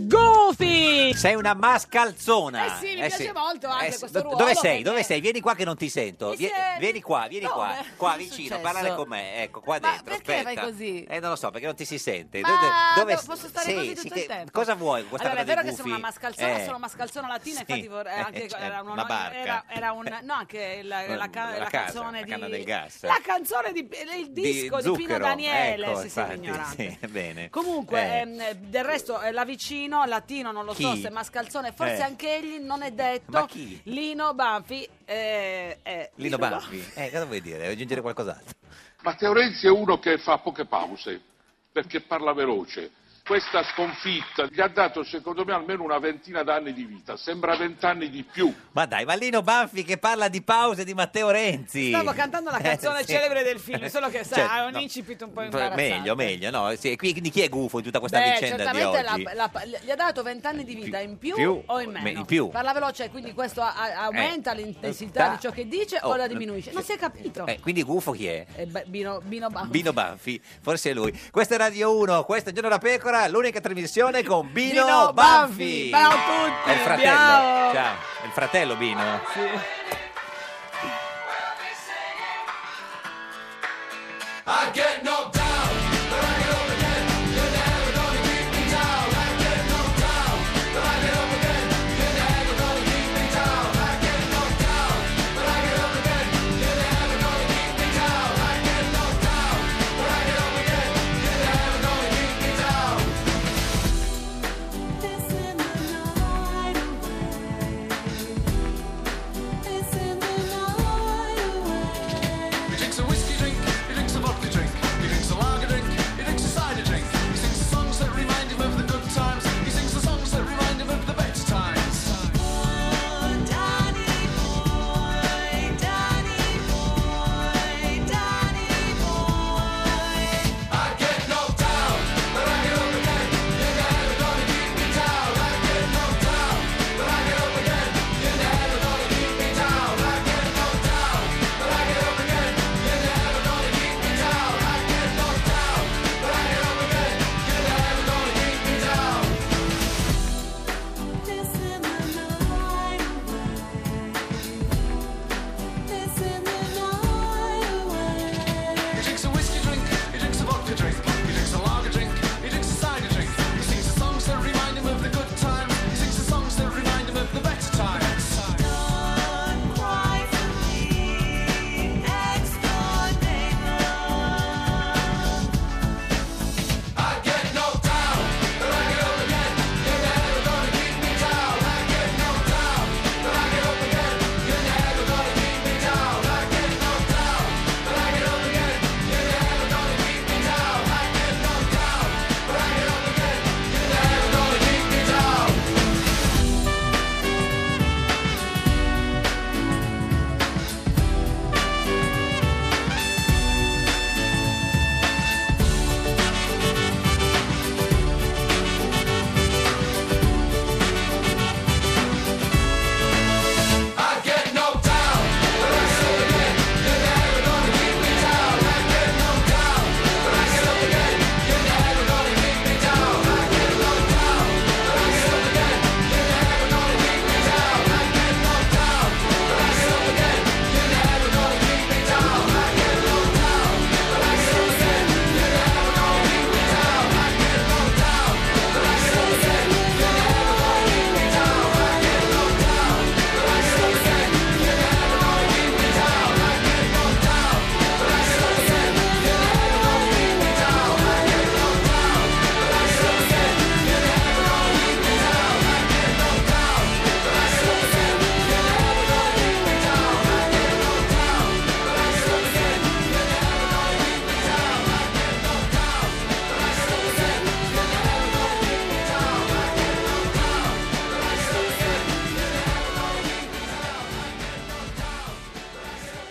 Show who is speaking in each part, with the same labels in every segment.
Speaker 1: Goofy!
Speaker 2: Sei una mascalzona.
Speaker 1: Eh sì, mi piace molto anche
Speaker 2: sì.
Speaker 1: questo
Speaker 2: Do-
Speaker 1: ruolo,
Speaker 2: Dove sei?
Speaker 1: perché-
Speaker 2: Dove sei? Vieni qua che non ti sento. Vie-
Speaker 1: sei-
Speaker 2: Vieni qua, vieni qua.
Speaker 1: Dove?
Speaker 2: Qua
Speaker 1: Che è
Speaker 2: vicino,
Speaker 1: successo?
Speaker 2: parlare con me. Ecco, qua
Speaker 1: Ma
Speaker 2: dentro.
Speaker 1: perché fai
Speaker 2: aspetta.
Speaker 1: così?
Speaker 2: Eh, non lo so, perché non ti si sente.
Speaker 1: Ma do- posso stare
Speaker 2: sì,
Speaker 1: così
Speaker 2: sì,
Speaker 1: tutto
Speaker 2: che-
Speaker 1: il tempo?
Speaker 2: Cosa vuoi con questa
Speaker 1: Allora, è
Speaker 2: cosa
Speaker 1: vero
Speaker 2: dei
Speaker 1: che sono una
Speaker 2: gufi?
Speaker 1: mascalzona,
Speaker 2: Eh.
Speaker 1: sono mascalzona latina,
Speaker 2: Sì.
Speaker 1: infatti vorrei,
Speaker 2: Eh,
Speaker 1: anche
Speaker 2: certo,
Speaker 1: era, una,
Speaker 2: una barca.
Speaker 1: era, era un no, anche la, la, ca-
Speaker 2: La
Speaker 1: la
Speaker 2: casa,
Speaker 1: canzone
Speaker 2: la
Speaker 1: di
Speaker 2: canna del gas.
Speaker 1: La canzone di eh, il disco di, Pino
Speaker 2: Zucchero,
Speaker 1: Daniele,
Speaker 2: ecco,
Speaker 1: se sei
Speaker 2: infatti,
Speaker 1: ignorante.
Speaker 2: sì, bene.
Speaker 1: Comunque,
Speaker 2: Eh.
Speaker 1: ehm, del resto, eh, la vicino, latino, non lo so
Speaker 2: Chi?
Speaker 1: se mascalzone, forse
Speaker 2: Eh.
Speaker 1: anche egli non è detto.
Speaker 2: Ma chi?
Speaker 1: Lino Banfi. eh, eh,
Speaker 2: Lino Banfi. Eh, cosa vuoi dire? Vuoi aggiungere qualcos'altro?
Speaker 3: Matteo Renzi è uno che fa poche pause perché parla veloce. Questa sconfitta gli ha dato, secondo me, almeno una ventina d'anni di vita, sembra vent'anni di più.
Speaker 2: Ma dai, ma Lino Banfi che parla di pause di Matteo Renzi.
Speaker 1: Stavo cantando la canzone
Speaker 2: Eh, sì.
Speaker 1: celebre del film, solo che sai,
Speaker 2: Certo,
Speaker 1: ha un
Speaker 2: no.
Speaker 1: incipit un po' imbarazzante.
Speaker 2: Meglio, meglio, no? Sì, e qui- quindi chi è gufo in tutta questa
Speaker 1: Beh,
Speaker 2: vicenda di
Speaker 1: certamente
Speaker 2: oggi?
Speaker 1: la- la- gli ha dato vent'anni di vita in più,
Speaker 2: più
Speaker 1: o in
Speaker 2: o
Speaker 1: meno.
Speaker 2: me- in più.
Speaker 1: Parla veloce, quindi questo a- a- aumenta
Speaker 2: Eh.
Speaker 1: l'intensità
Speaker 2: Eh.
Speaker 1: di ciò che dice
Speaker 2: Oh,
Speaker 1: o la
Speaker 2: eh.
Speaker 1: diminuisce. Non si è capito.
Speaker 2: Eh, quindi gufo chi è?
Speaker 1: Eh, beh, Bino, Bino Bauer.
Speaker 2: Bino Banfi, forse è lui. Questa è Radio 1, questo è Giorno da Pecora, l'unica trasmissione con Bino,
Speaker 1: Bino Banfi.
Speaker 2: Banfi.
Speaker 1: Ciao a tutti,
Speaker 2: È il fratello.
Speaker 1: ciao.
Speaker 2: Ciao, è il fratello Bino.
Speaker 4: I get knocked down, but I get up again. You're never gonna keep me down. I get knocked down, but I get up again. You're never gonna keep me down. I get knocked down, but I get up again. You're never gonna keep me down. I get knocked down, but I get up again. You're never gonna keep me down.
Speaker 5: It's in the night away. It's in the night away.
Speaker 4: He drinks a whiskey drink, he drinks a vodka drink, he drinks a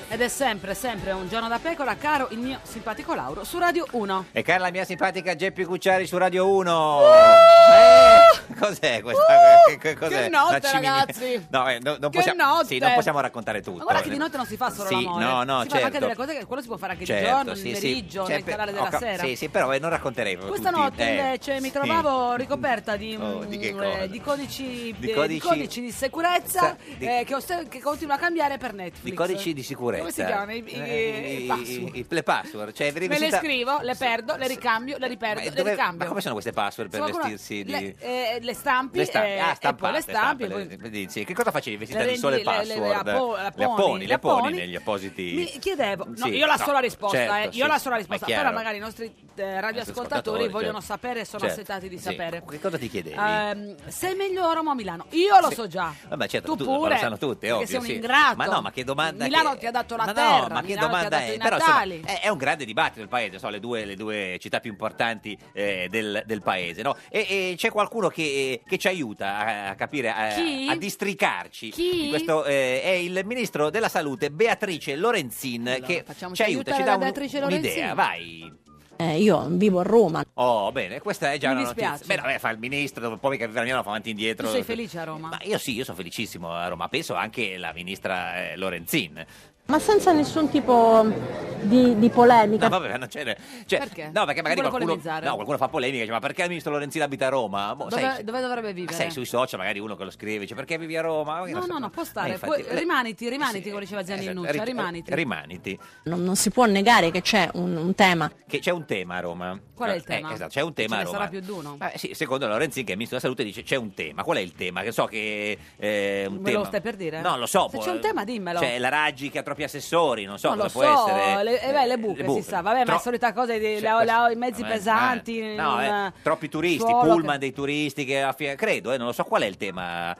Speaker 1: Ed è sempre, sempre un giorno da pecora, caro il mio simpatico Lauro, su Radio 1.
Speaker 2: E cara la mia simpatica Geppi Cucciari su Radio 1.
Speaker 1: Uh!
Speaker 2: Eh, cos'è questa? che- che cos'è?
Speaker 1: che notte,
Speaker 2: Una ciminiera?
Speaker 1: ragazzi.
Speaker 2: No, eh, no, non
Speaker 1: Che
Speaker 2: possiamo,
Speaker 1: notte.
Speaker 2: Sì, non possiamo raccontare tutto.
Speaker 1: Ma guarda che di notte non si fa solo
Speaker 2: Sì,
Speaker 1: l'amore.
Speaker 2: no, no,
Speaker 1: si fanno anche
Speaker 2: certo.
Speaker 1: delle cose che quello si può fare anche
Speaker 2: Certo,
Speaker 1: di giorno,
Speaker 2: sì,
Speaker 1: di
Speaker 2: sì.
Speaker 1: pomeriggio,
Speaker 2: Cioè,
Speaker 1: nel
Speaker 2: per-
Speaker 1: canale
Speaker 2: ho
Speaker 1: della
Speaker 2: cap-
Speaker 1: sera.
Speaker 2: Sì, sì, però eh, non racconteremo
Speaker 1: Questa
Speaker 2: tutti,
Speaker 1: notte
Speaker 2: eh,
Speaker 1: invece mi
Speaker 2: sì.
Speaker 1: trovavo ricoperta di,
Speaker 2: Oh, di che
Speaker 1: mm,
Speaker 2: cosa?
Speaker 1: eh, di codici,
Speaker 2: Di
Speaker 1: eh, di
Speaker 2: codici-
Speaker 1: codici di sicurezza
Speaker 2: Sa- di-
Speaker 1: eh, che, ho se- che continua a cambiare per Netflix.
Speaker 2: Di codici di sicurezza.
Speaker 1: Come si chiamano? I- i-
Speaker 2: Eh,
Speaker 1: i password.
Speaker 2: i- le password. Cioè,
Speaker 1: Me le
Speaker 2: rivisita-
Speaker 1: scrivo, le perdo, le ricambio, le riperdo,
Speaker 2: Ma
Speaker 1: le
Speaker 2: eh, dove-
Speaker 1: ricambio.
Speaker 2: ma come sono queste password per
Speaker 1: Se qualcuno-
Speaker 2: vestirsi di...
Speaker 1: le, eh, le stampi,
Speaker 2: Le stampi,
Speaker 1: eh,
Speaker 2: ah,
Speaker 1: e poi
Speaker 2: stampate,
Speaker 1: le stampi, e poi-
Speaker 2: stampate, le- sì. Che cosa facevi? Vestita
Speaker 1: Le
Speaker 2: di sole
Speaker 1: rendi- le- le- le
Speaker 2: password?
Speaker 1: appo-
Speaker 2: Le
Speaker 1: apponi,
Speaker 2: apponi, le
Speaker 1: le
Speaker 2: apponi
Speaker 1: apponi.
Speaker 2: negli appositi.
Speaker 1: Mi chiedevo, no,
Speaker 2: Sì,
Speaker 1: io la
Speaker 2: no,
Speaker 1: sola risposta,
Speaker 2: certo,
Speaker 1: eh, io
Speaker 2: sì,
Speaker 1: la sola
Speaker 2: ma è
Speaker 1: risposta,
Speaker 2: chiaro.
Speaker 1: però magari i nostri eh, radioascoltatori
Speaker 2: ascoltatori,
Speaker 1: vogliono
Speaker 2: certo.
Speaker 1: sapere e sono
Speaker 2: Certo,
Speaker 1: assetati di
Speaker 2: sì.
Speaker 1: sapere.
Speaker 2: Che cosa ti chiedevi?
Speaker 1: Ehm, sei meglio a Roma o a Milano? Io lo
Speaker 2: Sì.
Speaker 1: so già.
Speaker 2: Vabbè, certo,
Speaker 1: tu
Speaker 2: tu-
Speaker 1: pure,
Speaker 2: lo sanno tutti,
Speaker 1: perché
Speaker 2: è ovvio.
Speaker 1: sei un
Speaker 2: sì.
Speaker 1: ingrato.
Speaker 2: Ma no, ma che domanda.
Speaker 1: Milano
Speaker 2: che-
Speaker 1: ti ha dato la
Speaker 2: ma
Speaker 1: terra,
Speaker 2: No, ma
Speaker 1: Milano
Speaker 2: che
Speaker 1: ti ha
Speaker 2: domanda
Speaker 1: dato
Speaker 2: è?
Speaker 1: i
Speaker 2: Però, insomma,
Speaker 1: Natali.
Speaker 2: è, è un grande dibattito del paese, so, le, due, le due città più importanti eh, del, del paese, no? E, e c'è qualcuno che, che ci aiuta a, a capire, a,
Speaker 4: Chi?
Speaker 2: a districarci.
Speaker 4: Chi?
Speaker 2: di Questo, eh, è il ministro della salute, Beatrice Lorenzin, che
Speaker 4: facciamoci
Speaker 2: ci aiuta, ci dà
Speaker 4: aiutare da
Speaker 2: un-
Speaker 4: Beatrice
Speaker 2: un'idea.
Speaker 4: Lorenzin.
Speaker 2: Vai.
Speaker 6: Eh, io vivo a Roma.
Speaker 2: Oh, bene, questa è già
Speaker 6: Mi
Speaker 2: una
Speaker 6: dispiace.
Speaker 2: notizia. Beh, vabbè, fa il ministro, poi mica Vergnano fa avanti e indietro.
Speaker 1: Tu sei felice a Roma?
Speaker 2: Ma io sì, io sono felicissimo a Roma, penso anche la ministra eh, Lorenzin.
Speaker 6: Ma senza nessun tipo di, di polemica.
Speaker 2: No, vabbè, non c'è. Cioè,
Speaker 1: Perché?
Speaker 2: No, perché magari
Speaker 1: Non vuole
Speaker 2: qualcuno,
Speaker 1: polemizzare.
Speaker 2: no, qualcuno fa polemica, dice, ma perché il ministro Lorenzin abita a Roma? Boh,
Speaker 1: Dove,
Speaker 2: sai,
Speaker 1: dove dovrebbe
Speaker 2: ma
Speaker 1: vivere?
Speaker 2: sai, sui social magari uno che lo scrive, dice perché vivi a Roma? Ma che
Speaker 1: No,
Speaker 2: ne so,
Speaker 1: no, no, può
Speaker 2: Ma
Speaker 1: stare.
Speaker 2: infatti,
Speaker 1: puoi-
Speaker 2: lei-
Speaker 1: rimaniti, rimaniti, come diceva Gianni
Speaker 2: esatto,
Speaker 1: Nuccia,
Speaker 2: ri-
Speaker 1: rimaniti.
Speaker 2: rimaniti.
Speaker 6: Non, non si può negare che c'è un, un tema.
Speaker 2: Che c'è un tema a Roma.
Speaker 6: Qual è il
Speaker 2: Eh,
Speaker 6: tema?
Speaker 2: esatto, c'è un
Speaker 1: Ce
Speaker 2: tema a
Speaker 1: ne
Speaker 2: Roma.
Speaker 1: sarà più di uno.
Speaker 2: Eh, sì, secondo Lorenzin, che è ministro della salute, dice c'è un tema. Qual è il tema? Che so che. eh, un
Speaker 1: Me
Speaker 2: tema-
Speaker 1: lo stai per dire?
Speaker 2: No, lo so.
Speaker 1: Se
Speaker 2: può-
Speaker 1: c'è un tema, dimmelo.
Speaker 2: C'è la Raggi che ha troppi assessori, non so
Speaker 1: No,
Speaker 2: cosa
Speaker 1: lo
Speaker 2: può
Speaker 1: so,
Speaker 2: essere.
Speaker 1: le, eh beh, le buche, si sa, vabbè, ma è
Speaker 2: Tro-
Speaker 1: solita cosa, di- le-
Speaker 2: questo-
Speaker 1: le- i mezzi
Speaker 2: eh,
Speaker 1: pesanti.
Speaker 2: eh, no,
Speaker 1: in-
Speaker 2: eh, troppi turisti,
Speaker 1: suolo che-
Speaker 2: pullman dei turisti che affia- credo, eh, non lo so qual è il tema.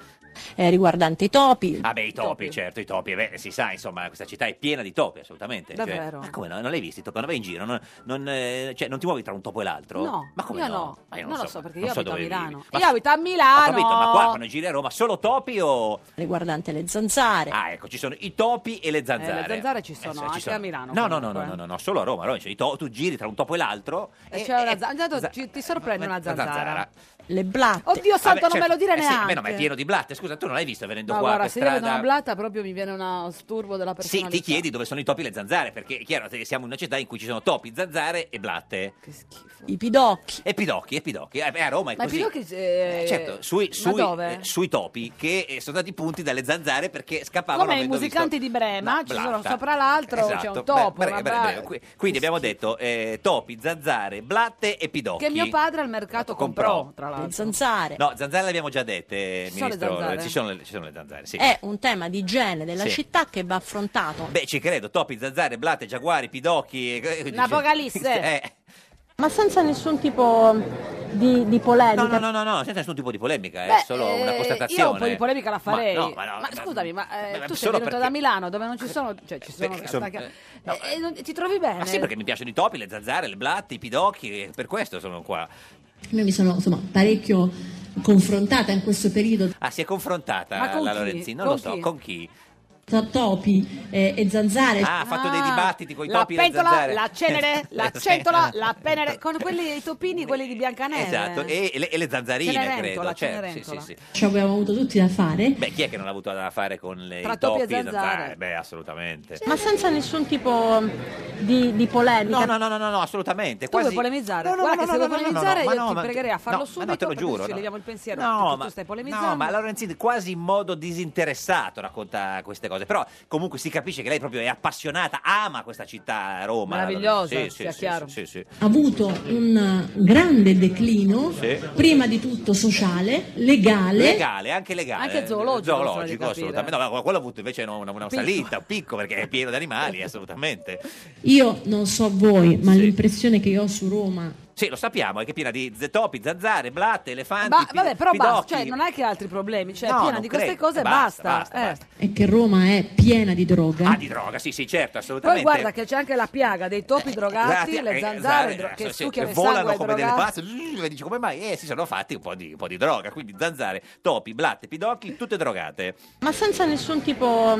Speaker 6: Eh, riguardante i topi.
Speaker 2: Ah, beh, i topi, certo, i topi, eh, beh, si sa, insomma, questa città è piena di topi, assolutamente. Cioè,
Speaker 1: Davvero?
Speaker 2: ma come no? Non l'hai visto? i topi? Quando vai in giro, non, non, eh, cioè, non ti muovi tra un topo e l'altro?
Speaker 1: No,
Speaker 2: ma come
Speaker 1: io
Speaker 2: no?
Speaker 1: no,
Speaker 2: Ma io
Speaker 1: non, lo so, perché io
Speaker 2: non so
Speaker 1: abito a
Speaker 2: dove vivi.
Speaker 1: Milano.
Speaker 2: Ma
Speaker 1: io abito a
Speaker 2: Ho
Speaker 1: Milano.
Speaker 2: capito, ma qua quando giri a Roma solo topi o...
Speaker 6: Riguardante le zanzare.
Speaker 2: Ah, ecco, ci sono i topi e le zanzare.
Speaker 1: Eh, le zanzare ci sono,
Speaker 2: sì,
Speaker 1: anche a Milano,
Speaker 2: No, no, no,
Speaker 1: comunque.
Speaker 2: no, no, no, no, solo a Roma. a Roma, cioè, i to- tu giri tra un topo e l'altro.
Speaker 1: E c'è una zanzara, intanto ci- ti sorprende una zanzara.
Speaker 6: Le blatte.
Speaker 1: Oddio santo, non me lo dire
Speaker 2: eh sì,
Speaker 1: neanche.
Speaker 2: beh, no, ma è pieno di blatte. Scusa, tu non l'hai visto venendo
Speaker 1: No,
Speaker 2: qua
Speaker 1: guarda,
Speaker 2: per
Speaker 1: se io vedo
Speaker 2: strada?
Speaker 1: una blatta proprio mi viene uno sturbo della
Speaker 2: Sì,
Speaker 1: personalità.
Speaker 2: ti chiedi dove sono i topi e le zanzare, perché è chiaro, te- siamo in una città in cui ci sono topi, zanzare e blatte. Che schifo.
Speaker 6: I pidocchi.
Speaker 2: E pidocchi, e pidocchi. Eh, beh, a Roma è
Speaker 1: Ma
Speaker 2: così.
Speaker 1: Pino che... eh,
Speaker 2: Eh, certo, sui,
Speaker 1: ma
Speaker 2: sui-
Speaker 1: dove?
Speaker 2: eh, sui topi che eh, sono stati punti dalle zanzare perché scappavano
Speaker 1: Come i
Speaker 2: avendo
Speaker 1: musicanti di
Speaker 2: visto-
Speaker 1: Brema,
Speaker 2: una
Speaker 1: ci sono
Speaker 2: blatta.
Speaker 1: sopra l'altro, c'è
Speaker 2: Esatto.
Speaker 1: un topo,
Speaker 2: Beh,
Speaker 1: una
Speaker 2: beh,
Speaker 1: bra-
Speaker 2: beh, qui- quindi abbiamo detto eh, topi, zanzare, blatte e pidocchi.
Speaker 1: che mio padre al mercato comprò,
Speaker 2: Comprò.
Speaker 1: tra l'altro.
Speaker 6: zanzare.
Speaker 2: No, zanzare le abbiamo già dette, eh,
Speaker 6: Ci sono le
Speaker 2: ministro.
Speaker 6: zanzare?
Speaker 2: Ci sono le, ci sono le zanzare, sì.
Speaker 1: Eh.
Speaker 6: È un tema di igiene della
Speaker 2: Sì.
Speaker 6: città che va affrontato.
Speaker 2: Beh, ci credo, topi, zanzare, blatte, giaguari, pidocchi. eh,
Speaker 6: Un'apocalisse.
Speaker 2: Eh,
Speaker 6: Ma senza nessun tipo di, Eh, di
Speaker 2: No,
Speaker 6: polemica.
Speaker 2: no, no, no, no, senza nessun tipo di polemica, è
Speaker 1: Beh,
Speaker 2: solo
Speaker 1: eh,
Speaker 2: una constatazione.
Speaker 1: Io un po' di polemica la farei.
Speaker 2: Ma
Speaker 1: Ma,
Speaker 2: no, ma no, ma-
Speaker 1: scusami, ma eh,
Speaker 2: ma
Speaker 1: tu sei
Speaker 2: solo
Speaker 1: venuto da
Speaker 2: perché-
Speaker 1: Milano dove non ci sono. Cioè, ci sono.
Speaker 2: Perché sono-
Speaker 1: stacca- eh, eh, non- ti trovi bene?
Speaker 2: Ma sì, perché mi piacciono i topi, le zanzare, le blatte, i pidocchi, eh, per questo sono qua.
Speaker 6: Io mi sono insomma parecchio confrontata in questo periodo
Speaker 2: Ah, si è confrontata
Speaker 6: Ma con
Speaker 2: la
Speaker 6: chi?
Speaker 2: Lorenzini, non
Speaker 6: Con
Speaker 2: lo so,
Speaker 6: chi?
Speaker 2: con chi?
Speaker 6: tra topi eh, e zanzare.
Speaker 2: Ah, ha fatto dei dibattiti con i
Speaker 1: la
Speaker 2: topi e le
Speaker 1: pentola,
Speaker 2: zanzare.
Speaker 1: la cenere, la
Speaker 2: Sì.
Speaker 1: centola, la penere, con quelli i topini, quelli di Biancaneve.
Speaker 2: Esatto, e, e le, e le zanzarine,
Speaker 1: Cenerentola,
Speaker 2: credo. certo, sì,
Speaker 1: Cenerentola.
Speaker 2: sì, sì.
Speaker 6: Ci abbiamo avuto tutti da fare,
Speaker 2: Beh, chi è che non ha avuto da fare con le,
Speaker 6: Tra
Speaker 2: i
Speaker 6: topi
Speaker 2: topi
Speaker 6: e
Speaker 2: e le
Speaker 6: zanzare.
Speaker 2: zanzare? Beh, assolutamente.
Speaker 6: ma senza nessun tipo di, di polemica.
Speaker 2: No, no, no, no, no, no, assolutamente.
Speaker 1: Tu
Speaker 2: quasi...
Speaker 1: vuoi polemizzare?
Speaker 2: No, no,
Speaker 1: Guarda
Speaker 2: no,
Speaker 1: che
Speaker 2: no,
Speaker 1: se vuoi
Speaker 2: no, no, no,
Speaker 1: polemizzare
Speaker 2: no,
Speaker 1: io
Speaker 2: no,
Speaker 1: ti
Speaker 2: ma-
Speaker 1: pregherei a farlo
Speaker 2: no,
Speaker 1: subito
Speaker 2: ma no, te lo
Speaker 1: perché
Speaker 2: giuro,
Speaker 1: ci
Speaker 2: no.
Speaker 1: leviamo il pensiero
Speaker 2: No,
Speaker 1: che
Speaker 2: ma,
Speaker 1: tu stai
Speaker 2: no,
Speaker 1: polemizzando.
Speaker 2: ma la Lorenzini quasi in modo disinteressato racconta queste cose. Però comunque si capisce che lei proprio è appassionata, ama questa città Roma. la
Speaker 1: Meravigliosa, sia
Speaker 2: Lorenzini.
Speaker 1: chiaro.
Speaker 2: Sì, sì,
Speaker 6: ha avuto un grande declino,
Speaker 2: Sì.
Speaker 6: prima di tutto sociale, legale.
Speaker 2: Legale, anche legale.
Speaker 6: Anche zoologico,
Speaker 1: mi sa di
Speaker 2: Zoologico,
Speaker 1: capire.
Speaker 2: assolutamente. No, ma quello ha avuto invece una, una- una
Speaker 6: Picco.
Speaker 2: salita, un picco, perché è pieno di animali, assolutamente.
Speaker 6: Io non so voi, ma l'impressione che io ho su Roma
Speaker 2: Sì, lo sappiamo, è che è piena di z- topi, zanzare, blatte, elefanti.
Speaker 1: Ba-
Speaker 2: pi-
Speaker 1: vabbè, però basta,
Speaker 2: pidocchi.
Speaker 1: cioè, non è che altri problemi, cioè,
Speaker 2: No,
Speaker 1: piena
Speaker 2: non
Speaker 1: di queste
Speaker 2: credo.
Speaker 1: cose e
Speaker 2: Basta,
Speaker 1: basta.
Speaker 2: basta,
Speaker 1: eh.
Speaker 6: È che Roma è piena di droga.
Speaker 2: Ah, di droga, sì, sì, certo,
Speaker 1: Poi
Speaker 2: assolutamente.
Speaker 1: guarda che c'è anche la piaga dei topi drogati,
Speaker 2: Guardate,
Speaker 1: le
Speaker 2: eh,
Speaker 1: zanzare dro-
Speaker 2: sì,
Speaker 1: che
Speaker 2: sì,
Speaker 1: succhiano il sangue
Speaker 2: volano
Speaker 1: ai
Speaker 2: come delle
Speaker 1: drogati.
Speaker 2: pazze e dici come mai? Eh si sono fatti un po' di, un po' di droga quindi zanzare, topi, blatte, pidocchi tutte drogate
Speaker 7: Ma senza nessun tipo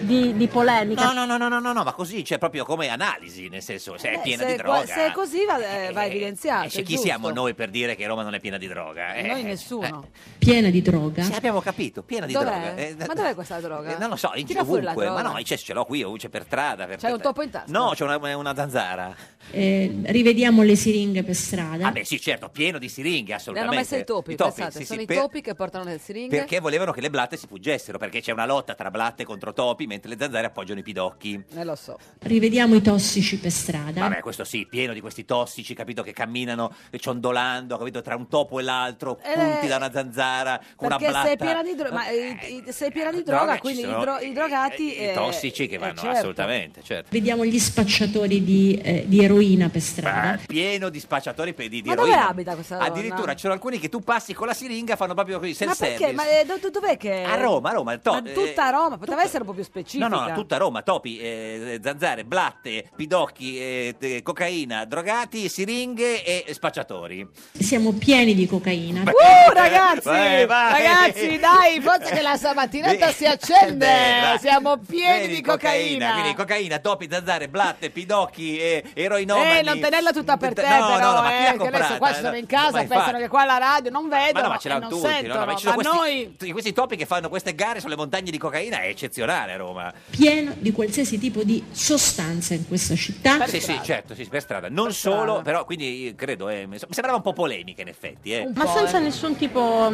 Speaker 7: di, di polemica.
Speaker 2: no no no no no no, no ma così c'è proprio come analisi nel senso se è
Speaker 1: Eh,
Speaker 2: piena
Speaker 1: se,
Speaker 2: di
Speaker 1: qua-
Speaker 2: droga
Speaker 1: se è così va, eh, va
Speaker 2: E
Speaker 1: evidenziato.
Speaker 2: c'è
Speaker 1: è
Speaker 2: chi
Speaker 1: giusto.
Speaker 2: siamo noi per dire che Roma non è piena di droga eh,
Speaker 1: Noi nessuno.
Speaker 6: Piena di droga.
Speaker 2: Sì, abbiamo capito, piena di
Speaker 1: Dov'è?
Speaker 2: droga. Eh,
Speaker 1: Ma dov'è questa droga?
Speaker 2: eh, non lo so, in
Speaker 1: Tira
Speaker 2: giro
Speaker 1: fuori la
Speaker 2: ovunque. Ma
Speaker 1: droga.
Speaker 2: no, c'è, ce l'ho qui, oh, c'è per strada. Per,
Speaker 1: C'hai un topo in tasca?
Speaker 2: No, c'è una, una zanzara.
Speaker 6: Eh, rivediamo le siringhe per strada.
Speaker 1: Eh?
Speaker 2: Ah, beh, sì, certo, pieno di siringhe,
Speaker 1: Le hanno
Speaker 2: assolutamente.
Speaker 1: messe i topi, pensate,
Speaker 2: sì,
Speaker 1: sono
Speaker 2: sì,
Speaker 1: i
Speaker 2: per-
Speaker 1: topi che portano le siringhe.
Speaker 2: Perché volevano che le blatte si fuggessero, perché c'è una lotta tra blatte contro topi, mentre le zanzare appoggiano i pidocchi.
Speaker 1: Eh, lo so.
Speaker 6: Rivediamo i tossici per strada.
Speaker 2: Vabbè, questo sì, pieno di questi tossici, capito, che camminano eh, ciondolando, capito, tra un topo e l'altro,
Speaker 1: Eh,
Speaker 2: punti da una zanzara, con una
Speaker 1: Perché
Speaker 2: blatta.
Speaker 1: sei piena di, dro- ma, eh, i- i- sei piena di droga,
Speaker 2: Droga, ci
Speaker 1: quindi i,
Speaker 2: sono
Speaker 1: dro- i drogati...
Speaker 2: i
Speaker 1: eh,
Speaker 2: tossici che
Speaker 1: eh,
Speaker 2: vanno
Speaker 1: certo.
Speaker 2: assolutamente, certo.
Speaker 6: Vediamo gli spacciatori di, eh, di eroina per strada.
Speaker 2: Beh, pieno di spacciatori per di, di
Speaker 1: Ma dove
Speaker 2: eroina.
Speaker 1: abita questa donna?
Speaker 2: Addirittura c'erano alcuni che tu passi con la siringa fanno proprio così,
Speaker 1: Ma
Speaker 2: self
Speaker 1: perché? Ma eh, do- do- dov'è che...
Speaker 2: A Roma, a Roma, il to-
Speaker 1: Ma tutta
Speaker 2: eh,
Speaker 1: Roma, poteva essere un po' più specifica.
Speaker 2: No, no, tutta Roma, topi, eh, zanzare, blatte, pidocchi, eh, te- cocaina, drogati, siringhe e spacciatori.
Speaker 6: Siamo pieni di cocaina.
Speaker 1: Uh, ragazzi,
Speaker 2: Vai, vai.
Speaker 1: ragazzi, dai, forse che la stamattinata
Speaker 2: Beh,
Speaker 1: si accende.
Speaker 2: beh, va.
Speaker 1: Siamo pieni
Speaker 2: Pieni
Speaker 1: di cocaina.
Speaker 2: Quindi cocaina, topi, zanzare, blatte, pidocchi, eh, eroinomani.
Speaker 1: eh, non tenerla tutta per te,
Speaker 2: no,
Speaker 1: però,
Speaker 2: no, no, ma chi
Speaker 1: eh,
Speaker 2: l'ha
Speaker 1: che
Speaker 2: comprata?
Speaker 1: adesso qua ci sono in casa,
Speaker 2: Ma infatti.
Speaker 1: pensano che qua la radio non
Speaker 2: Ma
Speaker 1: vedono
Speaker 2: no, ma ce
Speaker 1: e
Speaker 2: l'hanno
Speaker 1: eh, non
Speaker 2: tutti, no,
Speaker 1: sentono,
Speaker 2: no, ma
Speaker 1: ma,
Speaker 2: ci sono questi,
Speaker 1: noi...
Speaker 2: tutti questi topi che fanno queste gare sulle montagne di cocaina è eccezionale a Roma.
Speaker 6: Pieno di qualsiasi tipo di sostanza in questa città.
Speaker 2: sì, sì, certo, sì, per strada. Non solo, però, quindi io credo, eh, mi so- mi sembrava un po' polemica in effetti. eh.
Speaker 7: Ma senza nessun tipo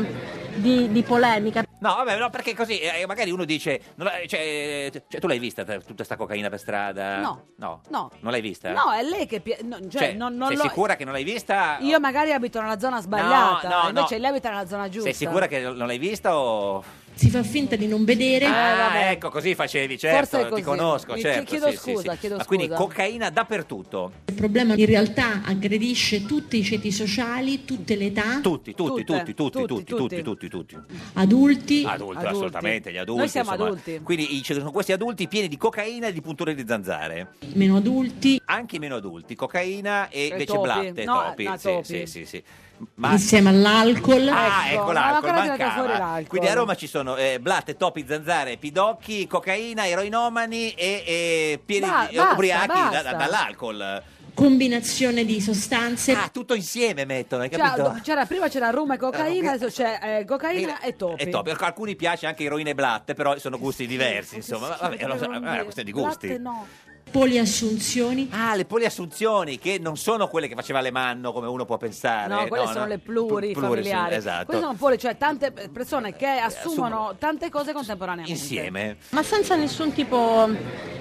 Speaker 7: di, di polemica.
Speaker 2: No, vabbè, no, perché così eh, magari uno dice, non la- cioè, eh, cioè, tu l'hai vista t- tutta sta cocaina per strada?
Speaker 1: No.
Speaker 2: No.
Speaker 1: No.
Speaker 2: Non l'hai vista?
Speaker 1: No, è lei che... pie- no, cioè,
Speaker 2: Cioè,
Speaker 1: non, non
Speaker 2: sei
Speaker 1: lo...
Speaker 2: sicura che non l'hai vista?
Speaker 1: Io magari abito nella zona sbagliata,
Speaker 2: no, no.
Speaker 1: invece lei abita nella zona giusta.
Speaker 2: Sei sicura che non l'hai vista o...
Speaker 6: Si fa finta di non vedere.
Speaker 2: ah,
Speaker 1: Eh, vabbè.
Speaker 2: ecco, così facevi,
Speaker 1: Forse
Speaker 2: certo,
Speaker 1: è
Speaker 2: ti
Speaker 1: così.
Speaker 2: conosco,
Speaker 1: Mi-
Speaker 2: certo.
Speaker 1: chiedo
Speaker 2: sì, sì,
Speaker 1: scusa,
Speaker 2: sì.
Speaker 1: chiedo
Speaker 2: Ma quindi
Speaker 1: scusa.
Speaker 2: cocaina dappertutto.
Speaker 6: Il problema in realtà aggredisce tutti i ceti sociali, tutte le età,
Speaker 2: Tutti, tutti,
Speaker 1: Tutte,
Speaker 2: tutti, tutti, tutti,
Speaker 1: tutti,
Speaker 2: tutti,
Speaker 1: tutti.
Speaker 2: tutti, tutti.
Speaker 6: adulti.
Speaker 2: Adulti,
Speaker 1: Adulti.
Speaker 2: assolutamente, gli adulti.
Speaker 1: Noi siamo
Speaker 2: insomma.
Speaker 1: adulti.
Speaker 2: Quindi i- ci sono questi adulti pieni di cocaina e di punture di zanzare.
Speaker 6: meno adulti,
Speaker 2: Anche i meno adulti, cocaina e,
Speaker 1: E
Speaker 2: invece
Speaker 1: topi.
Speaker 2: blatte,
Speaker 1: No,
Speaker 2: topi.
Speaker 1: no,
Speaker 2: sì,
Speaker 1: topi.
Speaker 2: sì, sì, sì. Ma...
Speaker 6: insieme all'alcol,
Speaker 2: Ah,
Speaker 1: Ecco,
Speaker 2: ecco
Speaker 1: ma
Speaker 2: l'alcol,
Speaker 1: ancora tirato
Speaker 2: mancava.
Speaker 1: fuori l'alcol.
Speaker 2: Quindi a Roma ci sono eh, blatte, topi, zanzare, pidocchi, cocaina, eroinomani e, e pieni
Speaker 1: Ba-
Speaker 2: di-
Speaker 1: basta,
Speaker 2: ubriachi da-
Speaker 1: basta.
Speaker 2: da- dall'alcol.
Speaker 6: combinazione di sostanze.
Speaker 2: Ah, tutto insieme mettono, hai
Speaker 1: Cioè,
Speaker 2: capito? Eh,
Speaker 1: do- c'era, prima c'era Roma e cocaina,
Speaker 2: Era-
Speaker 1: adesso c'è eh, cocaina e topi.
Speaker 2: E topi. A alcuni piace anche eroina e blatte, però sono gusti diversi, insomma. Ma Vabbè, è una, eh, è una questione di gusti.
Speaker 1: Latte Eh, no.
Speaker 6: poliassunzioni,
Speaker 2: Ah, le poliassunzioni che non sono quelle che faceva Lemanno, come uno può pensare.
Speaker 1: No, quelle sono le pluri familiari.
Speaker 2: Esatto. Eh,
Speaker 1: Queste sono pure, cioè tante persone che assumono
Speaker 2: assumono-
Speaker 1: tante cose contemporaneamente.
Speaker 2: Insieme.
Speaker 7: Ma senza nessun tipo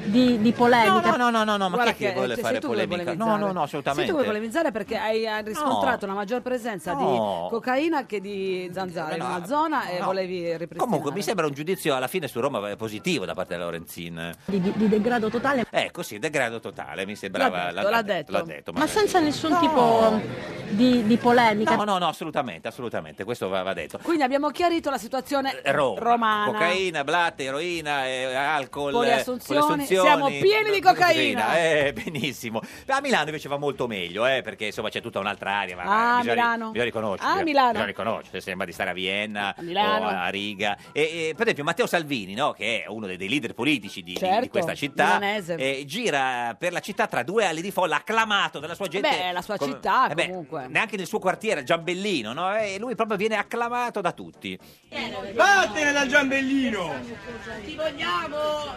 Speaker 7: di, di
Speaker 2: No,
Speaker 7: polemica.
Speaker 2: no, no, no, no, ma
Speaker 1: Guarda
Speaker 2: chi è che vuole
Speaker 1: cioè,
Speaker 2: fare
Speaker 1: sei tu che vuoi
Speaker 2: polemica? No,
Speaker 1: polemizzare.
Speaker 2: no, no, assolutamente.
Speaker 1: Sei tu che vuoi polemizzare perché hai hai riscontrato una maggior presenza
Speaker 2: No.
Speaker 1: di cocaina che di zanzare
Speaker 2: No,
Speaker 1: in
Speaker 2: no,
Speaker 1: una zona e
Speaker 2: no.
Speaker 1: volevi ripristinare.
Speaker 2: Comunque mi sembra un giudizio alla fine su Roma positivo da parte della Lorenzin.
Speaker 7: Di, di- di degrado totale.
Speaker 2: Ecco, sì, degrado totale, mi sembrava.
Speaker 1: L'ha detto, l'ha detto.
Speaker 2: ma...
Speaker 7: Ma senza nessun
Speaker 2: No.
Speaker 7: tipo di, di polemica.
Speaker 2: No, no, no, assolutamente, assolutamente, questo va, va detto.
Speaker 1: Quindi abbiamo chiarito la situazione
Speaker 2: Roma,
Speaker 1: romana.
Speaker 2: cocaina, blatte, eroina, eh, alcol,
Speaker 1: Poliassunzioni.
Speaker 2: eh, poliassunzioni.
Speaker 1: Siamo pieni di cocaina.
Speaker 2: Eh, benissimo. A Milano invece va molto meglio, eh, perché insomma c'è tutta un'altra area. Ma
Speaker 1: Ah,
Speaker 2: bisogna,
Speaker 1: Milano.
Speaker 2: Bisogna riconoscere.
Speaker 1: Ah,
Speaker 2: bisogna,
Speaker 1: Milano.
Speaker 2: bisogna riconoscere, sembra di stare a Vienna
Speaker 1: A Milano.
Speaker 2: o a Riga. E, e, per esempio Matteo Salvini, no, che è uno dei, dei leader politici di, di- di
Speaker 1: Certo,
Speaker 2: questa città,
Speaker 1: milanese.
Speaker 2: eh, gira per la città tra due ali di folla, acclamato dalla sua gente.
Speaker 1: Eh Beh, è la sua città,
Speaker 2: eh beh,
Speaker 1: comunque.
Speaker 2: Neanche nel suo quartiere, Giambellino, no? E lui proprio viene acclamato da tutti.
Speaker 8: Vattene dal giambellino!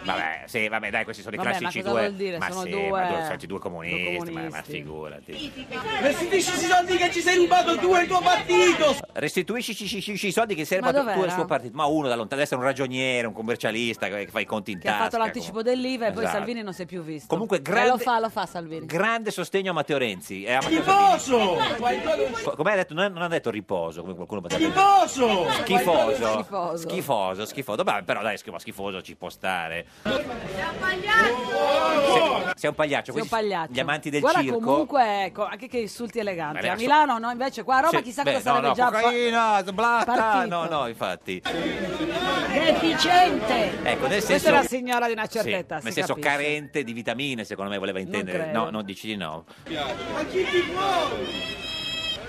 Speaker 2: Vabbè, sì, vabbè, dai, questi sono i
Speaker 1: Vabbè, ma
Speaker 2: classici
Speaker 1: cosa
Speaker 2: due.
Speaker 1: vuol dire?
Speaker 2: Ma
Speaker 1: Sono
Speaker 2: sì,
Speaker 1: due-
Speaker 2: ma sono i due comunisti,
Speaker 1: due
Speaker 2: Ma, ma
Speaker 1: comunisti.
Speaker 2: figurati.
Speaker 8: Restituisci i soldi che ci sei rubato tu e il tuo partito!
Speaker 2: Restituisci ci- ci- ci- ci i soldi che servono
Speaker 1: Ma
Speaker 2: tu e il
Speaker 1: dov'era?
Speaker 2: suo partito. Ma uno da lontano, deve essere un ragioniere, un commercialista che che fa i conti in
Speaker 1: Che ha
Speaker 2: tasca.
Speaker 1: fatto l'anticipo
Speaker 2: come-
Speaker 1: dell'IVA e poi
Speaker 2: Esatto.
Speaker 1: Salvini non si è più più visto.
Speaker 2: Comunque,
Speaker 1: Eh,
Speaker 2: grande-
Speaker 1: Lo fa, lo fa Salvini.
Speaker 2: Grande sostegno a Matteo Renzi. Eh, a Matteo
Speaker 1: Tifoso!
Speaker 2: Salvini. Co- Come ha detto, non ha- non ha detto riposo, come qualcuno potrebbe dire.
Speaker 4: Tifoso!
Speaker 2: Schifoso.
Speaker 4: Schifoso.
Speaker 2: Schifoso, schifoso. Beh, però dai, schifo- schifoso ci può stare.
Speaker 1: Sei
Speaker 2: Sei un pagliaccio.
Speaker 1: un
Speaker 2: Cioè, questi-
Speaker 1: pagliaccio.
Speaker 2: Gli amanti del
Speaker 1: Guarda,
Speaker 2: circo.
Speaker 1: comunque, ecco, anche che insulti eleganti.
Speaker 2: Adesso-
Speaker 1: A Milano, no, invece qua a Roma
Speaker 2: Sì,
Speaker 1: chissà
Speaker 2: Cioè, beh,
Speaker 1: cosa
Speaker 2: no,
Speaker 1: sarebbe
Speaker 2: no,
Speaker 1: già
Speaker 2: cocaina, Ah,
Speaker 1: partito.
Speaker 2: no, no, infatti.
Speaker 1: Deficiente!
Speaker 2: Ecco, nel senso-
Speaker 1: Questa è una signora di una certa
Speaker 2: Sì,
Speaker 1: età,
Speaker 2: nel
Speaker 1: si
Speaker 2: senso
Speaker 1: capisce.
Speaker 2: carente di vitamine, secondo me voleva intendere.
Speaker 1: credo.
Speaker 2: no, non dici di no.
Speaker 4: Ma chi vi vuole?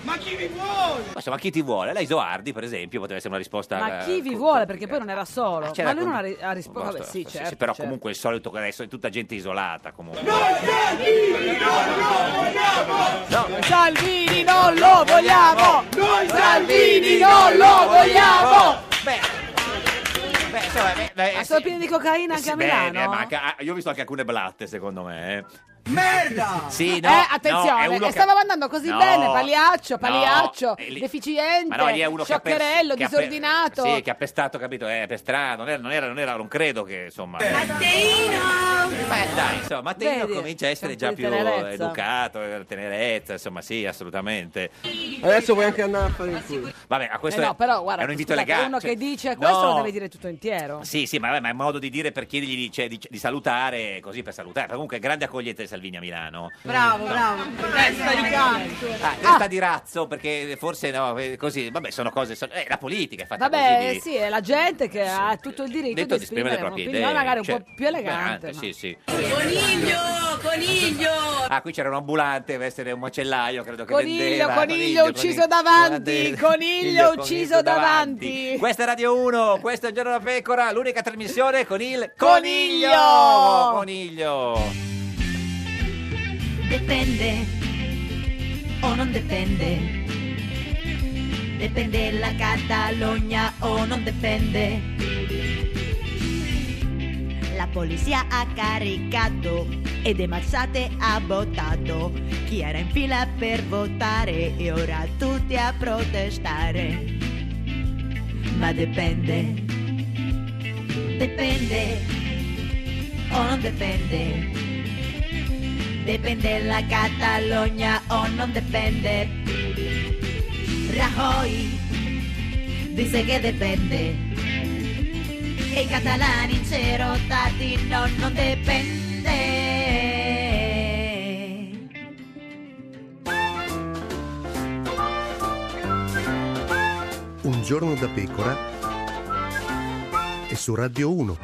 Speaker 4: Ma chi vi vuole?
Speaker 2: Ma insomma, chi ti vuole? Lei Zoardi, per esempio, poteva essere una risposta.
Speaker 1: Ma
Speaker 2: eh,
Speaker 1: chi vi vuole? Perché poi non era solo.
Speaker 2: Ah, c'era
Speaker 1: Ma lui
Speaker 2: con-
Speaker 1: non ha, ri- ha risposto.
Speaker 2: basta,
Speaker 1: Vabbè, sì,
Speaker 2: sì, sì,
Speaker 1: certo.
Speaker 2: però
Speaker 1: certo.
Speaker 2: comunque il solito che adesso è tutta gente isolata comunque.
Speaker 4: No.
Speaker 1: Salvini non lo vogliamo!
Speaker 4: Noi
Speaker 1: Salvini non lo vogliamo!
Speaker 2: Beh, insomma, beh,
Speaker 1: Ma
Speaker 2: beh, Eh, sì.
Speaker 1: sono pieni di cocaina anche
Speaker 2: Sì,
Speaker 1: a
Speaker 2: bene,
Speaker 1: Milano?
Speaker 2: ma anche- ah, io ho visto anche alcune blatte, secondo me. eh.
Speaker 4: Merda!
Speaker 2: Sì, no,
Speaker 1: eh, attenzione,
Speaker 2: no, è uno
Speaker 1: e
Speaker 2: che-
Speaker 1: stava andando così
Speaker 2: No,
Speaker 1: bene, pagliaccio,
Speaker 2: no,
Speaker 1: pagliaccio,
Speaker 2: è lì-
Speaker 1: deficiente,
Speaker 2: Ma no, lì è uno che ha pes-
Speaker 1: scioccherello,
Speaker 2: che ha pe-
Speaker 1: disordinato.
Speaker 2: Sì, che ha pestato, capito? Eh, pestato, non era, non era, non era, non credo che,
Speaker 1: Eh.
Speaker 2: insomma... Beh, dai, insomma, Matteo
Speaker 4: Vedi,
Speaker 2: comincia a essere
Speaker 4: c'è
Speaker 2: già
Speaker 4: un po' di
Speaker 2: più
Speaker 4: tenerezza.
Speaker 2: educato, eh, tenerezza, insomma, sì, assolutamente.
Speaker 9: Adesso vuoi anche andare a fare il culo.
Speaker 2: Vabbè, a questo
Speaker 1: Eh
Speaker 2: è-
Speaker 1: no, però guarda,
Speaker 2: è un invito
Speaker 1: scusate,
Speaker 2: legale.
Speaker 1: uno
Speaker 2: cioè-
Speaker 1: che dice questo
Speaker 2: No.
Speaker 1: lo deve dire tutto intero.
Speaker 2: Sì, sì, ma, vabbè, ma è un modo di dire per chiedergli di, cioè, di- di salutare, così per salutare. Comunque, grande accoglienza di Salvini a Milano.
Speaker 4: Bravo, bravo. Testa di cazzo.
Speaker 2: Ah, testa di razzo, perché forse no, eh, così, vabbè, sono cose. so- eh, la politica è fatta
Speaker 1: Vabbè,
Speaker 2: così. di-
Speaker 1: sì, è la gente che ha tutto il diritto
Speaker 2: Detto
Speaker 1: di esprimere
Speaker 2: le proprie idee.
Speaker 1: un'opinione magari un
Speaker 2: cioè,
Speaker 1: po' più elegante. ma-
Speaker 2: Sì, sì.
Speaker 4: Coniglio,
Speaker 1: coniglio.
Speaker 2: Ah, qui c'era un ambulante, deve essere un macellaio, credo che
Speaker 1: Coniglio,
Speaker 2: vendeva.
Speaker 1: coniglio ucciso davanti,
Speaker 2: davanti,
Speaker 1: coniglio ucciso davanti.
Speaker 2: Questa è Radio 1, questo è Il Giorno della Pecora, l'unica trasmissione con il
Speaker 4: Coniglio!
Speaker 2: Coniglio!
Speaker 10: Depende o non depende. Depende la Catalogna o non depende. La polizia ha caricato ed Mazzate ha votato. Chi era in fila per votare e ora tutti a protestare. Ma depende. Depende o non depende. Depende la Catalogna o non depende. Rajoy dice che depende. E i catalani cerotati no, non depende.
Speaker 11: Un giorno da pecora e su Radio 1.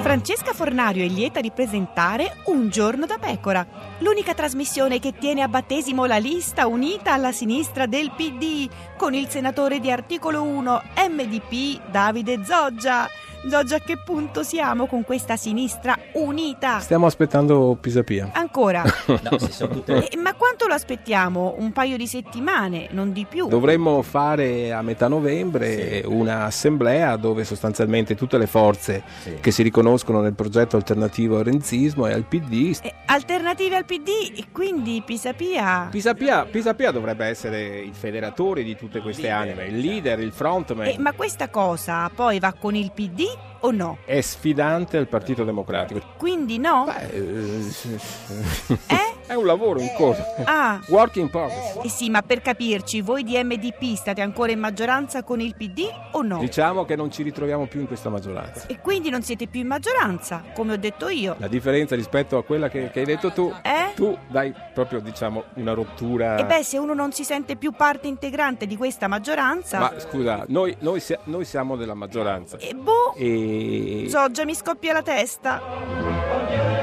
Speaker 12: Francesca Fornario è lieta di presentare Un giorno da pecora, l'unica trasmissione che tiene a battesimo la lista unita alla sinistra del PD, con il senatore di articolo 1 MDP Davide Zoggia. Zoggia, a che punto siamo con questa sinistra unita?
Speaker 9: Stiamo aspettando Pisapia.
Speaker 12: Ancora?
Speaker 9: No, si
Speaker 2: sono
Speaker 12: Eh, ma quanto lo aspettiamo? Un paio di settimane, non di più.
Speaker 9: Dovremmo fare a metà novembre un'assemblea dove sostanzialmente tutte le forze che si riconoscono nel progetto alternativo al renzismo e al
Speaker 12: Eh,
Speaker 9: PD.
Speaker 12: Alternative al PD e quindi Pisapia.
Speaker 9: Pisapia, Pisapia dovrebbe essere il federatore di tutte queste anime, il leader, certo. il frontman.
Speaker 12: Eh, ma questa cosa poi va con il PD o no?
Speaker 9: È sfidante al Partito Democratico.
Speaker 12: Quindi no?
Speaker 9: È un lavoro in corso.
Speaker 12: Eh? Ah.
Speaker 9: Work in progress.
Speaker 12: Eh sì, ma per capirci, voi di MDP state ancora in maggioranza con il PD o no?
Speaker 9: Diciamo che non ci ritroviamo più in questa maggioranza.
Speaker 12: E quindi non siete più in maggioranza, come ho detto io.
Speaker 9: La differenza rispetto a quella che, che hai detto tu,
Speaker 12: Eh?
Speaker 9: tu dai proprio diciamo una rottura.
Speaker 12: E beh, se uno non si sente più parte integrante di questa maggioranza...
Speaker 9: Ma scusa, noi, noi si- noi siamo della maggioranza.
Speaker 12: E boh,
Speaker 9: E...
Speaker 12: Zoggia mi scoppia la testa.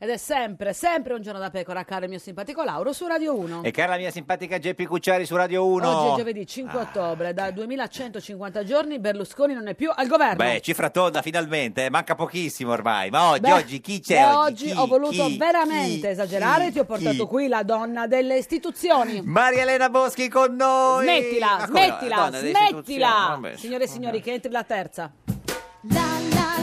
Speaker 1: Ed è sempre, sempre un giorno da pecora, caro il mio simpatico Lauro, su Radio 1.
Speaker 2: E cara la mia simpatica Geppi Cucciari su Radio 1.
Speaker 1: Oggi è giovedì
Speaker 2: Ah.
Speaker 1: 5 ottobre, da 2150 giorni Berlusconi non è più al governo.
Speaker 2: Beh, cifra tonda finalmente, eh, manca pochissimo ormai. Ma oggi,
Speaker 1: Beh,
Speaker 2: oggi chi c'è?
Speaker 1: beh,
Speaker 2: oggi
Speaker 1: oggi
Speaker 2: Chi?
Speaker 1: ho voluto
Speaker 2: Chi?
Speaker 1: veramente esagerare, ti ho portato qui la donna delle istituzioni.
Speaker 2: Maria Elena Boschi con noi.
Speaker 1: Smettila,
Speaker 2: Ma come no?
Speaker 1: smettila,
Speaker 2: Donna delle istituzioni,
Speaker 1: smettila.
Speaker 2: vabbè.
Speaker 1: Signore e signori, che entri la terza.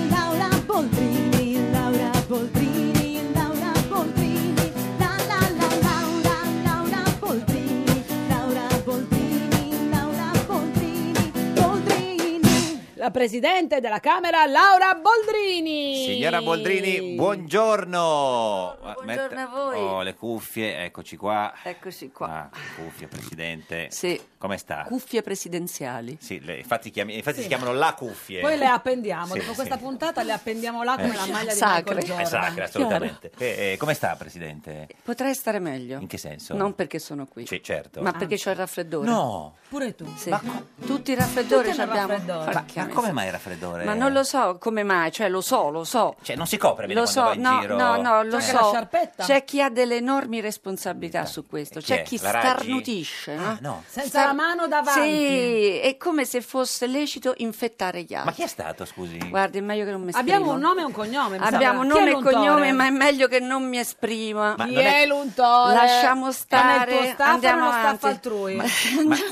Speaker 10: Laura Boldrini, Laura Boldrini, Laura Boldrini, la la la Laura, Laura Boldrini, Laura Boldrini, Laura Boldrini, Boldrini.
Speaker 1: presidente della Camera Laura Boldrini.
Speaker 2: Signora Boldrini, buongiorno. Buongiorno
Speaker 13: a voi.
Speaker 2: Oh, le cuffie, eccoci qua.
Speaker 13: Eccoci
Speaker 2: Ah,
Speaker 13: qua.
Speaker 2: cuffie, presidente.
Speaker 13: Sì.
Speaker 2: Come sta?
Speaker 13: Cuffie presidenziali.
Speaker 2: Sì, le- infatti, chiami- infatti
Speaker 1: Sì.
Speaker 2: si chiamano la cuffie.
Speaker 1: Poi le appendiamo,
Speaker 2: Sì,
Speaker 1: dopo
Speaker 2: sì.
Speaker 1: questa puntata le appendiamo là come
Speaker 2: Eh.
Speaker 1: la maglia di
Speaker 13: Sacre.
Speaker 1: Michael Jordan.
Speaker 2: È sacra, assolutamente. Eh, eh, come sta, presidente?
Speaker 13: Potrei stare meglio.
Speaker 2: In che senso?
Speaker 13: Non perché sono qui.
Speaker 2: Sì, certo.
Speaker 13: Ma perché c'ho il raffreddore.
Speaker 2: No.
Speaker 1: Pure tu.
Speaker 13: Sì. Tutti i raffreddori
Speaker 1: Tutti
Speaker 13: ce
Speaker 1: hanno
Speaker 13: abbiamo.
Speaker 1: raffreddore.
Speaker 2: Ma,
Speaker 13: Porca
Speaker 2: ma come mai il raffreddore?
Speaker 13: Ma non lo so come mai, cioè lo so, lo so.
Speaker 2: Cioè, non si copre bene
Speaker 13: Lo
Speaker 2: quando
Speaker 13: so,
Speaker 2: va in
Speaker 13: no,
Speaker 2: giro?
Speaker 13: no, no, lo
Speaker 1: C'è anche la
Speaker 13: so.
Speaker 1: sciarpetta?
Speaker 13: C'è chi ha delle enormi responsabilità su questo,
Speaker 2: Eh, chi
Speaker 13: c'è
Speaker 2: è?
Speaker 13: chi
Speaker 2: La Raggi? Ah,
Speaker 13: starnutisce, no?
Speaker 1: Senza la mano davanti.
Speaker 13: Sì, è come se fosse lecito infettare gli altri.
Speaker 2: Ma chi è stato, scusi?
Speaker 13: Guardi, è meglio che non mi esprimo.
Speaker 1: Abbiamo un nome e un cognome. mi
Speaker 13: Abbiamo
Speaker 1: sembra. Chi è
Speaker 13: nome e
Speaker 1: l'untore?
Speaker 13: cognome, ma è meglio che non mi esprima.
Speaker 2: Ma Chi non è- è
Speaker 1: l'untore?
Speaker 13: Lasciamo
Speaker 1: Non è il tuo
Speaker 13: stare,
Speaker 1: staff,
Speaker 13: andiamo
Speaker 1: non è lo staff
Speaker 13: avanti.
Speaker 1: altrui.
Speaker 2: Ma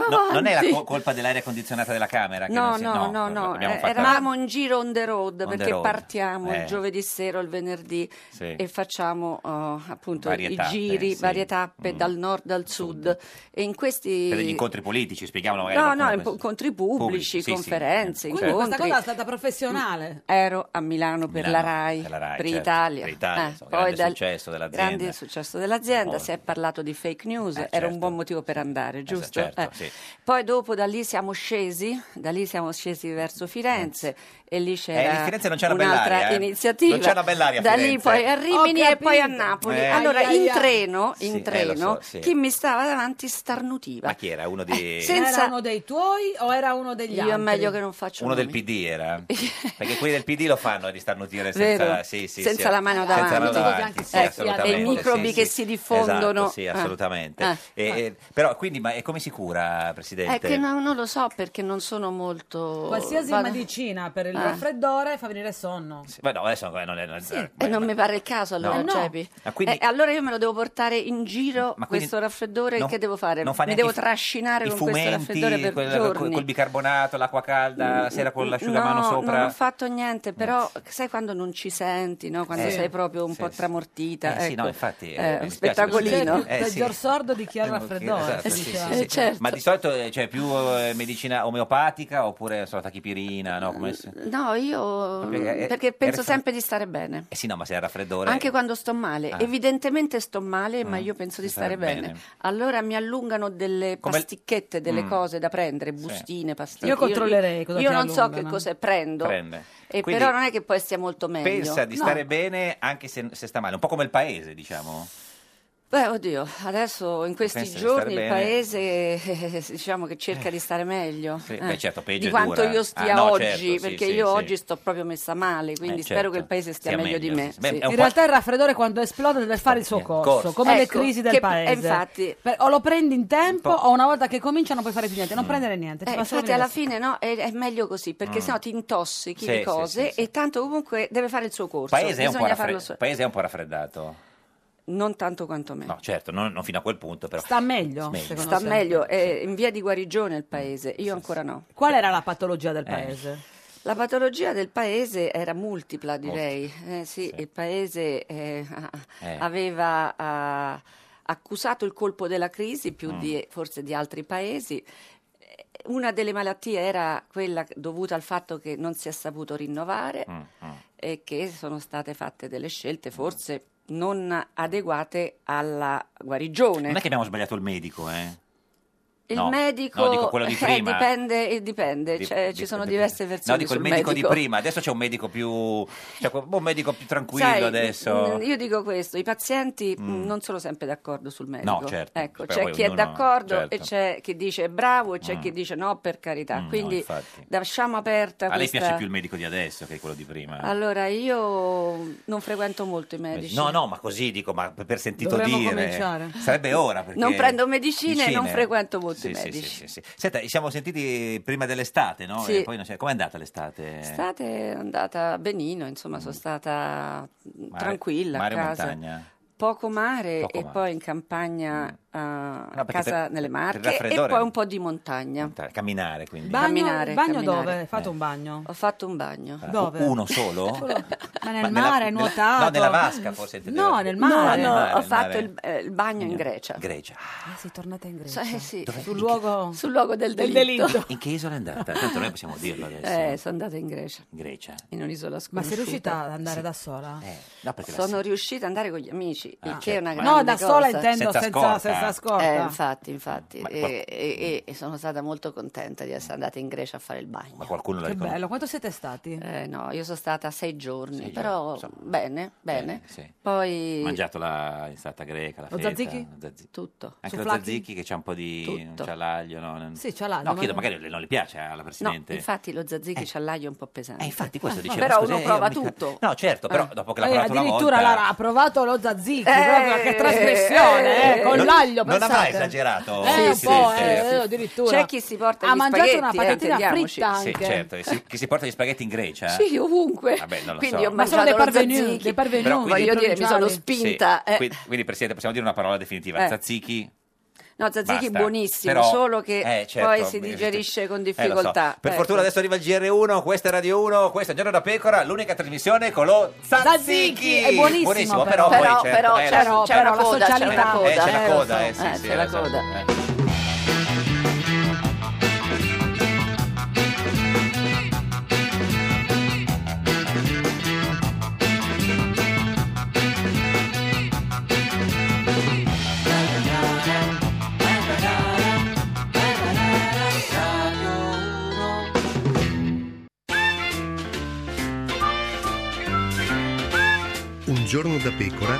Speaker 2: no- non è la
Speaker 13: avanti.
Speaker 2: co- colpa dell'aria condizionata della camera? Che
Speaker 13: No,
Speaker 2: non si-
Speaker 13: no, no, no,
Speaker 2: abbiamo
Speaker 13: eh,
Speaker 2: fatto-
Speaker 13: eravamo in giro on the road
Speaker 2: On the
Speaker 13: perché
Speaker 2: road,
Speaker 13: partiamo
Speaker 2: eh.
Speaker 13: il giovedì sera, o il venerdì
Speaker 2: Sì.
Speaker 13: e facciamo oh, appunto
Speaker 2: Varie
Speaker 13: i
Speaker 2: tappe,
Speaker 13: giri,
Speaker 2: sì. Mm.
Speaker 13: varie tappe dal nord al sud. e in questi
Speaker 2: Per degli incontri politici, spieghiamolo magari.
Speaker 13: No,
Speaker 2: qualcuno
Speaker 13: no,
Speaker 2: che-
Speaker 13: incontri
Speaker 2: Pubblici,
Speaker 13: pubblici,
Speaker 2: sì, sì.
Speaker 13: conferenze,
Speaker 2: Quindi
Speaker 1: Quindi questa
Speaker 13: incontri. Mm.
Speaker 1: cosa è stata professionale.
Speaker 13: Ero a Milano eh, per
Speaker 2: Milano,
Speaker 13: la RAI,
Speaker 2: per la RAI, certo,
Speaker 13: Italia.
Speaker 2: per Italia,
Speaker 13: Eh,
Speaker 2: insomma,
Speaker 13: poi
Speaker 2: grande
Speaker 13: dal-
Speaker 2: successo dell'azienda. Eh,
Speaker 13: grande successo dell'azienda, si è parlato di fake news, era
Speaker 2: certo.
Speaker 13: un buon motivo per andare, giusto?
Speaker 2: certo,
Speaker 13: Eh.
Speaker 2: sì.
Speaker 13: Poi dopo da lì siamo scesi, da lì siamo scesi verso Firenze e lì
Speaker 2: Eh,
Speaker 13: c'era
Speaker 2: in Firenze non c'è una
Speaker 13: un'altra
Speaker 2: bell'aria, eh.
Speaker 13: iniziativa.
Speaker 2: Non c'è una bell'aria a
Speaker 13: Da lì
Speaker 2: Firenze.
Speaker 13: poi a Rimini
Speaker 1: Ho
Speaker 13: e poi a
Speaker 1: capito.
Speaker 13: Napoli.
Speaker 2: Eh.
Speaker 13: Allora
Speaker 1: Ai, ai,
Speaker 13: in
Speaker 1: ai.
Speaker 13: treno, in
Speaker 2: Sì, eh, lo
Speaker 13: treno
Speaker 2: so, sì.
Speaker 13: chi mi stava davanti starnutiva.
Speaker 2: Ma chi era? Uno di...
Speaker 13: Eh, senza-
Speaker 1: Era uno dei tuoi o era uno degli
Speaker 13: Io
Speaker 1: altri?
Speaker 13: è meglio che non faccio
Speaker 2: Uno
Speaker 13: nomi.
Speaker 2: del PD era? Perché quelli del PD lo fanno di starnutire
Speaker 13: Vero.
Speaker 2: senza, sì, sì,
Speaker 13: Senza
Speaker 2: sì,
Speaker 13: la mano
Speaker 2: senza
Speaker 13: davanti.
Speaker 2: la mano
Speaker 13: Così
Speaker 2: davanti,
Speaker 13: anche
Speaker 2: sì,
Speaker 13: se-
Speaker 2: assolutamente,
Speaker 13: dei microbi
Speaker 2: sì,
Speaker 13: che
Speaker 2: sì.
Speaker 13: si diffondono.
Speaker 2: Esatto, sì,
Speaker 13: Eh.
Speaker 2: assolutamente.
Speaker 13: Eh.
Speaker 2: E- e- però quindi, ma e come si cura, Presidente?
Speaker 13: È che no- non lo so perché non sono molto...
Speaker 1: Qualsiasi
Speaker 13: vado-
Speaker 1: medicina per il
Speaker 13: Ah.
Speaker 1: raffreddore fa venire sonno.
Speaker 2: Ma no, adesso eh, non è... non è-
Speaker 13: E Eh, non mi pare il caso allora,
Speaker 2: No.
Speaker 13: Cepi.
Speaker 2: Ma quindi-
Speaker 13: Eh, allora io me lo devo portare in giro
Speaker 2: Ma quindi
Speaker 13: questo raffreddore,
Speaker 2: non-
Speaker 13: che devo fare?
Speaker 2: non fa
Speaker 13: mi
Speaker 2: neanche
Speaker 13: devo
Speaker 2: i-
Speaker 13: trascinare
Speaker 2: i
Speaker 13: con questo
Speaker 2: fumetti,
Speaker 13: raffreddore per
Speaker 2: quel- col,
Speaker 13: giorni. Mm,
Speaker 2: col bicarbonato, l'acqua calda, la sera con l'asciugamano
Speaker 13: no,
Speaker 2: sopra.
Speaker 13: non ho fatto niente, però sai quando non ci senti, no? quando
Speaker 2: Eh,
Speaker 13: sei proprio un
Speaker 2: sì,
Speaker 13: po'
Speaker 2: sì.
Speaker 13: tramortita.
Speaker 2: Eh, sì,
Speaker 13: ecco.
Speaker 2: no, infatti, eh,
Speaker 13: È
Speaker 2: mi
Speaker 13: un
Speaker 2: spiace,
Speaker 13: spettacolino.
Speaker 2: sì, sì. Eh, sì.
Speaker 1: Peggior sordo di chi ha il
Speaker 2: Esatto,
Speaker 1: raffreddore.
Speaker 13: eh,
Speaker 2: sì, sì,
Speaker 13: cioè,
Speaker 1: diceva.
Speaker 2: sì.
Speaker 13: certo.
Speaker 2: Ma di solito eh, c'è più eh, medicina omeopatica oppure non so, tachipirina, no? Come si-
Speaker 13: No, io
Speaker 2: Perché-
Speaker 13: perché,
Speaker 2: eh,
Speaker 13: penso
Speaker 2: era-
Speaker 13: sempre di stare bene.
Speaker 2: Eh sì, no, ma se è raffreddore.
Speaker 13: Anche quando sto male,
Speaker 2: Ah.
Speaker 13: evidentemente sto male, ma io penso di
Speaker 2: sta
Speaker 13: stare bene.
Speaker 2: bene.
Speaker 13: Allora mi allungano delle
Speaker 2: Come-
Speaker 13: pasticchette, delle
Speaker 2: Mm.
Speaker 13: cose da prendere, bustine, pasticche.
Speaker 1: Io controllerei cosa
Speaker 13: Io
Speaker 1: ti
Speaker 13: non so che
Speaker 1: allungano.
Speaker 13: cos'è prendo,
Speaker 2: Prende.
Speaker 13: E
Speaker 2: Quindi
Speaker 13: Eh, però non è che poi stia molto meglio.
Speaker 2: pensa di
Speaker 13: No.
Speaker 2: stare bene anche se, se sta male, un po' come il paese, diciamo.
Speaker 13: Beh, oddio, adesso in questi
Speaker 2: Pensa di
Speaker 13: giorni
Speaker 2: stare
Speaker 13: il
Speaker 2: bene.
Speaker 13: paese eh, diciamo che cerca di stare meglio.
Speaker 2: Sì,
Speaker 13: eh,
Speaker 2: beh, certo, peggio
Speaker 13: di
Speaker 2: è
Speaker 13: quanto
Speaker 2: dura.
Speaker 13: io
Speaker 2: Ah,
Speaker 13: stia
Speaker 2: no,
Speaker 13: oggi,
Speaker 2: certo, sì,
Speaker 13: perché
Speaker 2: sì,
Speaker 13: io
Speaker 2: sì.
Speaker 13: oggi sto proprio messa male, quindi
Speaker 2: Eh, certo.
Speaker 13: spero che il paese stia
Speaker 2: Stia
Speaker 13: meglio, di
Speaker 2: meglio,
Speaker 13: me.
Speaker 2: sì, sì. Beh,
Speaker 13: sì.
Speaker 2: è
Speaker 1: In
Speaker 2: un po' Eh,
Speaker 1: realtà il raffreddore quando esplode deve fare il suo corso,
Speaker 2: corso.
Speaker 1: come le
Speaker 13: Ecco,
Speaker 1: crisi del
Speaker 13: che-
Speaker 1: paese.
Speaker 13: eh, infatti-
Speaker 1: Per- o lo prendi in tempo o una volta che comincia non puoi fare più niente, non prendere niente. ti
Speaker 13: Eh,
Speaker 1: fa solo
Speaker 13: infatti alla
Speaker 1: venire-
Speaker 13: fine no, è, è meglio così perché
Speaker 2: Mm.
Speaker 13: sennò ti intossichi
Speaker 2: Sì,
Speaker 13: di
Speaker 2: sì,
Speaker 13: cose
Speaker 2: sì, sì.
Speaker 13: e tanto comunque deve fare il suo corso.
Speaker 2: Paese è, un po
Speaker 13: Bisogna
Speaker 2: raffre-
Speaker 13: farlo so-
Speaker 2: paese è un po' raffreddato.
Speaker 13: non tanto quanto me.
Speaker 2: No, certo, non, non fino a quel punto, però.
Speaker 1: Sta meglio,
Speaker 2: Meglio. Mm.
Speaker 1: secondo
Speaker 13: Sta
Speaker 1: te?
Speaker 13: meglio, è in via di guarigione il paese, io ancora no.
Speaker 1: Qual era la patologia
Speaker 2: Eh.
Speaker 1: del paese?
Speaker 13: La patologia del paese era multipla, direi. Eh, sì, Il paese eh, a-
Speaker 1: Eh.
Speaker 13: aveva ah, accusato il colpo della crisi più
Speaker 1: Mm.
Speaker 13: di, forse di altri paesi. Eh, Una delle malattie era quella dovuta al fatto che non si è saputo rinnovare
Speaker 2: Mm,
Speaker 13: e che sono state fatte delle scelte forse non adeguate alla guarigione.
Speaker 2: Non è che abbiamo sbagliato il medico, eh?
Speaker 13: Eh. Il
Speaker 2: No,
Speaker 13: medico
Speaker 2: no, dico quello di
Speaker 13: eh,
Speaker 2: prima.
Speaker 13: dipende, eh, dipende.
Speaker 2: Di-
Speaker 13: cioè,
Speaker 2: di-
Speaker 13: ci sono
Speaker 2: di-
Speaker 13: diverse
Speaker 2: No,
Speaker 13: versioni.
Speaker 2: dico il
Speaker 13: sul
Speaker 2: medico, di prima, adesso c'è un medico più cioè, un medico più tranquillo
Speaker 13: Sai,
Speaker 2: adesso.
Speaker 13: mh, Io dico questo, i pazienti mh,
Speaker 2: Mm.
Speaker 13: non sono sempre d'accordo sul medico.
Speaker 2: certo.
Speaker 13: Ecco,
Speaker 2: Beh,
Speaker 13: c'è
Speaker 2: poi
Speaker 13: chi è
Speaker 2: ognuno-
Speaker 13: d'accordo
Speaker 2: certo.
Speaker 13: e c'è chi dice bravo e c'è
Speaker 2: Mm.
Speaker 13: chi dice no per carità.
Speaker 2: Mm, no,
Speaker 13: Quindi
Speaker 2: infatti.
Speaker 13: lasciamo aperta
Speaker 2: A lei
Speaker 13: questa...
Speaker 2: piace più il medico di adesso che quello di prima?
Speaker 13: Allora, io non frequento molto i medici.
Speaker 2: No, no, ma così dico, ma per sentito
Speaker 13: Dovremmo
Speaker 2: dire.
Speaker 13: cominciare.
Speaker 2: Sarebbe ora perché
Speaker 13: Non prendo medicine, e non
Speaker 2: Medicine.
Speaker 13: frequento molto
Speaker 2: Sì,
Speaker 13: i
Speaker 2: sì,
Speaker 13: medici.
Speaker 2: sì, sì, sì. Senta, ci siamo sentiti prima dell'estate, no?
Speaker 13: Sì.
Speaker 2: E poi non c'è- com'è andata l'estate?
Speaker 13: L'estate è andata benino, insomma, sono stata mh,
Speaker 2: Mm. Mare-
Speaker 13: tranquilla
Speaker 2: mare o
Speaker 13: a casa.
Speaker 2: montagna?
Speaker 13: Poco mare
Speaker 2: Poco
Speaker 13: e
Speaker 2: mare. Mm.
Speaker 13: poi in campagna a
Speaker 2: No, perché
Speaker 13: casa
Speaker 2: per-
Speaker 13: nelle
Speaker 2: per il
Speaker 13: Marche e
Speaker 2: raffreddore-
Speaker 13: poi un po' di montagna.
Speaker 2: Camminare, quindi.
Speaker 13: Bagno-
Speaker 1: Camminare, bagno
Speaker 13: camminare.
Speaker 1: dove? Hai fatto un bagno?
Speaker 13: Ho fatto un bagno.
Speaker 2: Ah, u- Uno solo?
Speaker 1: Ma
Speaker 2: Ma
Speaker 1: nel
Speaker 2: nella-
Speaker 1: mare,
Speaker 2: nella-
Speaker 1: nuotato.
Speaker 2: No, nella vasca forse. intendevo.
Speaker 1: No, nel mare.
Speaker 13: No,
Speaker 2: nel
Speaker 13: no,
Speaker 2: mare,
Speaker 13: ho
Speaker 2: nel
Speaker 13: fatto
Speaker 2: mare.
Speaker 13: il, eh, il bagno in Grecia.
Speaker 2: Grecia.
Speaker 1: Ah, sei tornata in Grecia.
Speaker 13: Eh, sì.
Speaker 1: Sul luogo...
Speaker 13: Sul luogo del
Speaker 1: Del
Speaker 13: delitto.
Speaker 1: delitto.
Speaker 2: In che isola è andata? Tanto noi possiamo dirlo adesso.
Speaker 13: Eh, sono andata in Grecia.
Speaker 2: Grecia. Eh,
Speaker 13: In un'isola sconosciuta.
Speaker 1: Ma sei riuscita ad andare da sola?
Speaker 2: No, perché la cioè,
Speaker 13: Sono riuscita ad andare con gli amici,
Speaker 1: Ah.
Speaker 13: il che è una
Speaker 1: No,
Speaker 13: grande
Speaker 1: da
Speaker 13: cosa.
Speaker 1: sola intendo Senza senza- scorta. senza scorta.
Speaker 13: Eh, infatti, infatti.
Speaker 2: Ma
Speaker 13: E,
Speaker 2: qual-
Speaker 13: e- e- e sono stata molto contenta di essere andata in Grecia a fare il bagno.
Speaker 2: Ma qualcuno la
Speaker 13: Che
Speaker 2: riconosce?
Speaker 13: bello.
Speaker 1: Quanto siete stati?
Speaker 13: Eh, no, io sono stata sei giorni,
Speaker 2: Sei giorni,
Speaker 13: però
Speaker 2: insomma.
Speaker 13: bene, bene.
Speaker 2: Bene, sì.
Speaker 13: Poi...
Speaker 2: mangiato la insalata greca, la
Speaker 13: Lo
Speaker 2: feta,
Speaker 13: tzatziki?
Speaker 2: lo tzatziki.
Speaker 13: Tutto.
Speaker 2: Anche lo
Speaker 13: Sono
Speaker 2: tzatziki che c'ha un po' di
Speaker 13: Tutto.
Speaker 2: c'ha l'aglio, no? Non-
Speaker 13: Sì, c'ha l'aglio,
Speaker 2: No, chiedo,
Speaker 13: ma-
Speaker 2: magari le- non le piace alla
Speaker 13: No,
Speaker 2: presidente.
Speaker 13: infatti lo zazzichi c'ha l'aglio un po' pesante.
Speaker 2: Eh, infatti questo dicevo,
Speaker 13: Però
Speaker 2: scusa,
Speaker 13: uno
Speaker 2: eh,
Speaker 13: prova
Speaker 2: mi ca-
Speaker 13: tutto.
Speaker 2: No, certo, però
Speaker 13: Eh.
Speaker 2: dopo che l'ha
Speaker 1: Eh,
Speaker 2: provato una volta
Speaker 1: addirittura Lara ha provato lo zazzichi, proprio che trasgressione, eh, con
Speaker 2: Non-
Speaker 1: l'aglio
Speaker 2: Non avrà
Speaker 1: pensate.
Speaker 2: esagerato?
Speaker 1: Eh, un po',
Speaker 2: Presidente?
Speaker 1: eh, addirittura.
Speaker 13: C'è chi si porta
Speaker 1: Ha
Speaker 13: gli
Speaker 1: mangiato
Speaker 13: spaghetti,
Speaker 1: una
Speaker 13: eh,
Speaker 1: patatina
Speaker 13: intendiamoci.
Speaker 1: fritta
Speaker 2: Sì,
Speaker 1: anche.
Speaker 2: certo, che si- che si porta gli spaghetti in Grecia?
Speaker 13: Sì, ovunque.
Speaker 2: Vabbè, non lo
Speaker 13: Quindi
Speaker 2: so.
Speaker 13: ho
Speaker 2: Ma
Speaker 1: sono
Speaker 13: mangiato
Speaker 1: dei
Speaker 13: lo
Speaker 1: parvenu-
Speaker 13: tzatziki.
Speaker 1: dei parvenu,
Speaker 13: Però
Speaker 1: dei
Speaker 13: voglio dire, mi sono
Speaker 1: provinciali.
Speaker 13: spinta.
Speaker 2: Sì,
Speaker 13: eh.
Speaker 2: quindi, quindi, Presidente, possiamo dire una parola definitiva.
Speaker 13: Eh.
Speaker 2: Tzatziki?
Speaker 13: No, tzatziki
Speaker 2: Basta.
Speaker 13: buonissimo,
Speaker 2: Però-
Speaker 13: solo che
Speaker 2: eh, certo,
Speaker 13: poi si
Speaker 2: beh,
Speaker 13: digerisce con
Speaker 2: Eh, lo so.
Speaker 13: difficoltà.
Speaker 2: Per
Speaker 13: Ecco.
Speaker 2: fortuna adesso arriva il GR1, questa è Radio 1, questo è Giorno da Pecora, l'unica trasmissione con lo Zazzicchi.
Speaker 13: Zazzicchi, è buonissimo,
Speaker 2: però,
Speaker 13: però.
Speaker 2: poi
Speaker 13: Però-
Speaker 2: certo,
Speaker 13: però
Speaker 2: eh,
Speaker 13: c'è-
Speaker 2: la-
Speaker 13: c'è una
Speaker 2: la
Speaker 13: coda, c'è
Speaker 2: socialità.
Speaker 13: una coda.
Speaker 2: Eh, c'è la
Speaker 13: Eh, lo
Speaker 2: coda,
Speaker 13: so.
Speaker 2: eh, sì,
Speaker 13: Eh,
Speaker 2: sì,
Speaker 13: c'è la
Speaker 2: certo.
Speaker 13: coda.
Speaker 11: Un giorno da pecora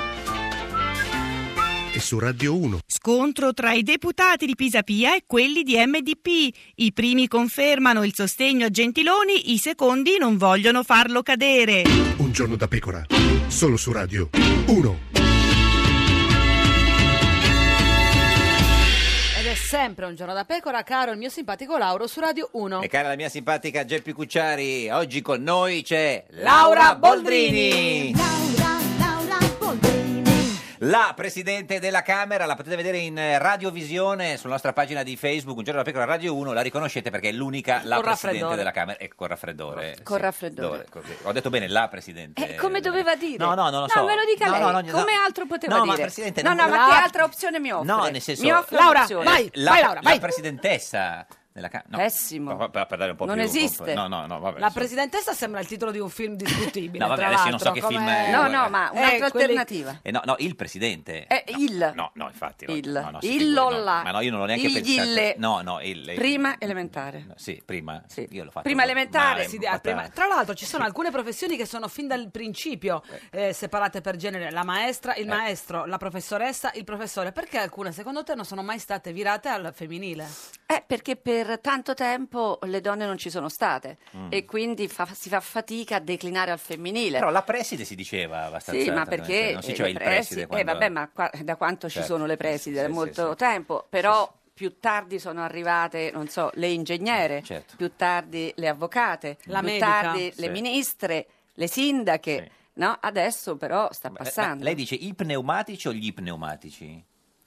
Speaker 11: e su Radio 1.
Speaker 12: Scontro tra i deputati di Pisapia e quelli di MDP. I primi confermano il sostegno a Gentiloni, i secondi non vogliono farlo cadere.
Speaker 11: Un giorno da pecora, solo su Radio 1.
Speaker 1: Ed è sempre un giorno da pecora, caro il mio simpatico Lauro su Radio 1.
Speaker 2: E cara la mia simpatica Geppi Cucciari, oggi con noi c'è
Speaker 1: Laura
Speaker 2: Boldrini. La Presidente della Camera, la potete vedere in eh, radiovisione sulla nostra pagina di Facebook, un giorno da pecora Radio 1, la riconoscete perché è l'unica la
Speaker 13: Con
Speaker 2: Presidente
Speaker 13: raffreddore.
Speaker 2: della Camera. E con raffreddore.
Speaker 13: Con
Speaker 2: sì.
Speaker 13: raffreddore.
Speaker 2: Dove- Ho detto bene la Presidente.
Speaker 13: Eh, come doveva dire?
Speaker 2: No, no, non lo so.
Speaker 13: No, me lo dica
Speaker 2: No,
Speaker 13: lei.
Speaker 2: no, no, no.
Speaker 13: come altro poteva
Speaker 2: No, ma
Speaker 13: dire?
Speaker 2: Presidente,
Speaker 13: no,
Speaker 2: non-
Speaker 13: no, ma
Speaker 2: La-
Speaker 13: che altra opzione mi offre?
Speaker 2: No, nel senso...
Speaker 13: Mi offre
Speaker 1: Laura,
Speaker 13: un'opzione.
Speaker 1: vai,
Speaker 2: la,
Speaker 1: vai, Laura,
Speaker 2: la
Speaker 1: vai.
Speaker 2: presidentessa della Camera. No,
Speaker 1: Pessimo.
Speaker 2: Per, per dare un po'
Speaker 1: Non
Speaker 2: più
Speaker 1: esiste.
Speaker 2: No, no, no, vabbè.
Speaker 1: La presidentessa sembra il titolo di un film discutibile.
Speaker 2: No, vabbè,
Speaker 1: tra
Speaker 2: adesso io non
Speaker 1: l'altro,
Speaker 2: so che film
Speaker 1: come- Eh,
Speaker 2: è, No, no,
Speaker 13: ma un'altra
Speaker 1: quelli-
Speaker 13: alternativa.
Speaker 2: Eh, no, no, il presidente.
Speaker 13: Eh, il.
Speaker 2: No, no, infatti. no,
Speaker 13: Il.
Speaker 2: no, no, si
Speaker 13: Il
Speaker 2: figuri,
Speaker 13: o
Speaker 2: no.
Speaker 13: la.
Speaker 2: Ma no, io non l'ho neanche
Speaker 13: Il,
Speaker 2: pensato.
Speaker 13: il.
Speaker 2: No, no, il. il-
Speaker 13: Prima elementare.
Speaker 2: no, sì, prima. Io l'ho fatto.
Speaker 13: Prima elementare.
Speaker 2: male,
Speaker 1: Sì, di- ah,
Speaker 2: fatta-
Speaker 1: prima- Tra l'altro ci sono alcune professioni che sono fin dal principio eh, separate per genere, la maestra,
Speaker 2: Eh.
Speaker 1: il maestro, la professoressa, il professore. Perché alcune secondo te non sono mai state virate al femminile?
Speaker 13: Eh, perché per tanto tempo le donne non ci sono state
Speaker 2: Mm.
Speaker 13: e quindi fa- si fa fatica a declinare al femminile.
Speaker 2: Però la preside si diceva abbastanza.
Speaker 13: Sì, ma perché
Speaker 2: Non certo, si
Speaker 13: eh,
Speaker 2: diceva
Speaker 13: le
Speaker 2: il
Speaker 13: presidi-
Speaker 2: preside. quando-
Speaker 13: eh, vabbè, ma qua- da quanto ci
Speaker 2: Certo,
Speaker 13: sono le presidi? Da
Speaker 2: sì,
Speaker 13: molto tempo, però più tardi sono arrivate, non so, le ingegnere,
Speaker 2: Eh,
Speaker 13: più tardi le avvocate,
Speaker 1: La
Speaker 13: più
Speaker 1: medica.
Speaker 13: tardi
Speaker 2: certo. Sì.
Speaker 13: le ministre, le sindache. No, adesso però sta
Speaker 2: Eh, ma
Speaker 13: passando.
Speaker 2: Lei dice i pneumatici o gli pneumatici?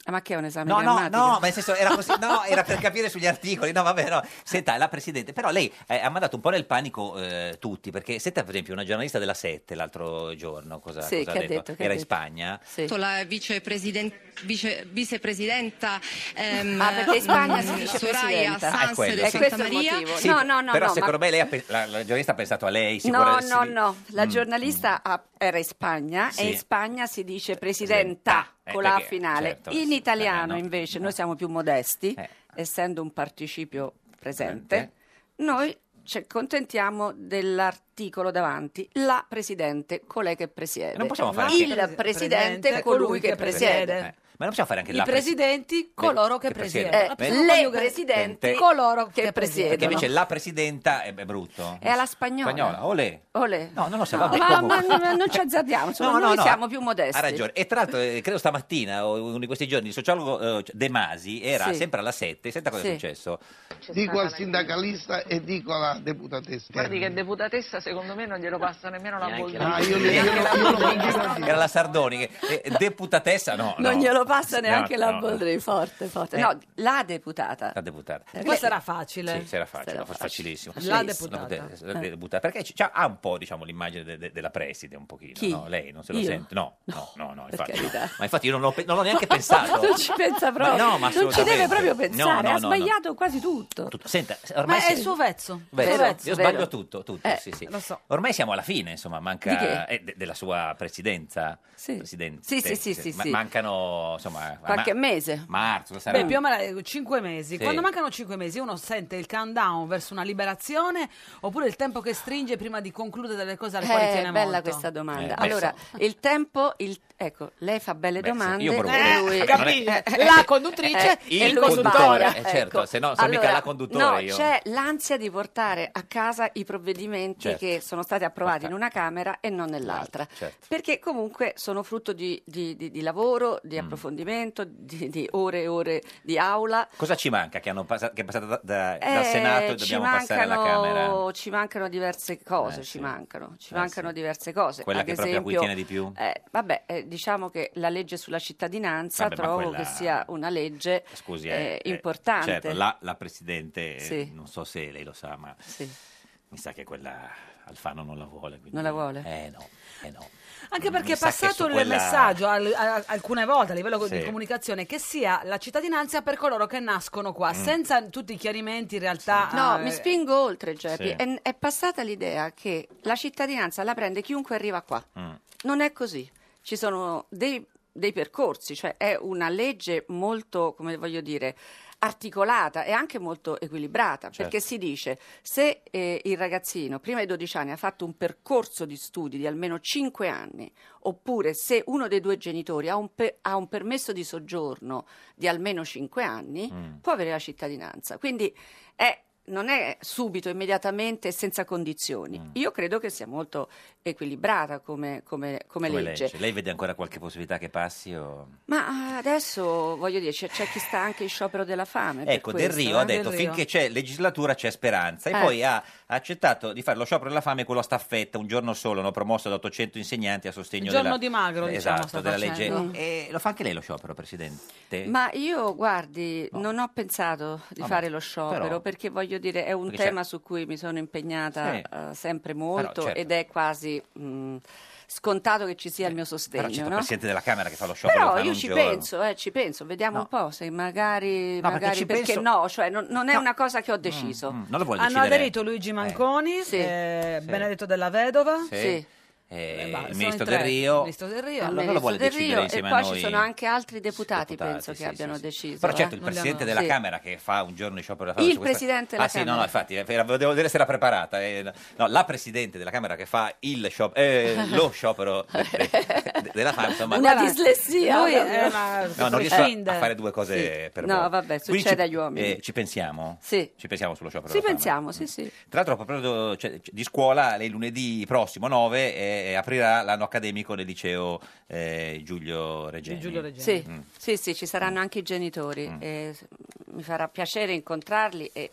Speaker 13: Ah, ma che è un esame
Speaker 2: No, no,
Speaker 13: grammatico?
Speaker 2: no, ma nel senso era così, no, era per capire sugli articoli, no, vabbè, no. Senta, la Presidente, però lei eh, ha mandato un po' nel panico eh, tutti, perché senta, per esempio, una giornalista della Sette l'altro giorno, cosa,
Speaker 14: Sì,
Speaker 2: cosa
Speaker 14: che ha
Speaker 2: ha detto?
Speaker 14: detto, che ha
Speaker 2: era in
Speaker 14: detto.
Speaker 2: Spagna.
Speaker 14: La vicepresiden- vice- vicepresidenta ehm,
Speaker 13: Ah, perché in Spagna si
Speaker 14: ehm,
Speaker 13: dice
Speaker 14: Soraya
Speaker 13: presidenta.
Speaker 2: Ah, è
Speaker 14: Sanz
Speaker 2: quello,
Speaker 14: de
Speaker 2: sì.
Speaker 14: Santa
Speaker 13: Questo è il
Speaker 14: Maria.
Speaker 13: motivo.
Speaker 2: Sì,
Speaker 13: no, no, no,
Speaker 2: però
Speaker 13: no,
Speaker 2: secondo
Speaker 13: ma-
Speaker 2: me lei ha pe- la, la giornalista ha pensato a lei,
Speaker 13: No,
Speaker 2: sicura-
Speaker 13: no,
Speaker 2: si-
Speaker 13: no, la
Speaker 2: Mm.
Speaker 13: giornalista ha- era in Spagna
Speaker 2: Sì.
Speaker 13: e in Spagna si dice presidenta
Speaker 2: Eh,
Speaker 13: con la A
Speaker 2: perché,
Speaker 13: finale.
Speaker 2: certo,
Speaker 13: in
Speaker 2: sì,
Speaker 13: italiano
Speaker 2: eh, no,
Speaker 13: invece noi siamo più modesti, essendo un participio presente, noi ci contentiamo dell'articolo davanti, la presidente, colei che presiede.
Speaker 2: Non possiamo fare
Speaker 13: Il
Speaker 2: anche-
Speaker 13: presidente, colui che
Speaker 2: Eh,
Speaker 13: presiede.
Speaker 2: Ma non possiamo fare anche
Speaker 1: I
Speaker 2: la Presidente?
Speaker 1: presidenti, coloro che,
Speaker 2: presiede.
Speaker 1: presiedono.
Speaker 2: Eh,
Speaker 1: La
Speaker 2: beh,
Speaker 1: persona
Speaker 13: le
Speaker 1: coniugata-
Speaker 13: presidenti,
Speaker 1: coloro che,
Speaker 2: Perché
Speaker 1: presiedono.
Speaker 2: invece la Presidenta è, è brutto.
Speaker 13: È alla spagnola.
Speaker 2: Spagnola, olè.
Speaker 13: Olè.
Speaker 2: No, non lo so,
Speaker 13: No,
Speaker 2: vabbè,
Speaker 13: ma,
Speaker 2: comunque.
Speaker 13: ma- ma non ci azzardiamo, insomma,
Speaker 2: No, no,
Speaker 13: noi
Speaker 2: no,
Speaker 13: siamo più modesti.
Speaker 2: Ha ragione. E tra l'altro, eh, credo stamattina o uno di questi giorni, il sociologo eh, De Masi era
Speaker 15: Sì.
Speaker 2: sempre alla 7. Senta cosa
Speaker 15: Sì.
Speaker 2: è successo.
Speaker 15: Dico al sindacalista e dico alla deputatessa.
Speaker 16: Guardi che deputatessa secondo me non glielo passa nemmeno la
Speaker 15: la-
Speaker 16: bolla.
Speaker 15: Ah, io- io-
Speaker 2: Era la Sardoni, che- eh, deputatessa, no.
Speaker 13: Non
Speaker 2: no.
Speaker 13: glielo passa neanche
Speaker 2: No,
Speaker 13: la
Speaker 2: no.
Speaker 13: Boldrini, forte, forte.
Speaker 2: Eh.
Speaker 13: No, la deputata.
Speaker 2: La deputata.
Speaker 13: Eh,
Speaker 1: Questo
Speaker 13: lei-
Speaker 1: era facile.
Speaker 2: Sì, sarà facile, fa- facilissimo.
Speaker 1: La
Speaker 2: La
Speaker 1: deputata.
Speaker 2: deputata, la
Speaker 1: Eh.
Speaker 2: deputata, Perché ci- c'ha- ha un po' diciamo, l'immagine de- de- della preside, un pochino.
Speaker 13: Chi?
Speaker 2: No, lei non se lo
Speaker 13: Io?
Speaker 2: sente. No, no, no, no, infatti. no.
Speaker 13: carità.
Speaker 2: Ma infatti io non l'ho, pe- non l'ho neanche pensato.
Speaker 13: non ci pensa
Speaker 2: Esatto. Ma
Speaker 13: proprio.
Speaker 2: no, ma
Speaker 13: non ci deve
Speaker 2: assolutamente.
Speaker 13: proprio
Speaker 2: No,
Speaker 13: pensare.
Speaker 2: no,
Speaker 13: ha
Speaker 2: no, no.
Speaker 13: sbagliato quasi tutto.
Speaker 2: Tutto. Senta, ormai
Speaker 1: Ma è il suo pezzo.
Speaker 2: Beh,
Speaker 1: il suo
Speaker 2: io
Speaker 1: pezzo.
Speaker 2: sbaglio tutto, tutto,
Speaker 1: Eh,
Speaker 2: sì, sì.
Speaker 1: Lo so.
Speaker 2: Ormai siamo alla fine, insomma,
Speaker 1: Di
Speaker 2: manca
Speaker 1: che?
Speaker 2: eh, de- della sua presidenza. Presidente.
Speaker 1: Sì, sì, sì, sì,
Speaker 2: Ma-
Speaker 1: sì.
Speaker 2: Mancano, insomma,
Speaker 1: Qualche
Speaker 2: ma-
Speaker 1: mese.
Speaker 2: Marzo, cosa sarà?
Speaker 1: Beh, più o meno 5 mesi.
Speaker 2: Sì.
Speaker 1: Quando mancano 5 mesi uno sente il countdown verso una liberazione oppure il tempo che stringe prima di concludere delle cose alle quali
Speaker 13: Eh,
Speaker 1: tiene
Speaker 13: bella
Speaker 1: molto.
Speaker 13: questa domanda.
Speaker 2: Eh,
Speaker 13: allora, il tempo, il- ecco, lei fa belle
Speaker 2: Beh, sì,
Speaker 13: domande.
Speaker 2: io provo-
Speaker 13: e
Speaker 2: Eh,
Speaker 13: lui-
Speaker 2: capito.
Speaker 1: La conduttrice
Speaker 13: Eh,
Speaker 2: e il conduttore, eh, certo, se no sono mica la conduttore
Speaker 13: Ecco. No,
Speaker 2: io.
Speaker 13: c'è l'ansia di portare a casa i provvedimenti
Speaker 2: Certo.
Speaker 13: che sono stati approvati in una Camera e non nell'altra.
Speaker 2: Certo.
Speaker 13: Perché comunque sono frutto di, di- di- di lavoro,
Speaker 2: Mm.
Speaker 13: di approfondimento, di, di ore e ore di aula.
Speaker 2: Cosa ci manca che, hanno passa- che è passata da- da- dal
Speaker 13: Eh,
Speaker 2: Senato e
Speaker 13: ci
Speaker 2: dobbiamo passare alla Camera? Eh,
Speaker 13: mancano- Ci mancano diverse cose, ci mancano, ci mancano diverse cose.
Speaker 2: Quella
Speaker 13: Ad
Speaker 2: che proprio a
Speaker 13: esempio,
Speaker 2: cui tiene di più?
Speaker 13: eh, vabbè, eh, diciamo che la legge sulla cittadinanza
Speaker 2: Vabbè, ma
Speaker 13: trovo
Speaker 2: quella-
Speaker 13: che sia una legge
Speaker 2: Scusi,
Speaker 13: eh,
Speaker 2: eh, eh,
Speaker 13: importante.
Speaker 2: Certo, la, la Presidente, eh,
Speaker 13: Sì.
Speaker 2: non so se lei lo sa, ma mi sa che quella Alfano non la vuole. quindi-
Speaker 13: Non la vuole?
Speaker 2: Eh no, eh no.
Speaker 1: Anche perché
Speaker 2: Mi
Speaker 1: è
Speaker 2: sa che
Speaker 1: passato
Speaker 2: su
Speaker 1: il
Speaker 2: quella-
Speaker 1: messaggio al- a- alcune volte a livello
Speaker 2: Sì.
Speaker 1: di comunicazione che sia la cittadinanza per coloro che nascono qua,
Speaker 2: Mm.
Speaker 1: senza tutti i chiarimenti in realtà.
Speaker 13: No,
Speaker 1: eh,
Speaker 13: mi spingo oltre, Geppi.
Speaker 1: Sì.
Speaker 13: È, è passata l'idea che la cittadinanza la prende chiunque arriva qua.
Speaker 1: Mm.
Speaker 13: Non è così. Ci sono dei, dei percorsi, cioè è una legge molto, come voglio dire, articolata e anche molto equilibrata,
Speaker 17: Certo.
Speaker 13: perché si dice se eh, il ragazzino prima dei 12 anni ha fatto un percorso di studi di almeno 5 anni, oppure se uno dei due genitori ha un, pe- ha un permesso di soggiorno di almeno 5 anni,
Speaker 1: Mm.
Speaker 13: può avere la cittadinanza. Quindi è- non è subito, immediatamente, e senza condizioni.
Speaker 2: Mm.
Speaker 13: Io credo che sia molto equilibrata come, come- come
Speaker 2: Come
Speaker 13: legge.
Speaker 2: Lei vede ancora qualche possibilità che passi? O...
Speaker 13: Ma ah, adesso voglio dire, c'è, c'è chi sta anche in sciopero della fame. per
Speaker 2: Ecco, Del
Speaker 13: questo,
Speaker 2: Rio ha
Speaker 13: eh.
Speaker 2: detto finché c'è legislatura c'è speranza e
Speaker 13: Eh.
Speaker 2: poi ha accettato di fare lo sciopero della fame quello a staffetta un giorno solo, hanno promosso da 800 insegnanti a sostegno
Speaker 1: Il giorno
Speaker 2: della,
Speaker 1: di Magro, diciamo,
Speaker 2: esatto,
Speaker 1: sta
Speaker 2: della legge.
Speaker 1: facendo.
Speaker 2: E lo fa anche lei lo sciopero, Presidente?
Speaker 13: Ma io, guardi, non ho pensato di
Speaker 2: Vabbè,
Speaker 13: fare lo sciopero
Speaker 2: però-
Speaker 13: perché voglio dire, è un
Speaker 2: Perché c'è-
Speaker 13: tema su cui mi sono impegnata
Speaker 2: Sì.
Speaker 13: eh, sempre molto
Speaker 2: certo. Eh,
Speaker 13: ed è quasi mh, scontato che ci sia il mio
Speaker 2: Però c'è
Speaker 13: sostegno.
Speaker 2: il
Speaker 13: no?
Speaker 2: Presidente della Camera che fa lo sciopero della
Speaker 13: Però
Speaker 2: fame
Speaker 13: io
Speaker 2: un
Speaker 13: ci
Speaker 2: giorno.
Speaker 13: penso, eh, ci penso, vediamo
Speaker 2: No.
Speaker 13: un po' se magari,
Speaker 2: No, perché
Speaker 13: magari
Speaker 2: ci
Speaker 13: perché,
Speaker 2: penso-
Speaker 13: no, cioè non, non è una cosa che ho deciso.
Speaker 2: Mm, Non lo vuole
Speaker 1: Hanno
Speaker 2: decidere?
Speaker 1: aderito Luigi Manconi, eh,
Speaker 2: Sì.
Speaker 1: Benedetto della Vedova.
Speaker 2: Sì. Eh,
Speaker 1: basta,
Speaker 2: il
Speaker 1: sono
Speaker 2: ministro
Speaker 1: in
Speaker 2: Del
Speaker 1: tre.
Speaker 2: Rio.
Speaker 1: Il ministro Del Rio.
Speaker 2: Eh,
Speaker 1: Il
Speaker 2: allora lo vuole
Speaker 13: Del
Speaker 2: decidere
Speaker 13: Rio, e
Speaker 2: insieme
Speaker 13: poi
Speaker 2: a noi.
Speaker 13: ci sono anche altri deputati,
Speaker 2: deputati,
Speaker 13: penso
Speaker 2: sì,
Speaker 13: che
Speaker 2: sì,
Speaker 13: abbiano
Speaker 2: sì, sì.
Speaker 13: deciso.
Speaker 2: Però certo
Speaker 13: eh.
Speaker 2: il Presidente della
Speaker 13: Sì.
Speaker 2: Camera che fa un giorno di sciopero della fame.
Speaker 13: Il
Speaker 2: su questa-
Speaker 13: Presidente della
Speaker 2: ah, sì, no,
Speaker 13: Camera.
Speaker 2: no, infatti, eh, era- volevo vedere se era preparata. eh, no, la Presidente della Camera che fa il sciopero, eh, lo sciopero de- de- della fame. Insomma,
Speaker 13: Una
Speaker 2: No,
Speaker 13: dislessia. eh.
Speaker 1: Lui
Speaker 13: proprio.
Speaker 1: è una-
Speaker 2: no, non riesco
Speaker 1: prescinde.
Speaker 2: a fare due cose per
Speaker 13: No,
Speaker 2: volta.
Speaker 13: vabbè,
Speaker 2: Quindi
Speaker 13: succede
Speaker 2: ci-
Speaker 13: agli uomini.
Speaker 2: eh, ci pensiamo?
Speaker 13: Sì.
Speaker 2: Ci pensiamo sullo sciopero
Speaker 13: Sì,
Speaker 2: della fame?
Speaker 13: pensiamo, sì, sì.
Speaker 2: Tra l'altro, a proposito cioè, di scuola, lei lunedì prossimo 9 eh, aprirà l'anno accademico del liceo eh, Giulio Regeni.
Speaker 13: Sì,
Speaker 2: Mm.
Speaker 13: sì, sì, ci saranno anche i genitori. e s- mi farà piacere incontrarli e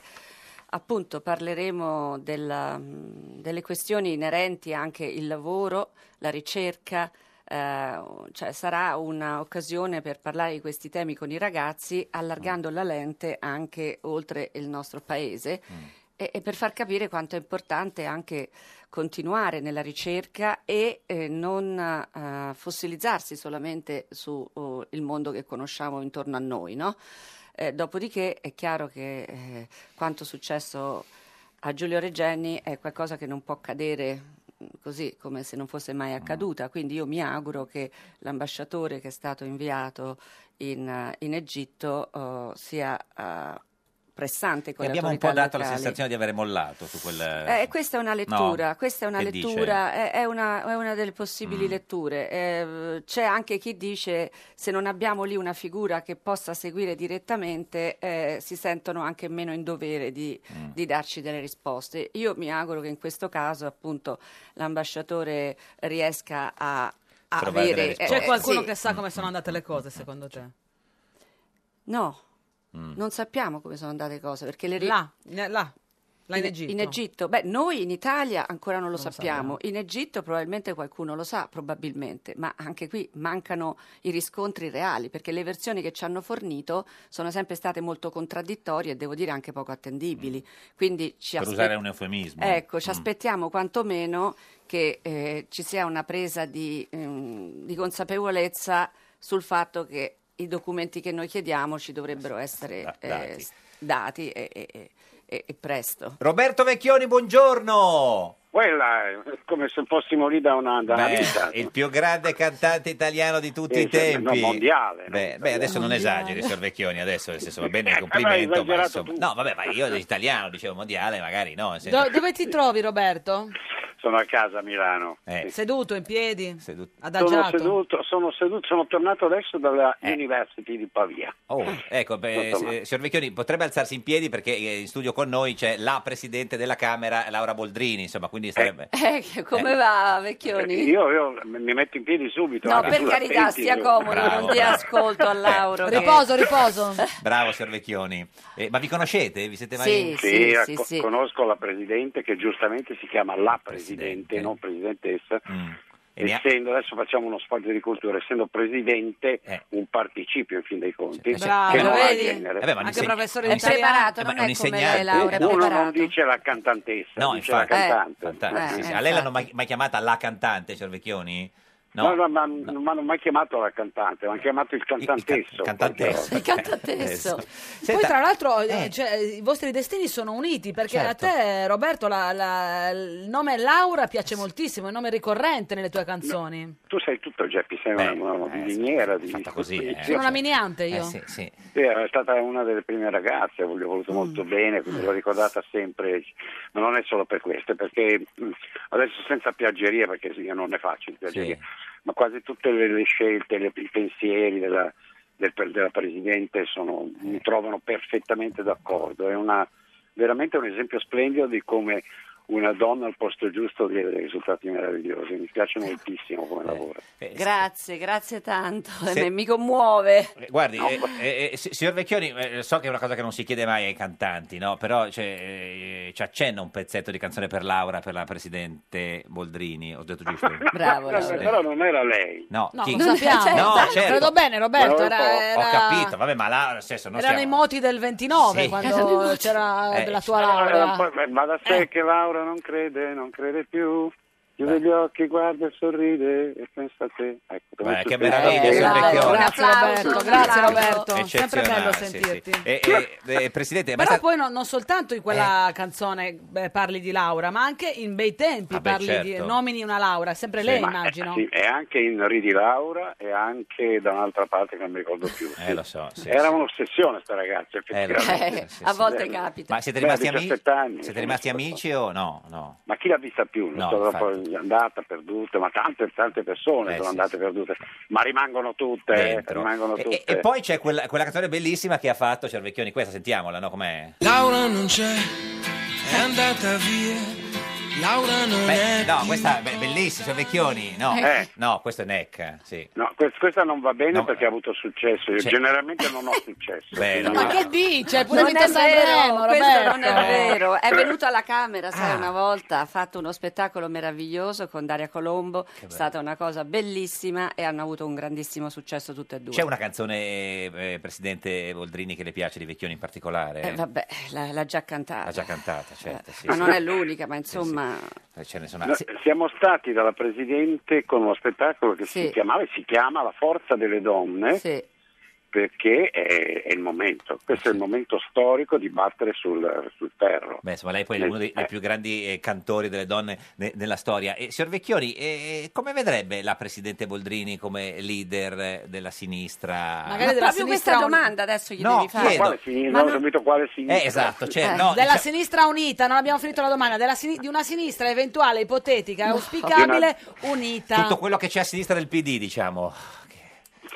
Speaker 13: appunto parleremo della, mh, delle questioni inerenti anche il lavoro, la ricerca. eh, cioè sarà un'occasione per parlare di questi temi con i ragazzi,
Speaker 2: Mm.
Speaker 13: allargando la lente anche oltre il nostro paese.
Speaker 2: Mm.
Speaker 13: E, e per far capire quanto è importante anche continuare nella ricerca e eh, non eh, fossilizzarsi solamente sul mondo che conosciamo intorno a noi. no? Eh, dopodiché è chiaro che eh, quanto successo a Giulio Regeni è qualcosa che non può cadere mh, così come se non fosse mai accaduta, quindi io mi auguro che l'ambasciatore che è stato inviato in, eh, in Egitto eh, sia eh, pressante con
Speaker 2: E
Speaker 13: le
Speaker 2: abbiamo un
Speaker 13: autorità
Speaker 2: po' dato la
Speaker 13: locali.
Speaker 2: sensazione di avere mollato su quel.
Speaker 13: Eh, questa è una lettura,
Speaker 2: No,
Speaker 13: questa è una
Speaker 2: che dice?
Speaker 13: lettura, è, è una, è una delle possibili letture. Eh, c'è anche chi dice se non abbiamo lì una figura che possa seguire direttamente, eh, si sentono anche meno in dovere di, di darci delle risposte. Io mi auguro che in questo caso appunto l'ambasciatore riesca a, a
Speaker 1: Trovare delle
Speaker 13: avere... eh,
Speaker 1: C'è
Speaker 13: eh,
Speaker 1: qualcuno
Speaker 13: sì.
Speaker 1: che sa come sono andate le cose, secondo te?
Speaker 13: No, non sappiamo come sono andate le cose, perché le... ri-
Speaker 1: Là, ne- là. Là in Egitto.
Speaker 13: Beh, noi in Italia ancora non lo sappiamo. In Egitto probabilmente qualcuno lo sa, probabilmente, ma anche qui mancano i riscontri reali perché le versioni che ci hanno fornito sono sempre state molto contraddittorie e devo dire anche poco attendibili. Quindi ci
Speaker 2: Mm. per
Speaker 13: aspe-
Speaker 2: usare un eufemismo.
Speaker 13: Ecco, ci
Speaker 2: Mm.
Speaker 13: aspettiamo quantomeno che eh, ci sia una presa di, ehm, di consapevolezza sul fatto che i documenti che noi chiediamo ci dovrebbero essere eh,
Speaker 2: dati.
Speaker 13: s- dati e- e- e- e- e presto.
Speaker 2: Roberto Vecchioni, buongiorno.
Speaker 17: Quella è come se fossimo lì da una, da una
Speaker 2: Beh,
Speaker 17: vita.
Speaker 2: il più grande cantante italiano di tutti i
Speaker 17: Eh, sì,
Speaker 2: tempi.
Speaker 17: no, mondiale, no,
Speaker 2: Beh, beh,
Speaker 17: italiano.
Speaker 2: adesso non
Speaker 17: Mondiale.
Speaker 2: esageri, signor Vecchioni, adesso nel senso, va bene il
Speaker 17: Eh,
Speaker 2: complimento,
Speaker 17: allora
Speaker 2: ma
Speaker 17: hai esagerato
Speaker 2: insomma, no, vabbè, ma io italiano dicevo mondiale, magari no, nel senso-
Speaker 1: Do- dove ti trovi Roberto?
Speaker 17: Sono a casa a Milano.
Speaker 2: Eh.
Speaker 1: Seduto, in piedi?
Speaker 17: Sono
Speaker 1: Adagiato?
Speaker 17: seduto, sono seduto, sono tornato adesso dalla
Speaker 2: Eh.
Speaker 17: University di Pavia.
Speaker 2: Oh, ecco, beh,
Speaker 17: Tutto male.
Speaker 2: eh, signor Vecchioni potrebbe alzarsi in piedi perché eh, in studio con noi c'è la presidente della Camera, Laura Boldrini, insomma, quindi sarebbe...
Speaker 13: Eh, come va,
Speaker 2: Eh,
Speaker 13: Vecchioni?
Speaker 17: Eh, Io, io mi metto in piedi subito.
Speaker 13: No,
Speaker 17: anche
Speaker 13: per
Speaker 17: tu la
Speaker 13: carità,
Speaker 17: senti,
Speaker 13: stia
Speaker 17: io-
Speaker 13: comodo,
Speaker 2: Bravo,
Speaker 13: non dia
Speaker 2: bravo.
Speaker 13: ascolto a Lauro. che-
Speaker 1: Eh, Riposo, riposo.
Speaker 2: Bravo, signor Vecchioni. Eh, ma vi conoscete? Vi siete mai...
Speaker 17: Sì, eh, co- conosco la Presidente che giustamente si chiama la Presidente, non Presidentessa.
Speaker 2: Mm. E ne ha-
Speaker 17: Essendo, adesso facciamo uno spazio di cultura, essendo presidente un participio in fin dei conti.
Speaker 2: eh, sì. Bravo,
Speaker 17: che non ha
Speaker 2: vedi?
Speaker 17: genere.
Speaker 2: Vabbè, ma un Anche inseg- professore di
Speaker 17: Un inseg-
Speaker 2: italiano. preparato, Eh, non ma è un come lei, insegnante. Laura, è
Speaker 17: Uno Eh, non
Speaker 2: preparato.
Speaker 17: dice la cantantessa,
Speaker 2: No,
Speaker 17: dice la
Speaker 2: infatti.
Speaker 17: cantante.
Speaker 2: Cantante,
Speaker 1: Eh,
Speaker 2: sì, sì. A lei l'hanno mai, mai chiamata la cantante, signor Vecchioni?
Speaker 17: No, no, ma non mi hanno mai chiamato la cantante, mi hanno chiamato il cantantesso.
Speaker 2: Cantantesso.
Speaker 1: Adesso. Poi tra l'altro eh, cioè, i vostri destini sono uniti perché
Speaker 17: Certo.
Speaker 1: a te Roberto la- la- il nome Laura piace moltissimo, è un nome ricorrente nelle tue canzoni.
Speaker 17: Tu sei tutto Geppi, sei una, una, una miniera di fatta così.
Speaker 2: Eh,
Speaker 1: Sono
Speaker 2: certo.
Speaker 1: una miniante io.
Speaker 17: Era stata una delle prime ragazze, gli ho
Speaker 2: Mm.
Speaker 17: voluto molto bene, quindi l'ho ricordata sempre, ma non è solo per queste, perché mh, adesso senza piaggeria, perché sì, io non ne faccio di piaggeria, ma quasi tutte le, le scelte, le- i pensieri della, del- della Presidente sono- mi trovano perfettamente d'accordo, è una- veramente un esempio splendido di come una donna al posto giusto dia dei risultati meravigliosi, mi piace moltissimo
Speaker 2: Eh.
Speaker 17: come lavora.
Speaker 13: Grazie, grazie tanto.
Speaker 2: Se-
Speaker 13: Eh, Mi commuove.
Speaker 2: Eh, Guardi, eh, eh, eh, si- signor Vecchioni, eh, so che è una cosa che non si chiede mai ai cantanti, no? però cioè, eh, ci accenna un pezzetto di canzone per Laura, per la presidente Boldrini, ho detto giusto?
Speaker 17: Bravo,
Speaker 2: Giusto,
Speaker 17: Laura.
Speaker 2: eh.
Speaker 17: Però non era lei.
Speaker 2: No,
Speaker 1: No,
Speaker 2: chi?
Speaker 1: lo sappiamo.
Speaker 2: No,
Speaker 1: Certo,
Speaker 2: certo.
Speaker 1: credo bene, Roberto,
Speaker 2: Ma-
Speaker 1: era-
Speaker 2: Ho
Speaker 1: era-
Speaker 2: capito, vabbè, ma Laura, nel senso, non
Speaker 1: Erano i
Speaker 2: stiamo...
Speaker 1: moti del 29
Speaker 2: Sì.
Speaker 1: quando c'era
Speaker 2: Eh,
Speaker 1: Ah, della tua
Speaker 17: Era un
Speaker 1: laurea. Eh.
Speaker 17: po'- beh, Ma da sé che Laura non crede, non crede più. Chiude gli occhi, guarda e sorride e pensa a te. Ecco,
Speaker 2: Beh, che
Speaker 17: tu sei.
Speaker 2: meraviglia, signor Vecchioni.
Speaker 1: Grazie Roberto, grazie Roberto, sempre
Speaker 2: Eccezionale,
Speaker 1: bello
Speaker 2: sì, sì.
Speaker 1: sentirti.
Speaker 2: Eh, eh, eh, presidente, è Eh.
Speaker 1: Però
Speaker 2: abbastanza-
Speaker 1: poi no- non soltanto in quella canzone beh, parli di Laura, ma anche in bei tempi
Speaker 17: Ah, beh,
Speaker 1: parli di
Speaker 17: certo.
Speaker 1: nomini una Laura, è sempre
Speaker 17: Sì,
Speaker 1: lei
Speaker 13: eh,
Speaker 17: ma-
Speaker 1: immagino.
Speaker 17: sì, e anche in Ridi Laura e anche da un'altra parte che non mi ricordo più.
Speaker 2: Eh, lo so, sì,
Speaker 17: Era
Speaker 2: sì.
Speaker 17: un'ossessione sta ragazza, effettivamente.
Speaker 13: Eh, a volte capita.
Speaker 2: Ma siete rimasti,
Speaker 17: Beh,
Speaker 2: amici?
Speaker 17: 17 anni,
Speaker 2: siete rimasti amici o no? no.
Speaker 17: Ma chi l'ha vista più? Non
Speaker 2: No,
Speaker 17: so,
Speaker 2: infatti. Eh,
Speaker 17: poi è andata perduta, ma tante, tante persone sono andate perdute, ma rimangono tutte, eh,
Speaker 2: Dentro.
Speaker 17: rimangono
Speaker 2: E,
Speaker 17: tutte.
Speaker 2: e poi c'è quella, quella canzone bellissima che ha fatto Cervecchioni, questa sentiamola, no? Com'è?
Speaker 4: Laura non c'è, è andata via. Laura non
Speaker 2: Beh,
Speaker 4: è.
Speaker 2: no, questa è bellissima, Cervecchioni, no?
Speaker 17: Eh.
Speaker 2: No, questo è Neck, sì.
Speaker 17: No, quest- questa non va bene perché ha avuto successo. Io
Speaker 2: Cioè-
Speaker 17: generalmente non ho successo.
Speaker 2: Bello.
Speaker 17: quindi-
Speaker 1: Ma che dice? Hai Pure
Speaker 13: Non
Speaker 1: vinto
Speaker 13: è vero,
Speaker 1: Sanremo, Ah.
Speaker 13: questo non è
Speaker 1: Roberto.
Speaker 13: vero. È venuto alla Camera, sai, una volta, ha fatto uno spettacolo meraviglioso con Daria Colombo, è stata una cosa bellissima e hanno avuto un grandissimo successo tutte e due.
Speaker 2: C'è una canzone, eh, Presidente Boldrini, che le piace di Vecchioni in particolare?
Speaker 13: Eh, vabbè, l'ha, l'ha già
Speaker 2: L'ha
Speaker 13: cantata.
Speaker 2: Ah, già cantata, certo. sì,
Speaker 13: ma
Speaker 17: Eh.
Speaker 2: sì.
Speaker 13: non è l'unica, ma insomma...
Speaker 2: Eh, Ce ne sono
Speaker 17: No, Siamo stati dalla Presidente con uno spettacolo che
Speaker 13: Sì.
Speaker 17: si chiamava e si chiama La forza delle donne perché è, è il momento, questo è il momento storico di battere sul, sul ferro.
Speaker 2: Beh, insomma, lei poi è uno dei, dei più grandi eh, cantori delle donne ne- nella storia. E, signor Vecchioni, eh, come vedrebbe la Presidente Boldrini come leader eh, della sinistra?
Speaker 13: Ma proprio questa domanda adesso gli
Speaker 2: No,
Speaker 13: devi fare.
Speaker 2: chiedo. Quale
Speaker 17: sinistra?
Speaker 13: Ma
Speaker 17: Non ho
Speaker 13: no-
Speaker 17: capito quale sinistra.
Speaker 2: Eh, esatto, cioè,
Speaker 1: Eh,
Speaker 2: no,
Speaker 1: della
Speaker 2: diciamo-
Speaker 1: sinistra unita, non abbiamo finito la domanda, della sini- di una sinistra eventuale, ipotetica, auspicabile, unita.
Speaker 2: tutto quello che c'è a sinistra del PD, diciamo.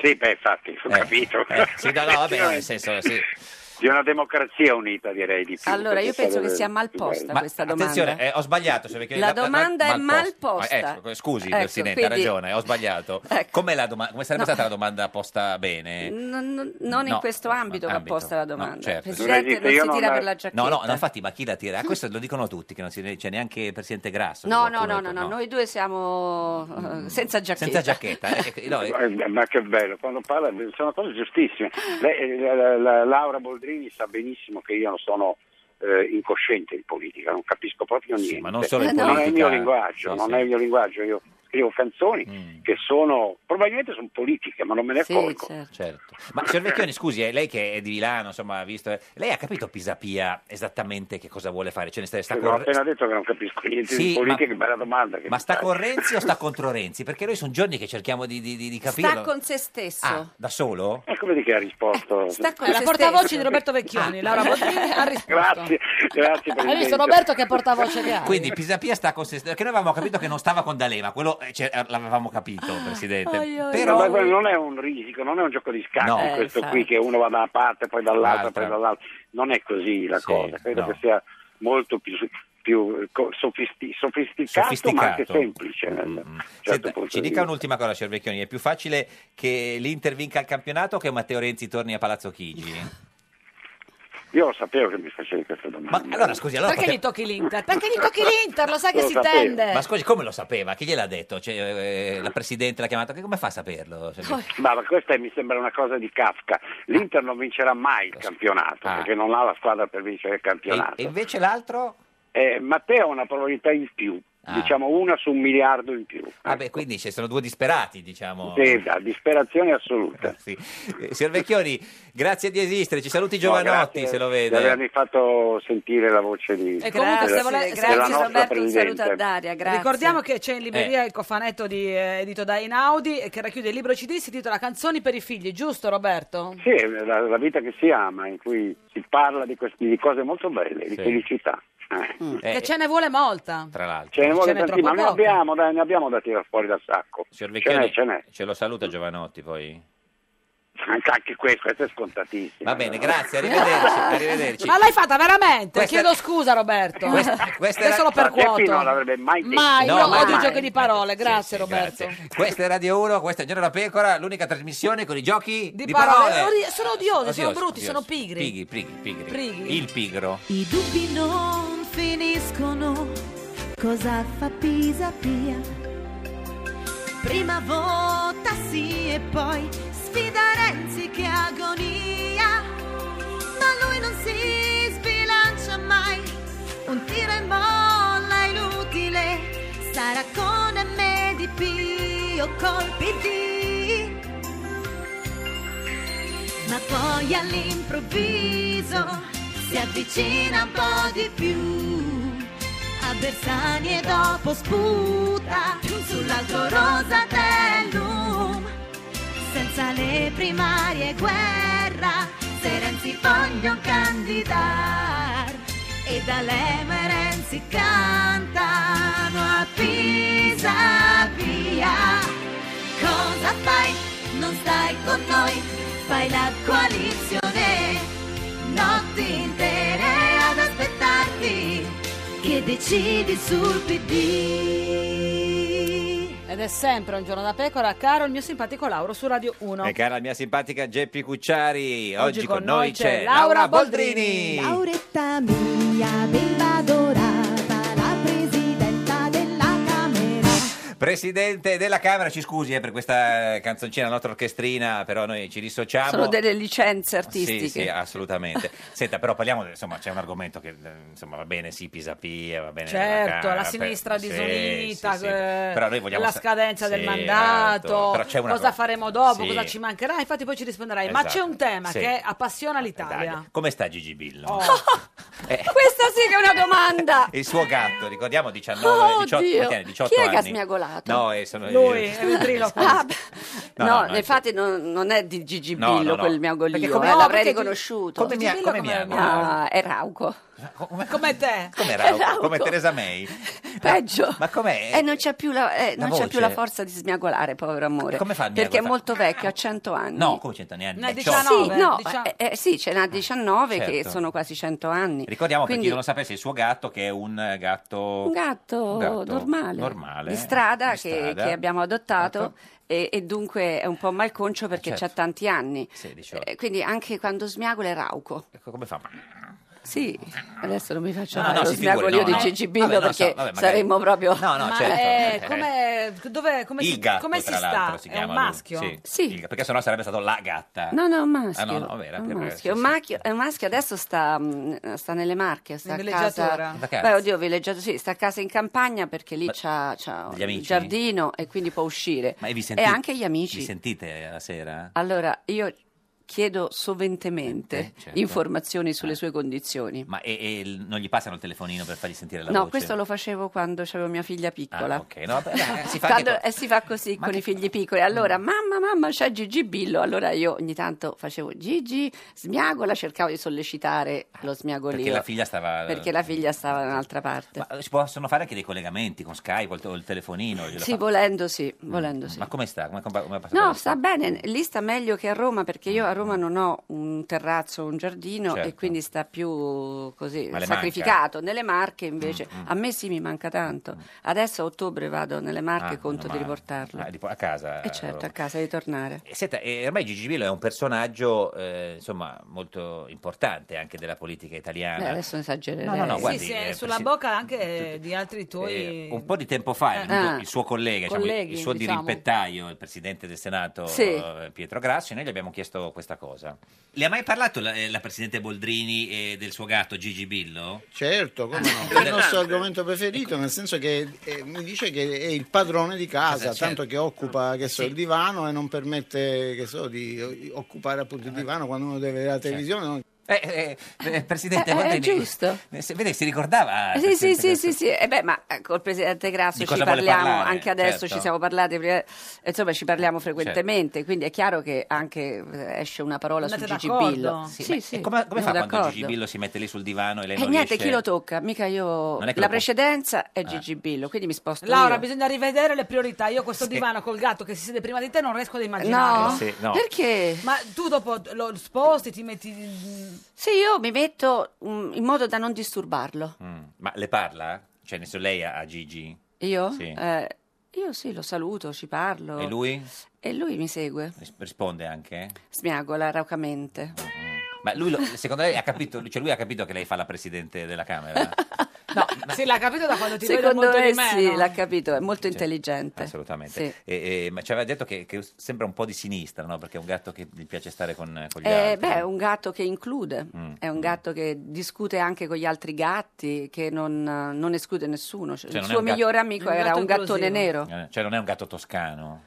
Speaker 17: Sì, beh, infatti, ho capito.
Speaker 2: Eh, sì, no, no, vabbè, no, nel senso, sì.
Speaker 17: di una democrazia unita, direi di più.
Speaker 13: Allora, io
Speaker 17: perché
Speaker 13: penso
Speaker 17: sarebbe
Speaker 13: che sia mal
Speaker 17: più bello.
Speaker 13: posta questa domanda.
Speaker 2: Attenzione, eh, ho sbagliato. signor Vecchioni,
Speaker 13: La domanda è mal
Speaker 2: posta.
Speaker 13: posta.
Speaker 2: Ah, ecco, scusi,
Speaker 13: Ecco,
Speaker 2: Presidente,
Speaker 13: quindi- Ecco.
Speaker 2: ha ragione, ho sbagliato. Com'è la doma- come sarebbe stata la domanda posta bene?
Speaker 13: Non, non- non in
Speaker 2: No,
Speaker 13: questo ambito va
Speaker 2: ambito.
Speaker 13: posta Mm, la
Speaker 2: No,
Speaker 13: domanda.
Speaker 2: certo.
Speaker 13: Presidente, non, si tira per la giacchetta.
Speaker 2: No, no, no, infatti, ma chi la tira? Ah, Questo lo dicono tutti, che non si c'è neanche il Presidente Grasso.
Speaker 13: No,
Speaker 2: che
Speaker 13: no,
Speaker 2: qualcuno
Speaker 13: no,
Speaker 2: ha
Speaker 13: no,
Speaker 2: detto
Speaker 13: no, noi due siamo eh, senza giacchetta.
Speaker 2: Senza giacchetta. eh, eh, no, eh,
Speaker 17: Eh, Ma che bello, quando parla sono cose giustissime. Lei, eh, la- la- Laura Boldrini sa benissimo che io non sono eh, incosciente di politica, non capisco proprio
Speaker 2: Sì,
Speaker 17: niente.
Speaker 2: ma non solo in
Speaker 17: è il
Speaker 2: politica.
Speaker 17: mio linguaggio,
Speaker 2: Sì,
Speaker 17: non
Speaker 2: sì. Mm.
Speaker 17: è il mio linguaggio. Io scrivo canzoni che sono, probabilmente sono politiche, ma non me ne accorgo.
Speaker 2: Certo. Ma signor Vecchioni, scusi, eh, lei che è di Milano, insomma, ha visto, eh, lei ha capito Pisapia esattamente che cosa vuole fare? Cioè, ne sta, sta
Speaker 17: Ho
Speaker 2: corre-
Speaker 17: appena detto che non capisco niente
Speaker 2: Sì,
Speaker 17: di
Speaker 2: ma-
Speaker 17: politica, che bella domanda. che
Speaker 2: ma
Speaker 17: mi
Speaker 2: sta
Speaker 17: fai.
Speaker 2: con Renzi o sta contro Renzi? Perché noi sono giorni che cerchiamo di, di, di- di capirlo.
Speaker 13: Sta con se stesso.
Speaker 2: Ah, da solo?
Speaker 17: E come di che ha risposto?
Speaker 1: Eh,
Speaker 13: sta con
Speaker 1: La
Speaker 13: se
Speaker 1: portavoce
Speaker 13: stesso.
Speaker 1: di Roberto
Speaker 2: ah.
Speaker 1: Vecchioni, Laura Boldrini, ha risposto.
Speaker 17: Grazie, grazie
Speaker 1: Hai
Speaker 17: Presidente.
Speaker 1: visto Roberto che portavoce che ha?
Speaker 2: Quindi Pisapia sta con se stesso, perché noi avevamo capito che non stava con D'Alema, quello eh, c'è- l'avevamo capito,
Speaker 1: Ah,
Speaker 2: Presidente.
Speaker 17: Però
Speaker 2: Però
Speaker 17: non è un risico, non è un gioco di scacchi
Speaker 2: No. Eh,
Speaker 17: questo
Speaker 2: infatti.
Speaker 17: qui che uno va da una parte, poi dall'altra,
Speaker 2: L'altra.
Speaker 17: poi dall'altra. Non è così la
Speaker 2: Sì,
Speaker 17: cosa, credo
Speaker 2: no.
Speaker 17: che sia molto più, più, eh, co- sofisti- sofisticato, ma anche
Speaker 2: Sofisticato. Mm,
Speaker 17: semplice. nel- certo
Speaker 2: Senta,
Speaker 17: punto
Speaker 2: ci
Speaker 17: di
Speaker 2: dica
Speaker 17: vista.
Speaker 2: un'ultima cosa, signor Vecchioni, è più facile che l'Inter vinca il campionato o che Matteo Renzi torni a Palazzo Chigi?
Speaker 17: Io lo sapevo che mi facevi questa domanda.
Speaker 2: Ma allora scusi, allora
Speaker 1: Perché gli
Speaker 2: pote-
Speaker 1: tocchi l'Inter? Perché gli tocchi l'Inter? Lo sai che
Speaker 17: Lo
Speaker 1: si
Speaker 17: sapevo.
Speaker 1: tende.
Speaker 2: Ma scusi, come lo sapeva? Chi gliel'ha detto? Cioè, eh, la Presidente l'ha chiamato? Che- Come fa a saperlo? Cioè,
Speaker 17: Ma ma questa mi sembra una cosa di Kafka. L'Inter non vincerà mai il campionato perché non ha la squadra per vincere il campionato.
Speaker 2: Ah. E invece l'altro?
Speaker 17: Eh, Matteo ha una probabilità in più, diciamo una su un miliardo in più.
Speaker 2: Ah, beh, quindi ci sono due disperati, diciamo.
Speaker 17: Ecco. Sì, da disperazione assoluta.
Speaker 2: Sì. Eh, signor Vecchioni, grazie di esistere. Ci saluti
Speaker 17: No,
Speaker 2: Giovanotti,
Speaker 17: grazie
Speaker 2: se lo
Speaker 17: di avermi
Speaker 2: vede.
Speaker 17: fatto sentire la voce di
Speaker 1: E Eh, comunque se
Speaker 17: della-
Speaker 1: vole- se-
Speaker 17: della
Speaker 1: grazie,
Speaker 17: nostra
Speaker 1: Roberto,
Speaker 13: un
Speaker 17: Presidente.
Speaker 13: saluto a Daria, grazie.
Speaker 1: Ricordiamo che c'è in libreria il cofanetto di, eh, edito da Inaudi eh, che racchiude il libro CD, si intitola Canzoni per i figli, giusto Roberto?
Speaker 17: Sì, la, la vita che si ama, in cui si parla di, questi- di cose molto belle, di felicità. Eh.
Speaker 1: Che ce ne vuole molta.
Speaker 2: Mm. Tra l'altro.
Speaker 17: Ce ne vuole
Speaker 1: n'è
Speaker 17: tanti,
Speaker 1: troppo
Speaker 17: ma ne
Speaker 1: poco.
Speaker 17: abbiamo, dai, ne abbiamo da tirare fuori dal sacco.
Speaker 2: Signor
Speaker 17: ce
Speaker 2: Vecchioni,
Speaker 17: n'è, ce n'è.
Speaker 2: ce lo saluta Giovanotti poi.
Speaker 17: Anche, anche questo, questo è scontatissimo.
Speaker 2: Va bene, grazie, arrivederci. arrivederci.
Speaker 1: Ma l'hai fatta veramente?
Speaker 2: Questa-
Speaker 1: Chiedo scusa Roberto.
Speaker 2: Questa- questa era-
Speaker 1: Adesso lo
Speaker 2: Ma Geppi
Speaker 1: percuoto.
Speaker 2: non l'avrebbe mai detto.
Speaker 1: Mai,
Speaker 2: No,
Speaker 1: io
Speaker 2: mai,
Speaker 1: odio i
Speaker 2: mai.
Speaker 1: giochi di parole, grazie Roberto.
Speaker 2: Questa è Radio 1, questa è Giorno da Pecora, l'unica trasmissione con i giochi di,
Speaker 1: Di parole, odi- sono odiosi, sono
Speaker 2: Odiosi,
Speaker 1: brutti, sono
Speaker 2: odiosi.
Speaker 1: pigri.
Speaker 2: Pigri, pigri, pigri.
Speaker 1: Prighi.
Speaker 2: Il pigro.
Speaker 10: I dubbi non finiscono, cosa fa Pisapia? Prima vota sì e poi sfida Renzi che agonia, ma lui non si sbilancia mai, un tiro e molla inutile, sarà con MDP o col PD. Ma poi all'improvviso si avvicina un po' di più a Bersani e dopo sputa sull'alto Rosatellum senza le primarie e guerra se Renzi vogliono candidar e D'Alema e Renzi cantano a Pisa via cosa fai? Non stai con noi, fai la coalizione notti intere ad aspettarti che decidi sul PD.
Speaker 1: Ed è sempre un giorno da pecora, caro il mio simpatico Lauro su Radio 1.
Speaker 2: E cara la mia simpatica Geppi Cucciari, oggi,
Speaker 1: Oggi
Speaker 2: con,
Speaker 1: con
Speaker 2: noi c'è Laura Boldrini.
Speaker 10: Lauretta mia, bimba adorata, la presidenta della Camera.
Speaker 2: Presidente della Camera, ci scusi eh, per questa canzoncina, la nostra orchestrina, però noi ci dissociamo.
Speaker 13: Ah, Sono delle licenze artistiche.
Speaker 2: Ah, Sì, sì, assolutamente. Senta, però parliamo, insomma, c'è un argomento che, eh, insomma, va bene, sì, Pisapia, va bene.
Speaker 1: Certo, la
Speaker 2: Camera,
Speaker 1: sinistra
Speaker 2: per- sì,
Speaker 1: disunita,
Speaker 2: sì, sì.
Speaker 1: eh,
Speaker 2: Però noi vogliamo
Speaker 1: la
Speaker 2: sa-
Speaker 1: scadenza
Speaker 2: sì,
Speaker 1: del mandato,
Speaker 2: esatto. Però c'è una
Speaker 1: cosa
Speaker 2: co-
Speaker 1: faremo dopo,
Speaker 2: Sì.
Speaker 1: cosa ci mancherà, infatti poi ci risponderai. Ma
Speaker 2: Esatto.
Speaker 1: c'è un tema
Speaker 2: Sì.
Speaker 1: che appassiona l'Italia. Oh.
Speaker 2: Come sta Gigi Billo? Eh.
Speaker 13: Questa sì che è una domanda.
Speaker 2: Il suo gatto, ricordiamo, 19,
Speaker 13: Oh,
Speaker 2: 18,
Speaker 13: Dio.
Speaker 2: quanti anni? 18
Speaker 13: Chi è
Speaker 2: anni.
Speaker 13: che ha smiagolato?
Speaker 2: No, eh, sono eh,
Speaker 13: Ah, beh.
Speaker 2: No,
Speaker 13: No,
Speaker 2: no, no,
Speaker 13: infatti non, non è di Gigi
Speaker 2: No,
Speaker 13: Billo
Speaker 2: no, no.
Speaker 13: quel miagolino,
Speaker 2: Perché come-
Speaker 13: eh,
Speaker 2: no,
Speaker 13: l'avrei
Speaker 2: perché Gi-
Speaker 13: riconosciuto.
Speaker 2: come mia- come miagola?
Speaker 13: Ah, è Rauco.
Speaker 1: Come te.
Speaker 2: Come Rauco? Come Teresa May?
Speaker 13: Peggio.
Speaker 2: Ma com'è?
Speaker 13: E non c'ha più la, eh,
Speaker 2: La
Speaker 13: non c'ha
Speaker 2: voce?
Speaker 13: più la forza di smiagolare, povero amore.
Speaker 2: Come fa a
Speaker 13: Perché è
Speaker 2: smiagolare?
Speaker 13: molto vecchio, ha 100 anni.
Speaker 2: No, come 100 anni?
Speaker 13: Ne ha
Speaker 2: 18.
Speaker 13: Sì, no, eh, eh, sì, ce n'ha 19
Speaker 2: Certo.
Speaker 13: che sono quasi 100 anni.
Speaker 2: Ricordiamo
Speaker 13: Quindi,
Speaker 2: per chi non lo sapesse il suo gatto che è un gatto
Speaker 13: un gatto,
Speaker 2: un gatto
Speaker 13: normale,
Speaker 2: normale.
Speaker 13: di strada, che-
Speaker 2: strada. ecco.
Speaker 13: Che, abbiamo adottato e, e dunque è un po' malconcio perché
Speaker 2: Certo.
Speaker 13: c'ha tanti anni.
Speaker 2: Sì, diciamo.
Speaker 13: Eh, quindi anche quando smiagola è rauco.
Speaker 2: Ecco, come fa?
Speaker 13: Sì, adesso non mi faccio
Speaker 2: No,
Speaker 13: fare
Speaker 2: no,
Speaker 13: Ah, lo
Speaker 2: si figuri,
Speaker 13: smiagolio
Speaker 2: no,
Speaker 13: di
Speaker 2: no.
Speaker 13: Gigi Billo
Speaker 2: Vabbè, non so,
Speaker 13: perché
Speaker 2: vabbè, magari-
Speaker 13: saremmo proprio...
Speaker 2: No, no,
Speaker 1: Ma
Speaker 2: certo.
Speaker 1: eh, come, dove, come
Speaker 2: il
Speaker 1: si,
Speaker 2: gatto,
Speaker 1: come si
Speaker 2: tra
Speaker 1: sta?
Speaker 2: l'altro, si
Speaker 1: è
Speaker 2: chiama
Speaker 1: un
Speaker 2: lui.
Speaker 1: maschio?
Speaker 2: Sì, il- perché sennò sarebbe stato la gatta.
Speaker 13: No, no, è un maschio.
Speaker 2: Ah, no, no, era
Speaker 13: è un
Speaker 2: per-
Speaker 13: maschio. Un macchio- è un maschio, adesso sta, mh, sta nelle Marche, sta
Speaker 1: In
Speaker 13: a casa.
Speaker 1: villeggiatura.
Speaker 13: Beh, oddio, villeggiatura, sì, sta a casa in campagna perché lì c'ha, c'ha
Speaker 2: degli
Speaker 13: un
Speaker 2: amici?
Speaker 13: giardino e quindi può uscire.
Speaker 2: Ma vi
Speaker 13: E
Speaker 2: sentite?
Speaker 13: anche gli amici.
Speaker 2: Vi sentite la sera?
Speaker 13: Allora, io chiedo soventemente
Speaker 2: Eh, certo.
Speaker 13: informazioni sulle sue condizioni.
Speaker 2: Ma e, e il- non gli passano il telefonino per fargli sentire la
Speaker 13: no,
Speaker 2: voce?
Speaker 13: questo lo facevo quando avevo mia figlia piccola.
Speaker 2: Ah, ok, no, beh, eh, si fa
Speaker 13: Quando-
Speaker 2: anche
Speaker 13: eh, si fa così con i figli piccoli. Allora,
Speaker 2: Mm.
Speaker 13: mamma, mamma, c'è Gigi Billo. Allora io ogni tanto facevo Gigi, smiagola, cercavo di sollecitare lo smiagolio.
Speaker 2: Perché la figlia stava... Mm.
Speaker 13: perché la figlia stava da un'altra parte.
Speaker 2: Ma si possono fare anche dei collegamenti con Skype o il, o il telefonino? glielo
Speaker 13: sì,
Speaker 2: fa-
Speaker 13: volendo sì, volendo sì.
Speaker 2: Mm. Ma come sta? Come, compa- come è passato?
Speaker 13: No, sta bene, lì sta meglio che a Roma perché io a Roma non ho un terrazzo, un giardino
Speaker 2: Mm. Certo.
Speaker 13: e quindi sta più così
Speaker 2: Ma le Mm,
Speaker 13: sacrificato. Nelle Marche invece, a me sì mi manca tanto. Adesso a ottobre vado nelle Marche
Speaker 2: Ah,
Speaker 13: e conto
Speaker 2: meno male.
Speaker 13: di riportarlo.
Speaker 2: Ah, tipo a casa?
Speaker 13: E certo, a
Speaker 2: allora.
Speaker 13: casa di tornare.
Speaker 2: E Senta, eh, ormai Gigi Billo è un personaggio eh, insomma molto importante anche della politica italiana.
Speaker 13: Beh, Eh, adesso esagererei.
Speaker 2: Eh. No, no, no, guardi,
Speaker 1: sì, sì,
Speaker 2: eh,
Speaker 1: è sulla
Speaker 2: presi-
Speaker 1: bocca anche eh, di altri tuoi...
Speaker 2: Eh, un po' di tempo fa è
Speaker 1: Eh.
Speaker 2: venuto
Speaker 1: Ah.
Speaker 2: il suo collega, diciamo,
Speaker 1: Colleghi,
Speaker 2: il suo
Speaker 1: diciamo.
Speaker 2: dirimpettaio, il presidente del Senato
Speaker 1: Sì.
Speaker 2: eh, Pietro Grassi, e noi gli abbiamo chiesto questa cosa. Le ha mai parlato la, eh, la presidente Boldrini e del suo gatto Gigi Billo?
Speaker 18: Certo, come
Speaker 13: Ah,
Speaker 18: no? È il nostro argomento preferito, nel senso che eh, mi dice che è il padrone di casa,
Speaker 13: Esatto,
Speaker 2: Casa, certo.
Speaker 18: tanto che occupa che so,
Speaker 2: Sì.
Speaker 18: il divano e non permette che so, di o- occupare appunto il divano quando uno deve vedere la televisione. no?
Speaker 2: Eh, eh, eh, presidente
Speaker 13: Certo. Eh, eh,
Speaker 2: Boldrini.
Speaker 13: giusto.
Speaker 2: eh, se- vede, si ricordava.
Speaker 13: Eh, Sì, sì,
Speaker 2: presidente
Speaker 13: sì,
Speaker 2: Grassi.
Speaker 13: sì, sì. Eh beh, ma eh, col presidente Grasso
Speaker 2: Di
Speaker 13: ci
Speaker 2: cosa vuole
Speaker 13: parliamo
Speaker 2: parlare,
Speaker 13: anche adesso,
Speaker 2: certo.
Speaker 13: ci siamo parlati, prima- insomma, ci parliamo frequentemente, quindi è chiaro che anche eh, esce una parola
Speaker 1: Andate
Speaker 13: su Gigi
Speaker 1: d'accordo?
Speaker 13: Billo.
Speaker 1: Sì,
Speaker 13: Sì,
Speaker 1: ma-
Speaker 13: sì,
Speaker 2: E come, come fa
Speaker 13: sono
Speaker 2: quando Gigi
Speaker 13: d'accordo.
Speaker 2: Billo si mette lì sul divano e lei
Speaker 13: E
Speaker 2: non
Speaker 13: niente,
Speaker 2: riesce-
Speaker 13: chi lo tocca? Mica io.
Speaker 2: Non è che
Speaker 13: La
Speaker 2: lo può-
Speaker 13: precedenza è
Speaker 2: Eh.
Speaker 13: Gigi Billo, quindi mi sposto
Speaker 1: Laura,
Speaker 13: io.
Speaker 1: bisogna rivedere le priorità. Io questo
Speaker 13: Sì.
Speaker 1: divano col gatto che si siede prima di te non riesco ad
Speaker 13: No?
Speaker 1: immaginare.
Speaker 13: Eh sì, no. Perché?
Speaker 1: Ma tu dopo lo sposti, ti metti...
Speaker 13: Sì, io mi metto mm, in modo da non disturbarlo.
Speaker 2: Mm, Ma le parla? Cioè, nel senso, lei a, a Gigi?
Speaker 13: Io?
Speaker 2: Sì.
Speaker 13: Eh, io sì, lo saluto, ci parlo.
Speaker 2: E lui?
Speaker 13: E lui mi segue,
Speaker 2: Ris- Risponde anche?
Speaker 13: smiagola raucamente.
Speaker 2: Ma lui, lo- secondo lei, ha capito, cioè lui ha capito che lei fa la presidente della Camera?
Speaker 1: Sì, l'ha capito da quando ti
Speaker 13: Secondo
Speaker 1: vedo molto
Speaker 13: me
Speaker 1: di meno.
Speaker 13: sì, l'ha capito, è molto intelligente.
Speaker 2: Eh, Assolutamente.
Speaker 13: Sì.
Speaker 2: E- e- ma ci aveva detto che, che sembra un po' di sinistra, no? Perché è un gatto che gli piace stare con, con gli
Speaker 13: Eh,
Speaker 2: altri.
Speaker 13: beh, è un gatto che include,
Speaker 2: Mm.
Speaker 13: è un gatto che discute anche con gli altri gatti, che non, eh, non esclude nessuno. Cioè,
Speaker 2: Cioè,
Speaker 13: il
Speaker 2: non è
Speaker 13: suo
Speaker 2: un gatto-
Speaker 13: migliore amico
Speaker 1: Un
Speaker 13: era
Speaker 1: gatto
Speaker 13: un gattone
Speaker 1: inclusivo.
Speaker 13: nero.
Speaker 2: Eh, Cioè, non è un gatto toscano?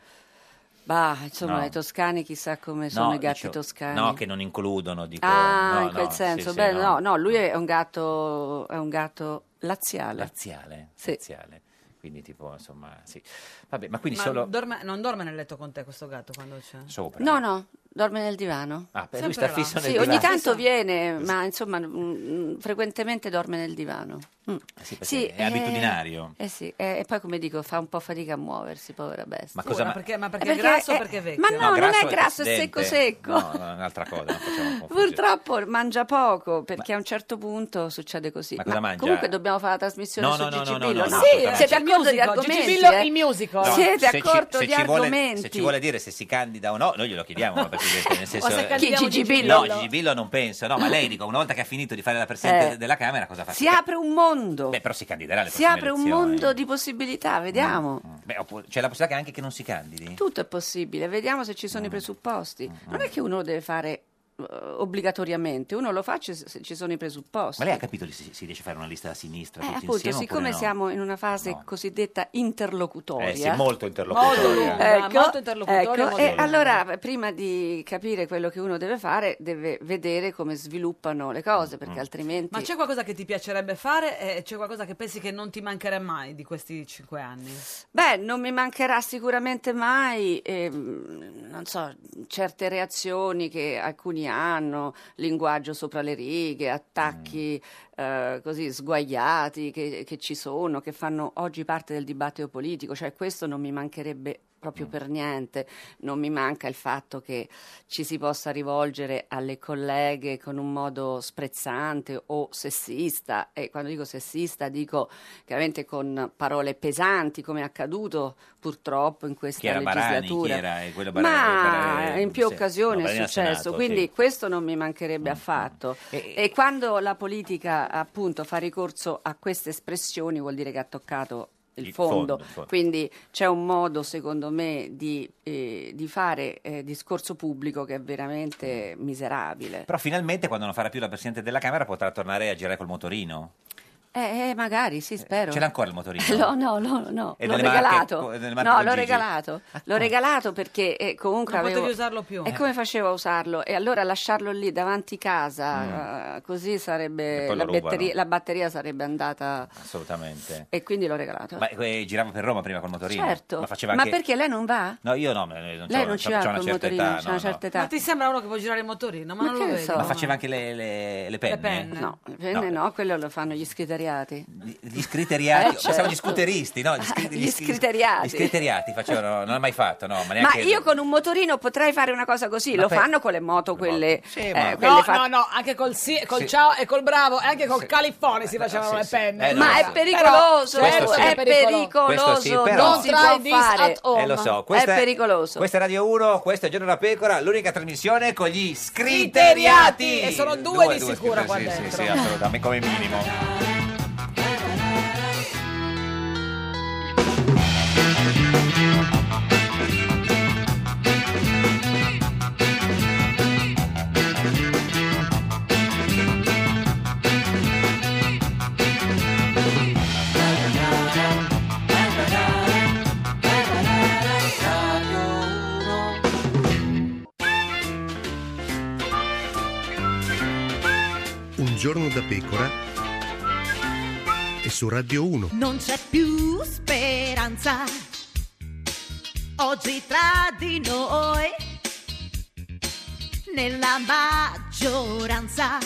Speaker 13: Bah, insomma,
Speaker 2: No.
Speaker 13: i toscani chissà come sono
Speaker 2: No,
Speaker 13: i gatti
Speaker 2: dicevo-
Speaker 13: toscani.
Speaker 2: No, che non includono, dico.
Speaker 13: ah,
Speaker 2: no,
Speaker 13: in quel
Speaker 2: no, sì,
Speaker 13: senso.
Speaker 2: sì,
Speaker 13: Beh, no. no, lui è un gatto, è un gatto laziale.
Speaker 2: Laziale,
Speaker 13: Sì.
Speaker 2: laziale. Quindi, tipo, insomma, sì. Vabbè, ma quindi
Speaker 1: Ma
Speaker 2: solo
Speaker 1: dorme- non dorme nel letto con te questo gatto quando c'è?
Speaker 2: sopra.
Speaker 13: No, Ah, no, dorme nel divano.
Speaker 2: Ah, beh,
Speaker 1: Sempre
Speaker 2: lui sta
Speaker 1: là.
Speaker 2: fisso nel
Speaker 13: Sì,
Speaker 2: divano.
Speaker 13: ogni tanto viene, ma insomma, mm, mm, frequentemente dorme nel divano. Mm.
Speaker 2: Eh Sì, perché è abitudinario.
Speaker 13: Eh sì, eh, e poi come dico, fa un po' fatica a muoversi, povera bestia.
Speaker 2: Ma cosa- Ora, ma-
Speaker 1: perché- ma
Speaker 13: Eh,
Speaker 1: perché è grasso o perché è vecchio?
Speaker 13: Ma eh, no, non
Speaker 2: grasso
Speaker 13: è grasso, è secco
Speaker 2: presidente.
Speaker 13: secco.
Speaker 2: No, no, è un'altra cosa, non facciamo confusione.
Speaker 13: Purtroppo mangia poco perché a un certo punto succede così.
Speaker 2: Ma cosa mangia?
Speaker 13: Comunque dobbiamo fare la trasmissione
Speaker 2: No,
Speaker 13: su
Speaker 2: no, no,
Speaker 13: Gigi
Speaker 2: no, no,
Speaker 13: Billo.
Speaker 2: no, no,
Speaker 13: Sì,
Speaker 2: assolutamente.
Speaker 13: siete al
Speaker 1: Il
Speaker 13: corto di
Speaker 1: musical,
Speaker 13: argomenti.
Speaker 1: Gigi Billo
Speaker 13: eh?
Speaker 1: il musical.
Speaker 2: No,
Speaker 13: Siete
Speaker 2: se
Speaker 13: a
Speaker 2: ci-
Speaker 13: corto
Speaker 2: se
Speaker 13: di
Speaker 2: ci vuole-
Speaker 13: argomenti.
Speaker 2: se ci vuole dire se si candida o no, noi glielo chiediamo. ma Presidente, nel senso,
Speaker 13: O se
Speaker 2: eh,
Speaker 13: candidiamo Chi, Gigi Gigi Billo?
Speaker 2: No, Gigi Billo non penso. No, ma lei dico, una volta che ha finito di fare la Presidente
Speaker 13: Eh.
Speaker 2: della Camera, cosa fa?
Speaker 13: Si apre un mondo.
Speaker 2: Beh, però si candiderà alle
Speaker 13: Si
Speaker 2: prossime
Speaker 13: apre un
Speaker 2: elezioni. Mm,
Speaker 13: mondo di possibilità, vediamo.
Speaker 2: Beh, oppure- c'è la possibilità che anche che non si candidi?
Speaker 13: Tutto è possibile, vediamo se ci sono i
Speaker 2: Mm.
Speaker 13: presupposti. Non è che uno lo deve fare eh, obbligatoriamente, uno lo fa ci- se ci sono i presupposti.
Speaker 2: Ma lei ha capito che si, si riesce a fare una lista da sinistra
Speaker 13: Eh,
Speaker 2: tutti
Speaker 13: appunto,
Speaker 2: insieme
Speaker 13: siccome
Speaker 2: oppure no?
Speaker 13: siamo in una fase cosiddetta interlocutoria,
Speaker 2: Eh sì, molto interlocutoria. Eh, Molto lunga,
Speaker 1: molto interlocutoria,
Speaker 13: ecco,
Speaker 1: molto
Speaker 13: e
Speaker 1: lunga.
Speaker 13: allora prima di capire quello che uno deve fare, deve vedere come sviluppano le cose,
Speaker 2: Mm.
Speaker 13: perché altrimenti
Speaker 1: Ma c'è qualcosa che ti piacerebbe fare e c'è qualcosa che pensi che non ti mancherà mai di questi cinque anni?
Speaker 13: Beh, non mi mancherà sicuramente mai, ehm, non so, certe reazioni che alcuni hanno, hanno linguaggio sopra le righe, attacchi eh, così sguaiati che, che ci sono, che fanno oggi parte del dibattito politico, cioè questo non mi mancherebbe proprio per niente, non mi manca il fatto che ci si possa rivolgere alle colleghe con un modo sprezzante o sessista e quando dico sessista dico chiaramente con parole pesanti come è accaduto purtroppo in questa
Speaker 2: Chi era Barani, chi
Speaker 13: legislatura.
Speaker 2: era Eh, quello Barani,
Speaker 13: Ma
Speaker 2: Barani, eh,
Speaker 13: in più
Speaker 2: sì. No,
Speaker 13: occasioni
Speaker 2: Barani
Speaker 13: è
Speaker 2: al
Speaker 13: successo,
Speaker 2: Senato,
Speaker 13: quindi
Speaker 2: sì. Mm.
Speaker 13: questo non mi mancherebbe affatto. E quando la politica appunto fa ricorso a queste espressioni vuol dire che ha toccato il
Speaker 2: Il
Speaker 13: fondo.
Speaker 2: fondo, il fondo.
Speaker 13: Quindi c'è un modo secondo me di, eh, di fare eh, discorso pubblico che è veramente miserabile.
Speaker 2: Però finalmente quando non farà più la Presidente della Camera potrà tornare a girare col motorino.
Speaker 13: Eh, eh, magari, sì, spero.
Speaker 2: Ce l'ha ancora il motorino?
Speaker 13: No, Eh, no, no, no.
Speaker 2: E
Speaker 13: l'ho
Speaker 2: delle marche-
Speaker 13: regalato.
Speaker 2: co- delle marche
Speaker 13: no,
Speaker 2: con
Speaker 13: l'ho
Speaker 2: Gigi? Ah,
Speaker 13: regalato. L'ho regalato perché eh, comunque
Speaker 1: Non
Speaker 13: avevo...
Speaker 1: potevi usarlo più.
Speaker 13: E come facevo a usarlo? E allora lasciarlo lì davanti casa, eh, così
Speaker 2: Mm. E
Speaker 13: sarebbe...
Speaker 2: poi
Speaker 13: La
Speaker 2: lo rubano.
Speaker 13: batteria, la batteria sarebbe andata...
Speaker 2: Assolutamente.
Speaker 13: E quindi l'ho regalato.
Speaker 2: Ma eh, girava per Roma prima col motorino?
Speaker 13: Ecco. certo.
Speaker 2: Ma faceva
Speaker 13: Ma
Speaker 2: anche...
Speaker 13: perché lei non va?
Speaker 2: No, io no, eh, non
Speaker 13: lei
Speaker 2: c'ho-
Speaker 13: non
Speaker 2: c'ho-
Speaker 13: ci va
Speaker 2: c'ho
Speaker 13: col
Speaker 2: una certa
Speaker 13: motorino,
Speaker 2: età,
Speaker 13: c'è
Speaker 2: no,
Speaker 13: una
Speaker 2: no.
Speaker 13: certa età.
Speaker 1: Ma ti sembra uno che può girare il motorino? Ma,
Speaker 13: Ma
Speaker 1: non
Speaker 13: che
Speaker 1: lo
Speaker 13: ne
Speaker 1: vedo.
Speaker 13: so?
Speaker 2: Ma faceva anche le, le- le penne?
Speaker 13: No, le penne Eh, no. quello lo fanno gli scriteriati.
Speaker 2: Gli scriteriati,
Speaker 13: Eh,
Speaker 2: pensavo gli
Speaker 13: certo.
Speaker 2: scooteristi, no? Gli, scri-
Speaker 13: Gli
Speaker 2: scri-
Speaker 13: scriteriati.
Speaker 2: Gli scriteriati facevano, non l'ha mai fatto, no? Ma,
Speaker 13: Ma
Speaker 2: neanche...
Speaker 13: io con un motorino potrei fare una cosa così,
Speaker 2: Ma
Speaker 13: lo
Speaker 2: per-
Speaker 13: fanno con le moto, quelle, eh,
Speaker 2: ma-
Speaker 13: quelle
Speaker 1: no,
Speaker 13: fatte-
Speaker 1: no, no, anche col, sì, col
Speaker 13: Sì.
Speaker 1: ciao e col bravo, e anche col California si facevano le penne.
Speaker 2: Eh, no,
Speaker 13: Ma
Speaker 2: lo
Speaker 13: è
Speaker 2: so.
Speaker 13: pericoloso,
Speaker 2: Però- Questo
Speaker 13: è,
Speaker 2: sì.
Speaker 13: è
Speaker 2: Questo
Speaker 13: pericoloso,
Speaker 2: sì, però-
Speaker 13: non si può
Speaker 1: Try this
Speaker 13: fare.
Speaker 1: at home.
Speaker 2: Eh, lo so,
Speaker 13: è
Speaker 2: questa
Speaker 13: pericoloso.
Speaker 2: Questa è Radio 1, questo è Giorno da Pecora, l'unica trasmissione con gli scriteriati.
Speaker 1: Criteriati! E sono due di sicuro
Speaker 2: scriteriati,
Speaker 1: qua
Speaker 2: sì,
Speaker 1: dentro.
Speaker 2: Sì, sì, assolutamente, come minimo.
Speaker 11: Un giorno da pecora e su Radio 1.
Speaker 10: Non c'è più speranza oggi tra di noi, nella maggioranza,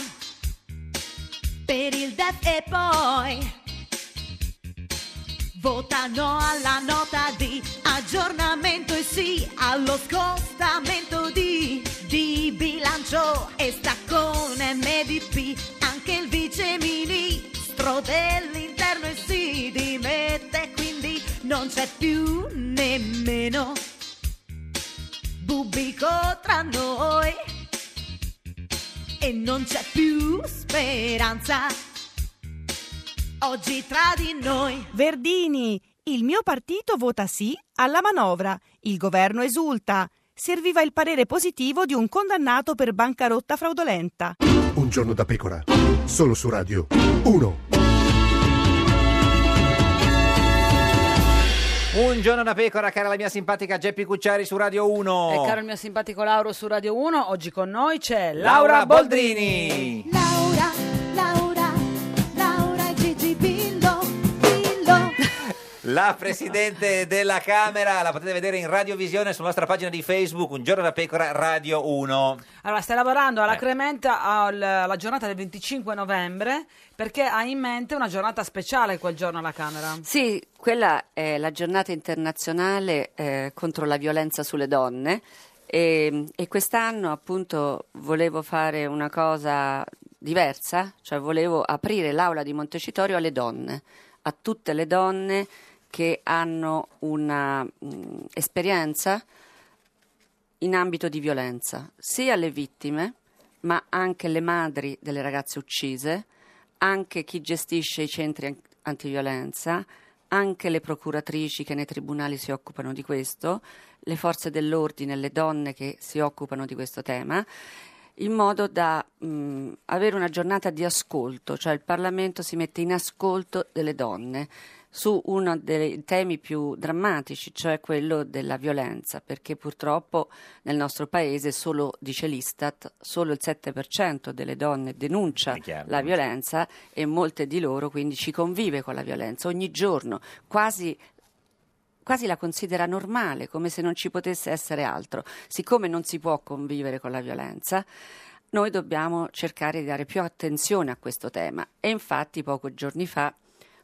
Speaker 10: per il DEF e poi votano alla nota di aggiornamento e sì allo scostamento di, di bilancio e sta con MDP anche il vice ministro dell'interno e si dimette quindi non c'è più nemmeno bubico tra noi e non c'è più speranza oggi tra di noi
Speaker 12: Verdini, il mio partito vota sì alla manovra, il governo esulta. Serviva il parere positivo di un condannato per bancarotta fraudolenta.
Speaker 11: Un giorno da pecora, solo su Radio 1.
Speaker 2: Un giorno da Pecora, cara la mia simpatica Geppi Cucciari su Radio 1.
Speaker 1: E caro il mio simpatico Lauro su Radio 1, oggi con noi c'è
Speaker 2: Laura
Speaker 1: Laura,
Speaker 2: Boldrini.
Speaker 10: Laura, Laura, Laura e Gigi Billo, Billo.
Speaker 2: La Presidente della Camera la potete vedere in radiovisione sulla nostra pagina di Facebook, Un giorno da Pecora Radio 1.
Speaker 1: Allora, stai lavorando
Speaker 2: Eh.
Speaker 1: alla Crementa al- alla giornata del 25 novembre perché hai in mente una giornata speciale quel giorno alla Camera.
Speaker 13: Sì, quella è la giornata internazionale eh, contro la violenza sulle donne e, e quest'anno appunto volevo fare una cosa diversa, cioè volevo aprire l'aula di Montecitorio alle donne, a tutte le donne che hanno un'esperienza in ambito di violenza, sia le vittime, ma anche le madri delle ragazze uccise, anche chi gestisce i centri an- antiviolenza, anche le procuratrici che nei tribunali si occupano di questo, le forze dell'ordine, le donne che si occupano di questo tema, in modo da mh, avere una giornata di ascolto, cioè il Parlamento si mette in ascolto delle donne su uno dei temi più drammatici, cioè quello della violenza, perché purtroppo nel nostro paese, solo dice l'Istat, solo il 7% delle donne denuncia la violenza e molte di loro quindi ci convive con la violenza ogni giorno, quasi quasi la considera normale, come se non ci potesse essere altro. Siccome non si può convivere con la violenza, noi dobbiamo cercare di dare più attenzione a questo tema e infatti pochi giorni fa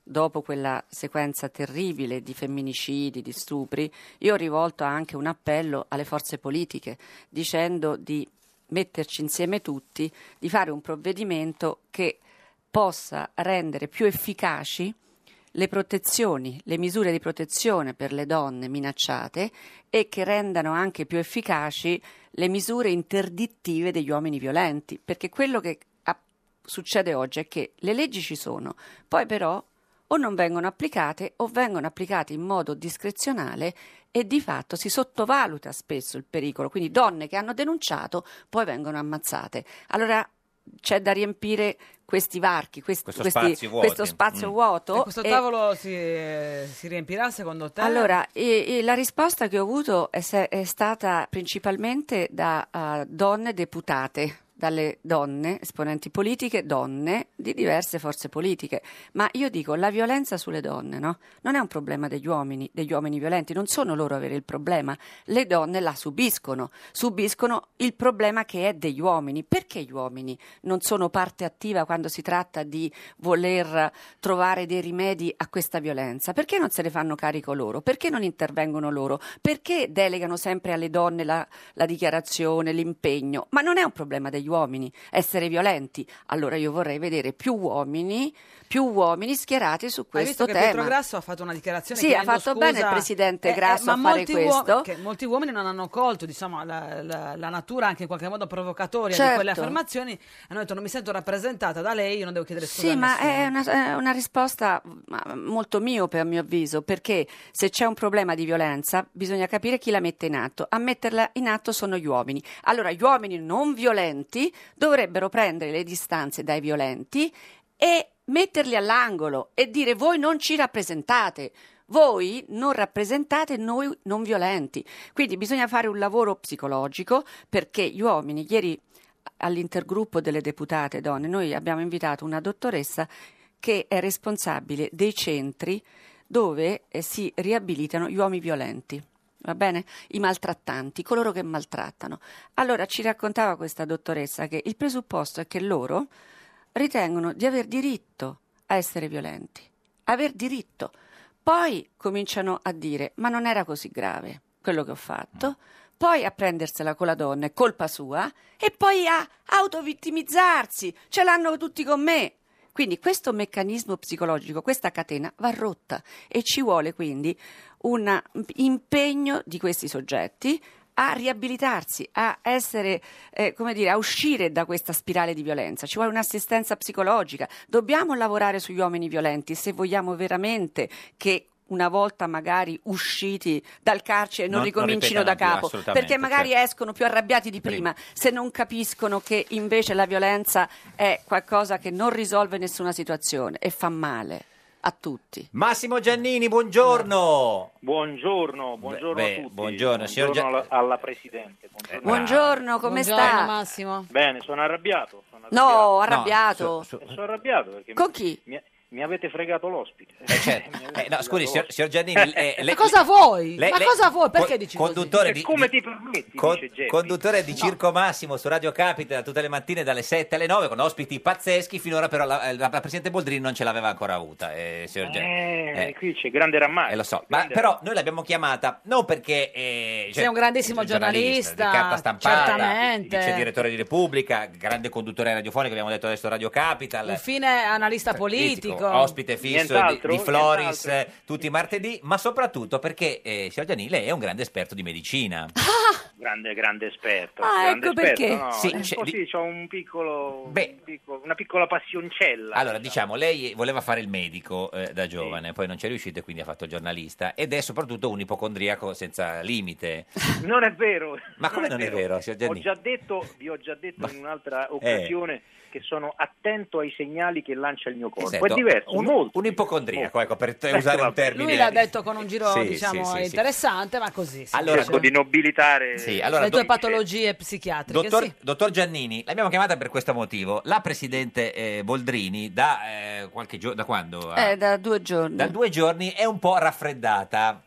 Speaker 13: dopo quella sequenza terribile di femminicidi, di stupri, io ho rivolto anche un appello alle forze politiche dicendo di metterci insieme tutti, di fare un provvedimento che possa rendere più efficaci le protezioni, le misure di protezione per le donne minacciate e che rendano anche più efficaci le misure interdittive degli uomini violenti, perché quello che a- succede oggi è che le leggi ci sono, poi però o non vengono applicate o vengono applicate in modo discrezionale e di fatto si sottovaluta spesso il pericolo, quindi donne che hanno denunciato poi vengono ammazzate. Allora c'è da riempire questi varchi, questi-
Speaker 2: Questo
Speaker 13: questi-
Speaker 2: spazio vuoto.
Speaker 13: questo spazio
Speaker 2: Mm.
Speaker 13: vuoto.
Speaker 1: E questo
Speaker 13: e-
Speaker 1: tavolo si, eh, si riempirà secondo te?
Speaker 13: allora, e- e la risposta che ho avuto è, se- è stata principalmente da eh, donne deputate, dalle donne, esponenti politiche, donne di diverse forze politiche. Ma io dico, la violenza sulle donne no? non è un problema degli uomini, degli uomini violenti, non sono loro ad avere il problema, le donne la subiscono, subiscono il problema che è degli uomini. Perché gli uomini non sono parte attiva quando si tratta di voler trovare dei rimedi a questa violenza? Perché non se ne fanno carico loro? Perché non intervengono loro? Perché delegano sempre alle donne la, la dichiarazione, l'impegno? Ma non è un problema degli uomini essere violenti. Allora io vorrei vedere più uomini, più uomini schierati su
Speaker 1: Hai visto
Speaker 13: questo
Speaker 1: che
Speaker 13: tema.
Speaker 1: Pietro Grasso ha fatto una dichiarazione
Speaker 13: Sì,
Speaker 1: chiedendo
Speaker 13: ha fatto
Speaker 1: scusa-
Speaker 13: bene il presidente
Speaker 1: Eh, eh,
Speaker 13: Grasso
Speaker 1: ma
Speaker 13: a fare
Speaker 1: molti uo-
Speaker 13: questo.
Speaker 1: che molti uomini non hanno colto diciamo, la, la- la natura anche in qualche modo provocatoria di
Speaker 13: Certo.
Speaker 1: quelle affermazioni hanno detto non mi sento rappresentata da lei io non devo chiedere scusa
Speaker 13: Sì,
Speaker 1: a
Speaker 13: ma
Speaker 1: nessuno".
Speaker 13: è una, è una risposta ma, molto miope a mio avviso, perché se c'è un problema di violenza bisogna capire chi la mette in atto. A metterla in atto sono gli uomini. Allora, gli uomini non violenti dovrebbero prendere le distanze dai violenti e metterli all'angolo e dire voi non ci rappresentate. Voi non rappresentate noi non violenti. Quindi bisogna fare un lavoro psicologico perché gli uomini, ieri all'intergruppo delle deputate donne, noi abbiamo invitato una dottoressa che è responsabile dei centri dove eh, si riabilitano gli uomini violenti. Va bene? I maltrattanti, coloro che maltrattano. Allora ci raccontava questa dottoressa che il presupposto è che loro ritengono di aver diritto a essere violenti, aver diritto. Poi cominciano a dire: Ma non era così grave quello che ho fatto. Poi a prendersela con la donna è colpa sua e poi a autovittimizzarsi, ce l'hanno tutti con me. Quindi questo meccanismo psicologico, questa catena va rotta e ci vuole quindi un impegno di questi soggetti a riabilitarsi, a essere, eh, come dire, a uscire da questa spirale di violenza. Ci vuole un'assistenza psicologica. Dobbiamo lavorare sugli uomini violenti se vogliamo veramente che una volta magari usciti dal carcere non,
Speaker 2: Non- non
Speaker 13: ricomincino da
Speaker 2: ripetano più,
Speaker 13: capo,
Speaker 2: assolutamente,
Speaker 13: perché magari
Speaker 2: certo.
Speaker 13: escono più arrabbiati di prima, se non capiscono che invece la violenza è qualcosa che non risolve nessuna situazione e fa male a tutti.
Speaker 2: Massimo Giannini, buongiorno.
Speaker 19: Buongiorno, buongiorno
Speaker 2: Beh,
Speaker 19: a tutti.
Speaker 2: buongiorno, signor
Speaker 19: Buongiorno alla, alla Presidente. Buongiorno.
Speaker 13: Buongiorno, come sta?
Speaker 1: Massimo.
Speaker 19: Bene, sono arrabbiato. sono
Speaker 13: No, arrabbiato.
Speaker 19: Eh, sono arrabbiato perché
Speaker 13: Con chi?
Speaker 19: Mi, mi avete fregato l'ospite.
Speaker 2: Eh, no, scusi, signor, signor Giannini, eh,
Speaker 1: ma
Speaker 2: lei-
Speaker 1: cosa vuoi?
Speaker 2: lei-
Speaker 1: ma
Speaker 2: lei-
Speaker 1: cosa vuoi? Perché
Speaker 2: co-
Speaker 1: dici
Speaker 2: conduttore
Speaker 1: così?
Speaker 2: di- come ti
Speaker 19: permetti?
Speaker 2: Con- conduttore di Circo Massimo su Radio Capita tutte le mattine dalle 7 alle 9 con ospiti pazzeschi. Finora, però, la, la- la presidente Boldrini non ce l'aveva ancora avuta. eh, signor Giannini.
Speaker 19: Eh, qui c'è grande rammarico.
Speaker 2: Eh, lo so, ma però noi l'abbiamo chiamata non perché eh, cioè,
Speaker 1: Sei un grandissimo giornalista,
Speaker 2: di carta stampata,
Speaker 1: certamente.
Speaker 2: vice direttore di Repubblica, grande conduttore radiofonico, abbiamo detto adesso Radio Capital.
Speaker 1: Un fine analista
Speaker 2: politico,
Speaker 1: politico.
Speaker 2: Cioè, ospite fisso di,
Speaker 19: Nient'altro,
Speaker 2: di Floris eh, tutti i martedì, ma soprattutto perché eh, signor Giannini lei è un grande esperto di medicina.
Speaker 1: Ah!
Speaker 19: Grande, grande esperto.
Speaker 2: Ah,
Speaker 19: Certo, grande
Speaker 2: ecco
Speaker 19: esperto,
Speaker 2: perché.
Speaker 19: no?
Speaker 2: Sì,
Speaker 19: Eh,
Speaker 2: c'è-
Speaker 19: così c'ho un piccolo, un piccolo- una piccola passioncella.
Speaker 2: Allora, diciamo, lei voleva fare il medico eh, da giovane, poi non ci è riuscito e quindi ha fatto il giornalista ed è soprattutto un ipocondriaco senza limite.
Speaker 19: Non è vero.
Speaker 2: Ma come non è vero, signor
Speaker 19: Ho
Speaker 2: Giannini?
Speaker 19: già detto, vi ho già detto in un'altra occasione
Speaker 2: Eh.
Speaker 19: che sono attento ai segnali che lancia il mio corpo.
Speaker 2: Esatto,
Speaker 19: È diverso,
Speaker 2: un,
Speaker 19: molto.
Speaker 2: un ipocondriaco, ecco, per te-
Speaker 19: Ecco,
Speaker 2: usare un
Speaker 19: vabbè.
Speaker 2: termine.
Speaker 1: Lui l'ha detto con un giro
Speaker 2: Sì,
Speaker 1: diciamo
Speaker 2: sì, sì, sì.
Speaker 1: interessante, ma così. sì.
Speaker 2: Allora,
Speaker 19: Cerco di nobilitare
Speaker 2: Sì, allora,
Speaker 1: le tue
Speaker 2: do-
Speaker 1: patologie psichiatriche.
Speaker 2: Dottor,
Speaker 1: sì.
Speaker 2: dottor Giannini, l'abbiamo chiamata per questo motivo. La presidente eh, Boldrini, da eh, qualche giorno, eh.
Speaker 1: Eh,
Speaker 2: da quando?
Speaker 13: Eh, da due giorni.
Speaker 2: Da due giorni è un po' raffreddata.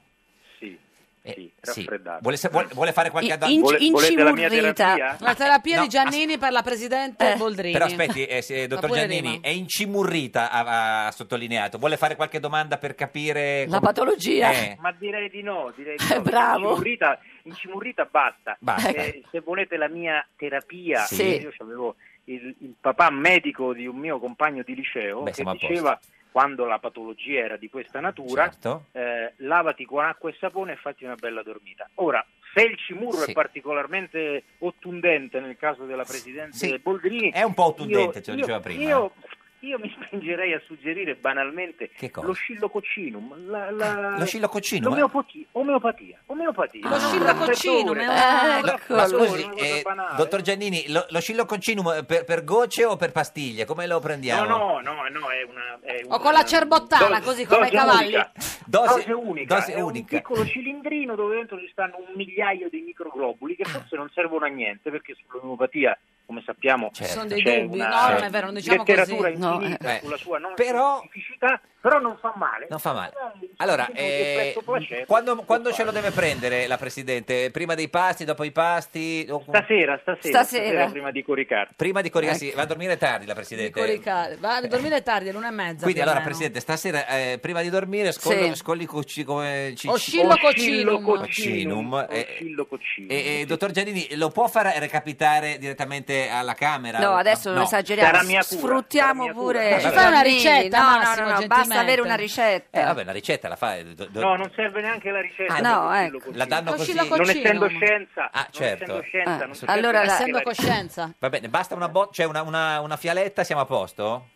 Speaker 19: Sì.
Speaker 2: Eh, sì,
Speaker 19: raffreddati.
Speaker 2: Vuole, se- vuole- vuole fare qualche
Speaker 19: In-
Speaker 2: adagio?
Speaker 19: in- Vole- in volete la mia
Speaker 1: Rita, la terapia di Giannini per la presidente Boldrini.
Speaker 2: Però aspetti, eh, se- dottor
Speaker 1: pure
Speaker 2: Giannini,
Speaker 1: rima.
Speaker 2: è incimurrita, ha, ha sottolineato. Vuole fare qualche domanda per capire...
Speaker 13: La patologia.
Speaker 2: Eh,
Speaker 19: Ma direi di no, direi di no.
Speaker 13: bravo.
Speaker 19: Incimurrita, incimurrita basta.
Speaker 2: Basta.
Speaker 19: Eh, se volete la mia terapia,
Speaker 2: Sì.
Speaker 19: io avevo il, il papà medico di un mio compagno di liceo
Speaker 2: Beh,
Speaker 19: che
Speaker 2: siamo a posto.
Speaker 19: diceva quando la patologia era di questa natura,
Speaker 2: Certo.
Speaker 19: eh, lavati con acqua e sapone e fatti una bella dormita. Ora, se il cimurro
Speaker 2: Sì.
Speaker 19: è particolarmente ottundente nel caso della Presidente
Speaker 2: Sì.
Speaker 19: Boldrini,
Speaker 2: È un po' ottundente,
Speaker 19: io-
Speaker 2: ce lo
Speaker 19: io-
Speaker 2: diceva prima.
Speaker 19: Io, io mi spingerei a suggerire banalmente
Speaker 2: cosa? Ah,
Speaker 19: lo scillococcinum, la, la-
Speaker 2: Lo scillococcinum, eh.
Speaker 19: l'omeopati- Eh, omeopatia, omeopatia.
Speaker 1: Lo
Speaker 19: Un
Speaker 1: scillococcinum,
Speaker 19: trattatore,
Speaker 1: eh,
Speaker 19: un
Speaker 2: No,
Speaker 19: trattatore,
Speaker 2: ma scusi,
Speaker 19: una cosa
Speaker 2: eh,
Speaker 19: Ecco, banale.
Speaker 2: dottor Giannini, lo, lo scilloconcinum per, per gocce o per pastiglie? Come lo prendiamo?
Speaker 19: No, no, no, no, è una... È
Speaker 1: O
Speaker 19: una-
Speaker 1: con la cerbottana,
Speaker 19: Dose-
Speaker 2: Eh.
Speaker 1: così come i
Speaker 19: dose
Speaker 1: cavalli.
Speaker 19: unica.
Speaker 2: Dose-
Speaker 19: Dose unica,
Speaker 2: dose
Speaker 19: è un
Speaker 2: unica.
Speaker 19: piccolo cilindrino dove dentro ci stanno un migliaio di microglobuli
Speaker 2: Ah.
Speaker 19: che forse non servono a niente perché sull'omeopatia, come sappiamo,
Speaker 1: Ci sono dei
Speaker 19: c'è
Speaker 1: dubbi,
Speaker 19: una
Speaker 1: no, non è vero, non diciamo
Speaker 19: letteratura
Speaker 1: così. No,
Speaker 19: infinita
Speaker 2: eh.
Speaker 19: sulla sua non
Speaker 2: Però-
Speaker 19: specificità, però non fa male.
Speaker 2: Non fa male.
Speaker 19: Eh,
Speaker 2: Allora,
Speaker 19: un
Speaker 2: eh,
Speaker 19: effetto placebo.
Speaker 2: quando, quando ce lo deve prendere la Presidente? Prima dei pasti, dopo i pasti? O-
Speaker 19: Stasera, stasera, stasera prima di coricare.
Speaker 2: Prima di coricarsi,
Speaker 1: Ecco.
Speaker 2: va a dormire tardi la Presidente.
Speaker 1: Coricare. Va a dormire tardi, l'una e mezza.
Speaker 2: Eh.
Speaker 1: più
Speaker 2: Quindi
Speaker 1: o
Speaker 2: allora,
Speaker 1: meno.
Speaker 2: Presidente, stasera eh, prima di dormire scollo,
Speaker 1: Sì.
Speaker 2: scolli cucci come... ci-
Speaker 1: Oscillococinum.
Speaker 2: Oscillococinum.
Speaker 19: Oscillococinum.
Speaker 2: E, e, dottor Giannini, lo può far recapitare direttamente alla Camera?
Speaker 13: No, adesso non
Speaker 2: No.
Speaker 13: esageriamo, sfruttiamo pure...
Speaker 2: Ci fai una
Speaker 13: Giannini.
Speaker 1: ricetta,
Speaker 13: No, no,
Speaker 1: Massimo,
Speaker 13: no, no, basta
Speaker 1: gentilmente.
Speaker 13: avere una ricetta.
Speaker 2: Eh, vabbè, la ricetta la fa... eh, do- do-
Speaker 19: No, non serve neanche la ricetta.
Speaker 2: Ah,
Speaker 19: per
Speaker 2: no,
Speaker 19: il
Speaker 2: ecco.
Speaker 19: oscillococcinum.
Speaker 2: La danno così.
Speaker 19: Non essendo
Speaker 2: Oscillococcinum.
Speaker 19: scienza,
Speaker 2: Ah, certo.
Speaker 19: non essendo scienza,
Speaker 2: Ah.
Speaker 19: non serve
Speaker 13: Allora,
Speaker 19: neanche
Speaker 1: Essendo
Speaker 19: la ricetta.
Speaker 1: coscienza.
Speaker 2: Va bene, basta una, bo- cioè una, una, una fialetta, siamo a posto?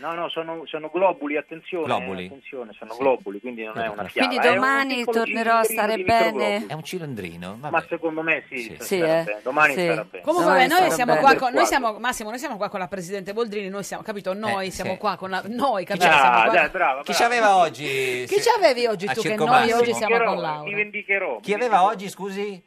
Speaker 19: No, no, sono, sono globuli, attenzione,
Speaker 2: Globuli.
Speaker 19: attenzione, sono
Speaker 2: Sì.
Speaker 19: globuli, quindi non è una
Speaker 2: Quindi
Speaker 19: fiaba.
Speaker 13: Quindi
Speaker 19: è un
Speaker 13: domani
Speaker 19: piccolo
Speaker 13: tornerò
Speaker 19: cilindrino
Speaker 13: a stare
Speaker 19: di
Speaker 13: bene.
Speaker 19: microglobuli.
Speaker 2: È un cilindrino, vabbè.
Speaker 19: Ma secondo me sì,
Speaker 2: Sì.
Speaker 19: sarà
Speaker 13: Sì,
Speaker 19: bene.
Speaker 13: eh.
Speaker 19: domani
Speaker 13: Sì.
Speaker 19: sarà bene.
Speaker 1: Comunque, vabbè,
Speaker 13: Domani
Speaker 1: noi
Speaker 13: sarà
Speaker 1: siamo
Speaker 13: bello.
Speaker 1: qua, con, noi
Speaker 13: Quadro.
Speaker 1: siamo, Massimo, noi siamo qua con la presidente Boldrini, noi siamo, capito? Noi
Speaker 2: Eh,
Speaker 1: siamo
Speaker 2: sì.
Speaker 1: qua con la, noi,
Speaker 2: Chi
Speaker 19: Ah,
Speaker 1: capito? Siamo qua-
Speaker 2: Chi c'aveva oggi?
Speaker 1: Chi ci avevi oggi tu che noi oggi siamo con
Speaker 19: Mi
Speaker 1: Laura?
Speaker 19: vendicherò.
Speaker 2: Chi aveva oggi, scusi?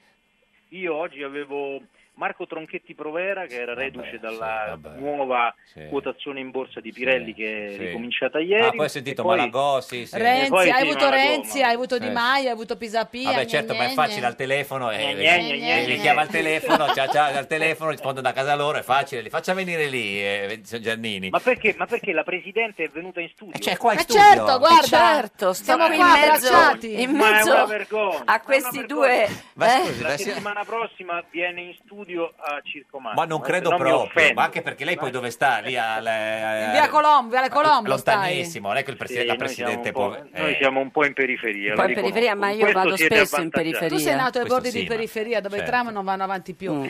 Speaker 19: Io oggi avevo Marco Tronchetti Provera che era reduce dalla
Speaker 2: vabbè.
Speaker 19: nuova
Speaker 2: Sì.
Speaker 19: quotazione in borsa di Pirelli che è
Speaker 2: sì.
Speaker 19: ricominciata ieri.
Speaker 2: Ah, poi ho sentito
Speaker 19: E poi-
Speaker 2: Malagò, sì, sì.
Speaker 19: E poi
Speaker 1: Renzi, hai
Speaker 19: sì,
Speaker 1: avuto
Speaker 19: Malagò,
Speaker 1: Renzi, hai avuto Di
Speaker 2: Eh.
Speaker 1: Maio, hai avuto Pisapia.
Speaker 2: Vabbè,
Speaker 1: gne,
Speaker 2: certo,
Speaker 1: gne,
Speaker 2: ma è facile
Speaker 1: gne.
Speaker 2: al telefono. eh,
Speaker 19: Eh, gne, gne,
Speaker 2: eh,
Speaker 19: gne,
Speaker 2: li
Speaker 19: gne.
Speaker 2: chiama al telefono, ciao, ciao, al telefono, rispondono da casa loro, è facile. Li faccia venire lì, eh, signor Giannini.
Speaker 19: Ma perché, ma perché la Presidente è venuta in studio?
Speaker 2: C'è Eh, cioè, qua in
Speaker 13: Eh,
Speaker 1: Ma
Speaker 2: studio.
Speaker 1: certo, guarda,
Speaker 13: certo,
Speaker 1: siamo
Speaker 13: stiamo qui in
Speaker 1: qua
Speaker 13: mezzo-
Speaker 1: abbracciati.
Speaker 13: in
Speaker 19: Ma è
Speaker 13: mezzo
Speaker 19: una vergogna,
Speaker 13: a questi due...
Speaker 2: Ma
Speaker 13: eh.
Speaker 2: scusi,
Speaker 19: La
Speaker 2: la signora-
Speaker 19: settimana prossima viene in studio a Circomando.
Speaker 2: ma non credo
Speaker 19: Adesso mi
Speaker 2: proprio,
Speaker 19: offendo.
Speaker 2: ma anche perché lei poi dove sta? Lì al... eh,
Speaker 1: In via Colombo, via Colombo stai.
Speaker 2: Lontanissimo, non è che il presidente, la
Speaker 19: Sì, noi siamo
Speaker 2: Presidente
Speaker 19: un po'-
Speaker 2: può...
Speaker 19: noi
Speaker 2: eh.
Speaker 19: siamo un po' in periferia.
Speaker 13: Un
Speaker 19: lo
Speaker 13: po' in
Speaker 19: riconosco.
Speaker 13: periferia, ma
Speaker 19: In
Speaker 13: io
Speaker 19: questo
Speaker 13: vado
Speaker 19: siete
Speaker 13: spesso in
Speaker 19: avvantaggiati.
Speaker 13: periferia. Mm.
Speaker 1: Tu sei nato ai
Speaker 2: Questo
Speaker 1: bordi
Speaker 2: sì,
Speaker 1: di
Speaker 2: ma-
Speaker 1: periferia dove
Speaker 2: certo.
Speaker 1: i tram non vanno avanti più.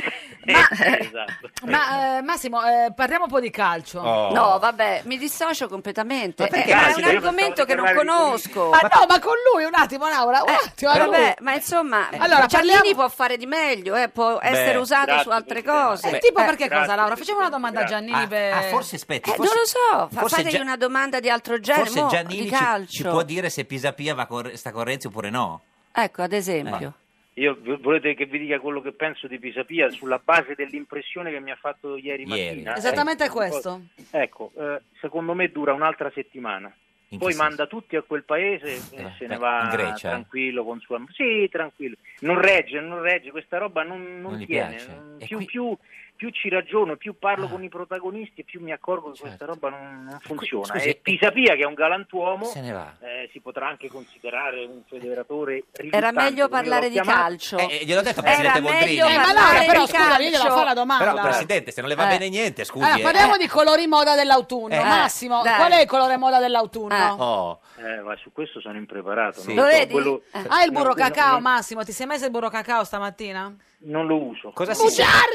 Speaker 19: Eh, esatto.
Speaker 1: Ma eh, Massimo, eh, parliamo un po' di calcio.
Speaker 2: Oh.
Speaker 13: No, vabbè, mi dissocio completamente.
Speaker 2: Ma perché?
Speaker 13: Eh, ma è
Speaker 2: Sì,
Speaker 13: un
Speaker 2: io
Speaker 13: argomento che non conosco.
Speaker 1: Ma no, ma con lui un attimo, Laura, un attimo.
Speaker 13: Vabbè,
Speaker 1: allora.
Speaker 13: Eh, ma insomma,
Speaker 1: Allora,
Speaker 13: Giannini
Speaker 1: parliamo-
Speaker 13: può fare di meglio, eh, può
Speaker 2: Beh,
Speaker 13: essere usato
Speaker 19: grazie,
Speaker 13: su altre
Speaker 19: Presidente.
Speaker 13: cose.
Speaker 1: Eh, tipo
Speaker 13: Eh,
Speaker 1: perché cosa,
Speaker 19: grazie,
Speaker 1: Laura? Facciamo una domanda a
Speaker 19: grazie.
Speaker 1: Giannini. per-
Speaker 2: Ah, forse aspetti,
Speaker 13: eh,
Speaker 2: forse-
Speaker 13: non lo so, fa-
Speaker 2: forse
Speaker 13: fategli
Speaker 2: Gia-
Speaker 13: una domanda di altro genere,
Speaker 2: Forse
Speaker 13: mo,
Speaker 2: Giannini
Speaker 13: di
Speaker 2: ci-
Speaker 13: calcio.
Speaker 2: Ci, può dire se Pisapia va con, sta con Renzi oppure no.
Speaker 13: Ecco, ad esempio.
Speaker 2: Eh.
Speaker 19: Io v- volete che vi dica quello che penso di Pisapia sulla base dell'impressione che mi ha fatto ieri,
Speaker 2: Ieri. Eh.
Speaker 19: mattina?
Speaker 1: Esattamente
Speaker 19: Ecco,
Speaker 1: questo.
Speaker 19: Ecco, eh, secondo me dura un'altra settimana.
Speaker 2: In che
Speaker 19: Poi
Speaker 2: senso?
Speaker 19: manda tutti a quel paese e
Speaker 2: Eh,
Speaker 19: se
Speaker 2: beh,
Speaker 19: ne va
Speaker 2: in Grecia?
Speaker 19: tranquillo con sua Sì, tranquillo. Non regge, non regge, questa roba non, non
Speaker 2: Non gli
Speaker 19: tiene.
Speaker 2: piace.
Speaker 19: Non-
Speaker 2: E
Speaker 19: Più,
Speaker 2: qui-
Speaker 19: più- più ci ragiono, più parlo
Speaker 2: Ah.
Speaker 19: con i protagonisti e più mi accorgo che
Speaker 2: Certo.
Speaker 19: questa roba non, non funziona.
Speaker 2: scusi,
Speaker 19: e Pisapia, che è un galantuomo,
Speaker 2: Se ne va.
Speaker 19: eh, si potrà anche considerare un federatore
Speaker 13: Era
Speaker 19: riluttante,
Speaker 13: meglio
Speaker 19: come
Speaker 13: parlare
Speaker 19: l'ho
Speaker 13: di
Speaker 19: chiamato.
Speaker 13: calcio.
Speaker 2: Eh, eh, gliel'ho detto,
Speaker 13: Era
Speaker 2: Presidente
Speaker 13: meglio
Speaker 2: Boldrini.
Speaker 1: Eh, ma
Speaker 13: parlare
Speaker 1: Laura, però
Speaker 13: di
Speaker 1: scusa, io gliela
Speaker 13: calcio.
Speaker 1: fa la domanda.
Speaker 2: Però, Presidente, se non le va
Speaker 13: Eh.
Speaker 2: bene niente, scusi.
Speaker 1: Allora,
Speaker 2: eh.
Speaker 1: parliamo di colori moda dell'autunno.
Speaker 2: Eh.
Speaker 1: Massimo,
Speaker 13: Dai.
Speaker 1: qual è il colore moda dell'autunno?
Speaker 2: Oh,
Speaker 19: Eh, ma su questo sono impreparato.
Speaker 2: Sì.
Speaker 19: non
Speaker 13: Lo
Speaker 19: so,
Speaker 13: vedi?
Speaker 19: quello-
Speaker 13: Eh.
Speaker 1: Ah, il burro
Speaker 19: no,
Speaker 1: cacao,
Speaker 19: non-
Speaker 1: Massimo. Ti sei messo il burro cacao stamattina?
Speaker 19: Non lo uso.
Speaker 2: cosa si,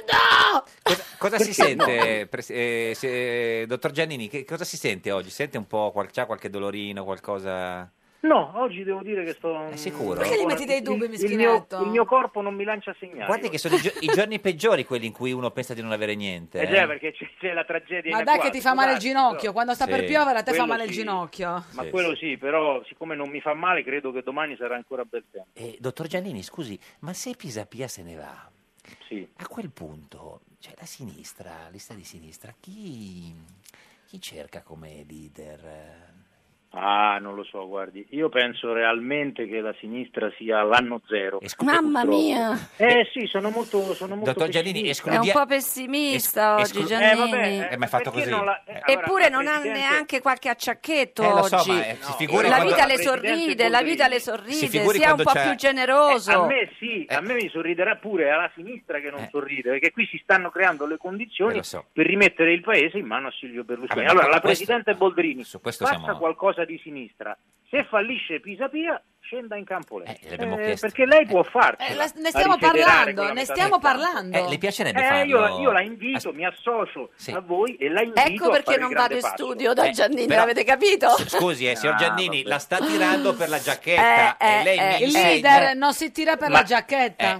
Speaker 1: Bugiardo!
Speaker 2: cosa- cosa si
Speaker 19: Perché no?
Speaker 2: sente, pres- eh, se- eh, dottor Giannini? Che, cosa si sente oggi? Sente un po', qual- c'ha qualche dolorino, qualcosa...
Speaker 19: Eh, No, oggi devo dire che sto...
Speaker 2: È sicuro?
Speaker 1: Perché gli metti dei dubbi,
Speaker 19: Il-
Speaker 1: mischinetto?
Speaker 19: Il mio, il mio corpo non mi lancia segnali.
Speaker 2: Guardi che sono i, gio- i giorni peggiori quelli in cui uno pensa di non avere niente.
Speaker 19: Eh già, perché c'è, c'è la tragedia
Speaker 1: Ma dai
Speaker 19: in
Speaker 1: che
Speaker 19: agguato,
Speaker 1: ti fa male il
Speaker 19: guardi,
Speaker 1: ginocchio.
Speaker 19: però-
Speaker 1: Quando sta per
Speaker 2: Sì.
Speaker 1: piovere a te fa
Speaker 19: Quello
Speaker 1: male il
Speaker 19: sì.
Speaker 1: ginocchio.
Speaker 19: Ma
Speaker 2: Sì,
Speaker 19: quello
Speaker 2: sì.
Speaker 19: sì, però siccome non mi fa male, credo che domani sarà ancora bel tempo.
Speaker 2: Eh, dottor Giannini, scusi, ma se Pisapia se ne va,
Speaker 19: Sì.
Speaker 2: a quel punto, cioè la sinistra, la lista di sinistra, chi, chi cerca come leader?
Speaker 19: Ah, non lo so, guardi, io penso realmente che la sinistra sia l'anno zero.
Speaker 2: Eh,
Speaker 13: Mamma
Speaker 19: purtroppo.
Speaker 13: mia!
Speaker 19: Eh sì, sono molto, sono molto
Speaker 2: Dottor Giannini,
Speaker 19: pessimista.
Speaker 13: È un po' pessimista
Speaker 2: esclu-
Speaker 13: oggi,
Speaker 2: Eh,
Speaker 13: Giannini.
Speaker 2: vabbè, eh, ma è fatto
Speaker 19: perché
Speaker 2: così.
Speaker 19: non la-
Speaker 2: Eh,
Speaker 13: Eppure non ha
Speaker 19: Presidente-
Speaker 13: neanche qualche acciacchetto
Speaker 2: Eh, lo so,
Speaker 13: oggi.
Speaker 2: ma, eh, si figuri
Speaker 13: la
Speaker 2: quando-
Speaker 13: vita le
Speaker 19: Presidente
Speaker 13: sorride, la
Speaker 19: Boldrini.
Speaker 13: vita le sorride,
Speaker 2: figuri
Speaker 13: sia un
Speaker 2: quando
Speaker 13: po'
Speaker 2: c'è-
Speaker 13: più generoso.
Speaker 19: Eh, a me sì, a me mi sorriderà pure alla sinistra che non
Speaker 2: Eh.
Speaker 19: sorride, perché qui si stanno creando le condizioni per rimettere il paese in mano a Silvio Berlusconi.
Speaker 2: Vabbè, ma
Speaker 19: allora,
Speaker 2: que-
Speaker 19: la
Speaker 2: questo-
Speaker 19: Presidente Boldrini
Speaker 2: questo
Speaker 19: faccia
Speaker 2: siamo-
Speaker 19: qualcosa di sinistra. Se fallisce Pisa Pia, scenda in campo lei.
Speaker 2: l'abbiamo
Speaker 19: Eh,
Speaker 2: chiesto.
Speaker 19: perché lei può farcela.
Speaker 1: Eh, la- ne
Speaker 19: a
Speaker 1: stiamo
Speaker 19: rigenerare
Speaker 1: parlando,
Speaker 19: quella
Speaker 1: ne
Speaker 19: metà
Speaker 1: stiamo
Speaker 19: del campo.
Speaker 1: parlando.
Speaker 2: Eh, le piacerebbe
Speaker 19: Eh,
Speaker 2: farlo?
Speaker 19: io, la- io la invito, mi associo a voi e la invito
Speaker 13: Ecco
Speaker 19: a
Speaker 13: perché
Speaker 19: fare
Speaker 13: non
Speaker 19: il
Speaker 13: vado
Speaker 19: grande
Speaker 13: in
Speaker 19: passo.
Speaker 13: studio da
Speaker 2: Eh,
Speaker 13: Giannini,
Speaker 2: però-
Speaker 13: l'avete capito?
Speaker 2: Scusi, eh, signor
Speaker 19: Ah,
Speaker 2: Giannini,
Speaker 19: vabbè.
Speaker 2: la sta tirando per la giacchetta
Speaker 13: Eh,
Speaker 2: e lei
Speaker 13: eh,
Speaker 2: mi
Speaker 1: Il
Speaker 2: insegna-
Speaker 1: leader non si tira per
Speaker 19: Ma-
Speaker 1: la
Speaker 2: eh,
Speaker 1: giacchetta.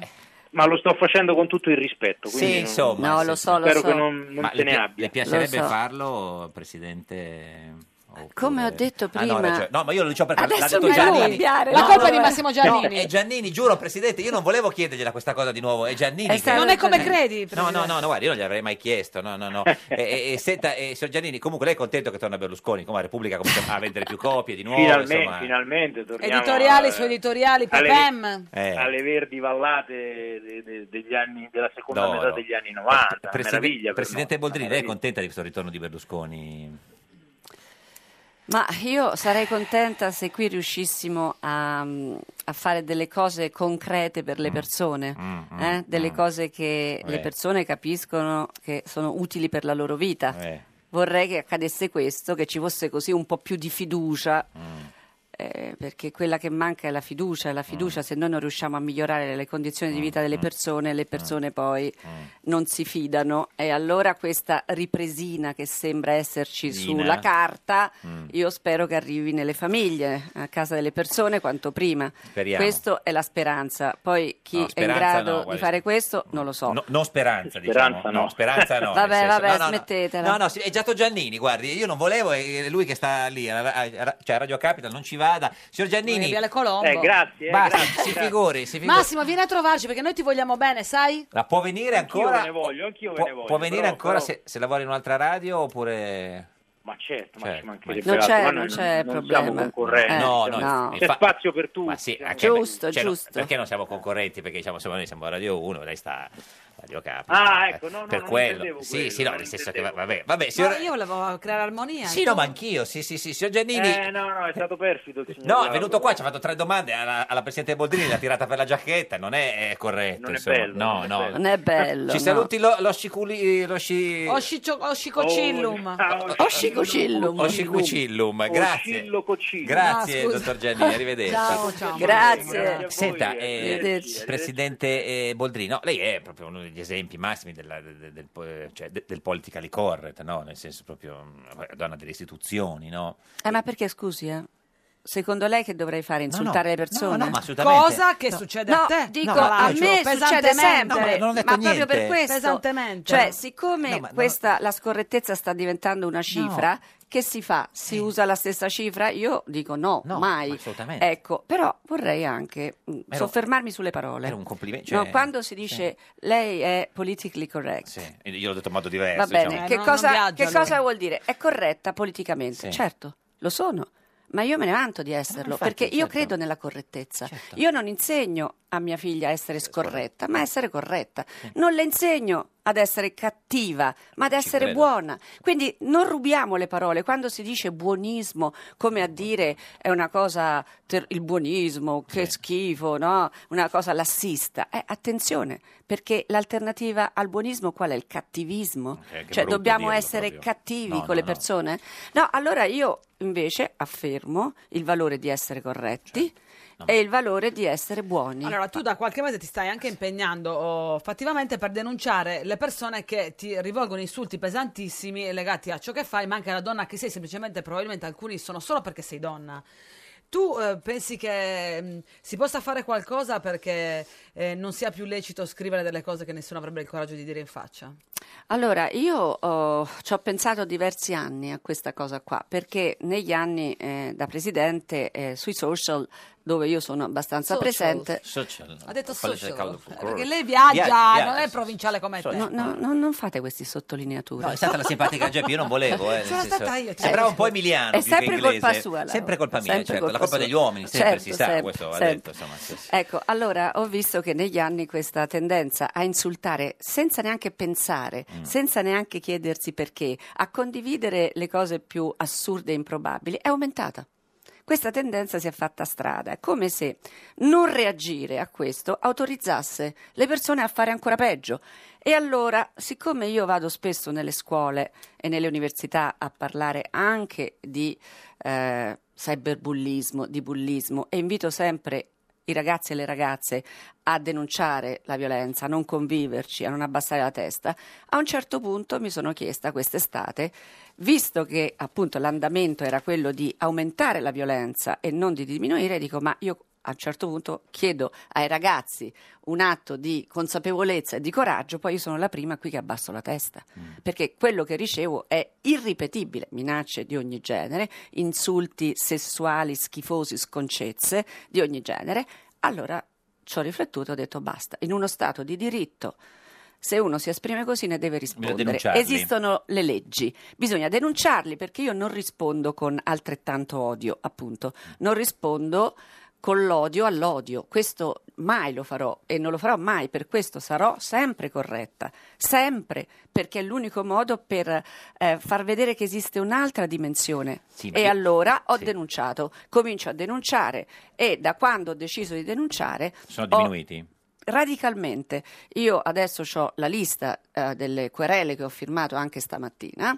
Speaker 19: Ma lo sto facendo con tutto il rispetto.
Speaker 2: Sì,
Speaker 19: Quindi non-
Speaker 2: insomma, sì, sì.
Speaker 19: Spero che non, non
Speaker 2: Ma
Speaker 19: se
Speaker 2: le
Speaker 19: ne
Speaker 2: pi-
Speaker 19: abbia.
Speaker 2: Le piacerebbe
Speaker 13: Lo so.
Speaker 2: farlo, Presidente?
Speaker 13: Come ho detto
Speaker 2: Ah, no,
Speaker 13: prima,
Speaker 2: ragione. no, ma io lo dicevo perché l'ha
Speaker 13: Adesso
Speaker 2: detto
Speaker 13: mi fa
Speaker 2: Giannini.
Speaker 13: arrabbiare,
Speaker 1: La
Speaker 13: no,
Speaker 1: colpa è di
Speaker 13: vabbè.
Speaker 1: Massimo Giannini.
Speaker 2: No, eh. è Giannini, giuro, Presidente, io non volevo chiedergliela questa cosa di nuovo, è Giannini.
Speaker 1: È
Speaker 2: che-
Speaker 1: stato Non è come Giannini. credi,
Speaker 2: No, no,
Speaker 1: Presidente.
Speaker 2: no, no, guarda, io non gliel'avrei mai chiesto, no, no, no. E, e- e senta, eh, signor Giannini, comunque lei è contento che torna Berlusconi, come la Repubblica comincia a vendere più copie di nuovo,
Speaker 19: Finalmente,
Speaker 2: insomma.
Speaker 19: finalmente torniamo
Speaker 1: Editoriali
Speaker 19: a-
Speaker 1: su editoriali,
Speaker 19: alle-
Speaker 1: Pepem.
Speaker 2: Eh.
Speaker 19: alle verdi vallate de- de- degli anni, della seconda
Speaker 2: No,
Speaker 19: metà
Speaker 2: no.
Speaker 19: degli anni 90. una
Speaker 2: Preside-
Speaker 19: meraviglia per
Speaker 2: Presidente
Speaker 19: noi,
Speaker 2: Boldrini,
Speaker 19: una
Speaker 2: lei è
Speaker 19: meraviglia.
Speaker 2: contenta di questo ritorno di Berlusconi?
Speaker 13: Ma io sarei contenta se qui riuscissimo a, a fare delle cose concrete per
Speaker 2: Mm.
Speaker 13: le persone, eh? delle cose che le
Speaker 2: Eh.
Speaker 13: persone capiscono che sono utili per la loro vita.
Speaker 2: Eh.
Speaker 13: Vorrei che accadesse questo, che ci fosse così un po' più di
Speaker 2: Mm.
Speaker 13: fiducia. eh, perché quella che manca è la fiducia, e la
Speaker 2: Mm.
Speaker 13: fiducia se noi non riusciamo a migliorare le condizioni di vita delle persone,
Speaker 2: mm,
Speaker 13: le persone poi non si fidano e allora questa ripresina che sembra esserci
Speaker 20: Nina.
Speaker 13: sulla carta
Speaker 2: Mm.
Speaker 13: io spero che arrivi nelle famiglie, a casa delle persone quanto prima.
Speaker 2: Speriamo.
Speaker 13: Questa è la speranza. Poi chi
Speaker 2: No,
Speaker 13: è in
Speaker 2: speranza
Speaker 13: grado
Speaker 2: no,
Speaker 13: di
Speaker 2: guarda,
Speaker 13: fare questo non lo so.
Speaker 2: No, non speranza,
Speaker 19: Speranza
Speaker 2: diciamo. No.
Speaker 19: no.
Speaker 2: speranza no.
Speaker 13: Vabbè,
Speaker 2: nel senso-
Speaker 13: vabbè,
Speaker 2: no, no, no.
Speaker 13: smettetela.
Speaker 2: No, no, sì, è Giato Giannini, guardi, io non volevo, è lui che sta lì, a- a- a- cioè a Radio Capital, non ci vada. Signor Giannini...
Speaker 1: Via Le Colombo.
Speaker 19: Eh, grazie, eh,
Speaker 2: Basta,
Speaker 19: grazie,
Speaker 2: si
Speaker 19: grazie.
Speaker 2: figuri, si figuri.
Speaker 1: Massimo, vieni a trovarci perché noi ti vogliamo bene, sai?
Speaker 2: La può venire
Speaker 19: Anch'io
Speaker 2: ancora...
Speaker 19: ve ne voglio, anch'io ve
Speaker 2: Può,
Speaker 19: ne voglio.
Speaker 2: può venire
Speaker 19: però-
Speaker 2: ancora
Speaker 19: però-
Speaker 2: se, se lavora in un'altra radio oppure...
Speaker 19: Ma certo, ma
Speaker 2: Cioè,
Speaker 19: ci mancherebbe
Speaker 13: Non
Speaker 19: altro,
Speaker 13: c'è-
Speaker 19: ma
Speaker 13: non
Speaker 19: noi
Speaker 13: c'è
Speaker 19: non
Speaker 13: problema.
Speaker 19: Siamo concorrenti,
Speaker 13: Eh,
Speaker 19: siamo-
Speaker 2: no, no,
Speaker 19: c'è
Speaker 2: infa-
Speaker 19: spazio per tutti.
Speaker 2: Ma sì,
Speaker 19: siamo-
Speaker 2: anche
Speaker 13: Giusto,
Speaker 2: cioè, no,
Speaker 13: giusto.
Speaker 2: perché non siamo concorrenti? Perché diciamo, insomma, noi siamo a Radio 1, lei sta a Radio Capital.
Speaker 19: Ah, ecco, no, no,
Speaker 2: per
Speaker 19: non
Speaker 2: quello.
Speaker 19: intendevo
Speaker 2: Sì,
Speaker 19: quello,
Speaker 2: sì, no,
Speaker 19: non
Speaker 2: nel senso che
Speaker 19: intendevo.
Speaker 2: vabbè, vabbè,
Speaker 1: Ma
Speaker 2: signor-
Speaker 1: io volevo creare armonia.
Speaker 2: Sì, no, ma anch'io, sì, sì, sì, signor Giannini.
Speaker 19: Eh, no, no, è stato perfido il signor
Speaker 2: No, è
Speaker 19: Lauro.
Speaker 2: venuto qua, ci ha fatto tre domande alla, alla Presidente Boldrini, l'ha tirata per la giacchetta, non è, è corretto.
Speaker 19: Non è
Speaker 2: insomma.
Speaker 19: bello, non
Speaker 2: No,
Speaker 19: è
Speaker 2: no.
Speaker 19: bello.
Speaker 13: Non è bello,
Speaker 2: Ci
Speaker 13: no.
Speaker 2: saluti lo, lo sciculi... Lo sci...
Speaker 1: Osciccio-
Speaker 19: Oh,
Speaker 1: Oscicocillum.
Speaker 13: Ah, Oscicocillum.
Speaker 2: Oscicocillum, grazie.
Speaker 19: Oscillo Coccillo.
Speaker 13: Ah,
Speaker 2: Grazie,
Speaker 1: No, scusa.
Speaker 2: dottor Giannini, arrivederci.
Speaker 1: Ciao, ciao.
Speaker 13: Grazie.
Speaker 2: Senta, eh,
Speaker 13: Arrivederci.
Speaker 2: Presidente eh, Boldrino, lei è proprio uno degli esempi massimi della- de- de- del, po- eh, cioè, de- del politically correct, no? nel senso proprio mm, donna delle istituzioni, no?
Speaker 13: Eh, ma perché scusi, eh? Secondo lei che dovrei fare? Insultare le persone?
Speaker 2: no, no, ma assolutamente.
Speaker 1: Cosa che succede a
Speaker 13: No,
Speaker 1: te.
Speaker 13: dico,
Speaker 1: No,
Speaker 13: a
Speaker 1: Angelo,
Speaker 13: me succede
Speaker 1: pesantemente. No,
Speaker 13: sempre,
Speaker 1: ma non ho
Speaker 13: ma,
Speaker 1: detto
Speaker 13: proprio per
Speaker 1: niente.
Speaker 13: questo.
Speaker 1: Pesantemente.
Speaker 13: Cioè, siccome
Speaker 1: No, ma non-
Speaker 13: questa, la scorrettezza sta diventando una cifra, che si fa? Si usa la stessa cifra? Io dico no, mai.
Speaker 2: ma assolutamente.
Speaker 13: Ecco, però vorrei anche mm,
Speaker 2: Era-
Speaker 13: soffermarmi sulle parole.
Speaker 2: Era un complimento. cioè-
Speaker 13: No, quando si dice lei è politically correct,
Speaker 2: Sì, eh, Io l'ho detto in modo diverso.
Speaker 13: Va bene,
Speaker 2: diciamo.
Speaker 13: che,
Speaker 1: no, non
Speaker 13: cosa,
Speaker 1: viaggia,
Speaker 13: che
Speaker 1: allora.
Speaker 13: cosa vuol dire? È corretta politicamente,
Speaker 2: Sì.
Speaker 13: certo, lo sono, ma io me ne vanto di esserlo,
Speaker 2: infatti,
Speaker 13: perché io
Speaker 2: certo.
Speaker 13: credo nella correttezza. Io non insegno a mia figlia a essere scorretta, ma a essere corretta. Non le insegno ad essere cattiva, ma ad essere
Speaker 20: credo.
Speaker 13: buona. Quindi non rubiamo le parole. Quando si dice buonismo, come a dire è una cosa, ter- il buonismo, che schifo, no? una cosa lassista, eh, attenzione, perché l'alternativa al buonismo qual è? Il cattivismo?
Speaker 20: Eh, che
Speaker 13: cioè
Speaker 20: brutto
Speaker 13: dobbiamo
Speaker 20: dirlo
Speaker 13: essere
Speaker 20: proprio.
Speaker 13: cattivi
Speaker 20: No,
Speaker 13: con
Speaker 20: no,
Speaker 13: le
Speaker 20: no.
Speaker 13: persone? No, allora io invece affermo il valore di essere corretti
Speaker 20: Cioè,
Speaker 13: e il valore di essere buoni.
Speaker 1: Allora, tu da qualche mese ti stai anche impegnando oh, fattivamente per denunciare le persone che ti rivolgono insulti pesantissimi legati a ciò che fai, ma anche alla donna che sei, semplicemente probabilmente alcuni sono solo perché sei donna. Tu eh, pensi che mh, si possa fare qualcosa perché eh, non sia più lecito scrivere delle cose che nessuno avrebbe il coraggio di dire in faccia?
Speaker 13: Allora, io ho- ci ho pensato diversi anni a questa cosa qua, perché negli anni eh, da presidente eh, sui social, dove io sono abbastanza
Speaker 1: Social.
Speaker 13: presente,
Speaker 2: Social.
Speaker 1: Ha detto
Speaker 2: Quale c'è il
Speaker 1: social.
Speaker 2: caldo
Speaker 1: Eh,
Speaker 2: fuori?
Speaker 1: Perché lei viaggia,
Speaker 2: Viaggia,
Speaker 1: non è provinciale come te.
Speaker 13: No, no, no, non fate queste sottolineature.
Speaker 2: No, è stata la simpatica Geppi, io non volevo. Eh, nel
Speaker 13: Sono
Speaker 2: senso-
Speaker 13: stata io, cioè.
Speaker 2: Sembrava un po' emiliano.
Speaker 13: È
Speaker 2: più che
Speaker 13: sempre colpa
Speaker 2: inglese.
Speaker 13: sua, Laura.
Speaker 2: Sempre colpa mia,
Speaker 13: Sempre
Speaker 2: certo.
Speaker 13: colpa
Speaker 2: la colpa
Speaker 13: sua.
Speaker 2: degli uomini, sempre
Speaker 13: Certo,
Speaker 2: si sa,
Speaker 13: sempre,
Speaker 2: questo ha
Speaker 13: sempre.
Speaker 2: detto. Insomma, sì, sì.
Speaker 13: Ecco, allora ho visto che negli anni questa tendenza a insultare senza neanche pensare, senza neanche chiedersi perché, a condividere le cose più assurde e improbabili è aumentata. Questa tendenza si è fatta strada, è come se non reagire a questo autorizzasse le persone a fare ancora peggio. E allora, siccome io vado spesso nelle scuole e nelle università a parlare anche di eh, cyberbullismo, di bullismo, e invito sempre i ragazzi e le ragazze a denunciare la violenza, a non conviverci, a non abbassare la testa, a un certo punto mi sono chiesta quest'estate, visto che appunto l'andamento era quello di aumentare la violenza e non di diminuire, dico ma io a un certo punto chiedo ai ragazzi un atto di consapevolezza e di coraggio, poi io sono la prima qui che abbasso la testa, perché quello che ricevo è irripetibile, minacce di ogni genere, insulti sessuali, schifosi, sconcezze di ogni genere. Allora ci ho riflettuto e ho detto basta, in uno Stato di diritto se uno si esprime così ne deve rispondere.
Speaker 20: denunciarli.
Speaker 13: Esistono le leggi, bisogna denunciarli perché io non rispondo con altrettanto odio, appunto, non rispondo con l'odio all'odio. Questo mai lo farò e non lo farò mai, per questo sarò sempre corretta, sempre, perché è l'unico modo per eh, far vedere che esiste un'altra dimensione.
Speaker 20: Sì,
Speaker 13: e
Speaker 20: ma-
Speaker 13: allora ho denunciato, comincio a denunciare e da quando ho deciso di denunciare
Speaker 2: Sono
Speaker 1: Oh,
Speaker 13: ho
Speaker 2: diminuiti?
Speaker 13: radicalmente. Io adesso ho la lista eh, delle querele che ho firmato anche stamattina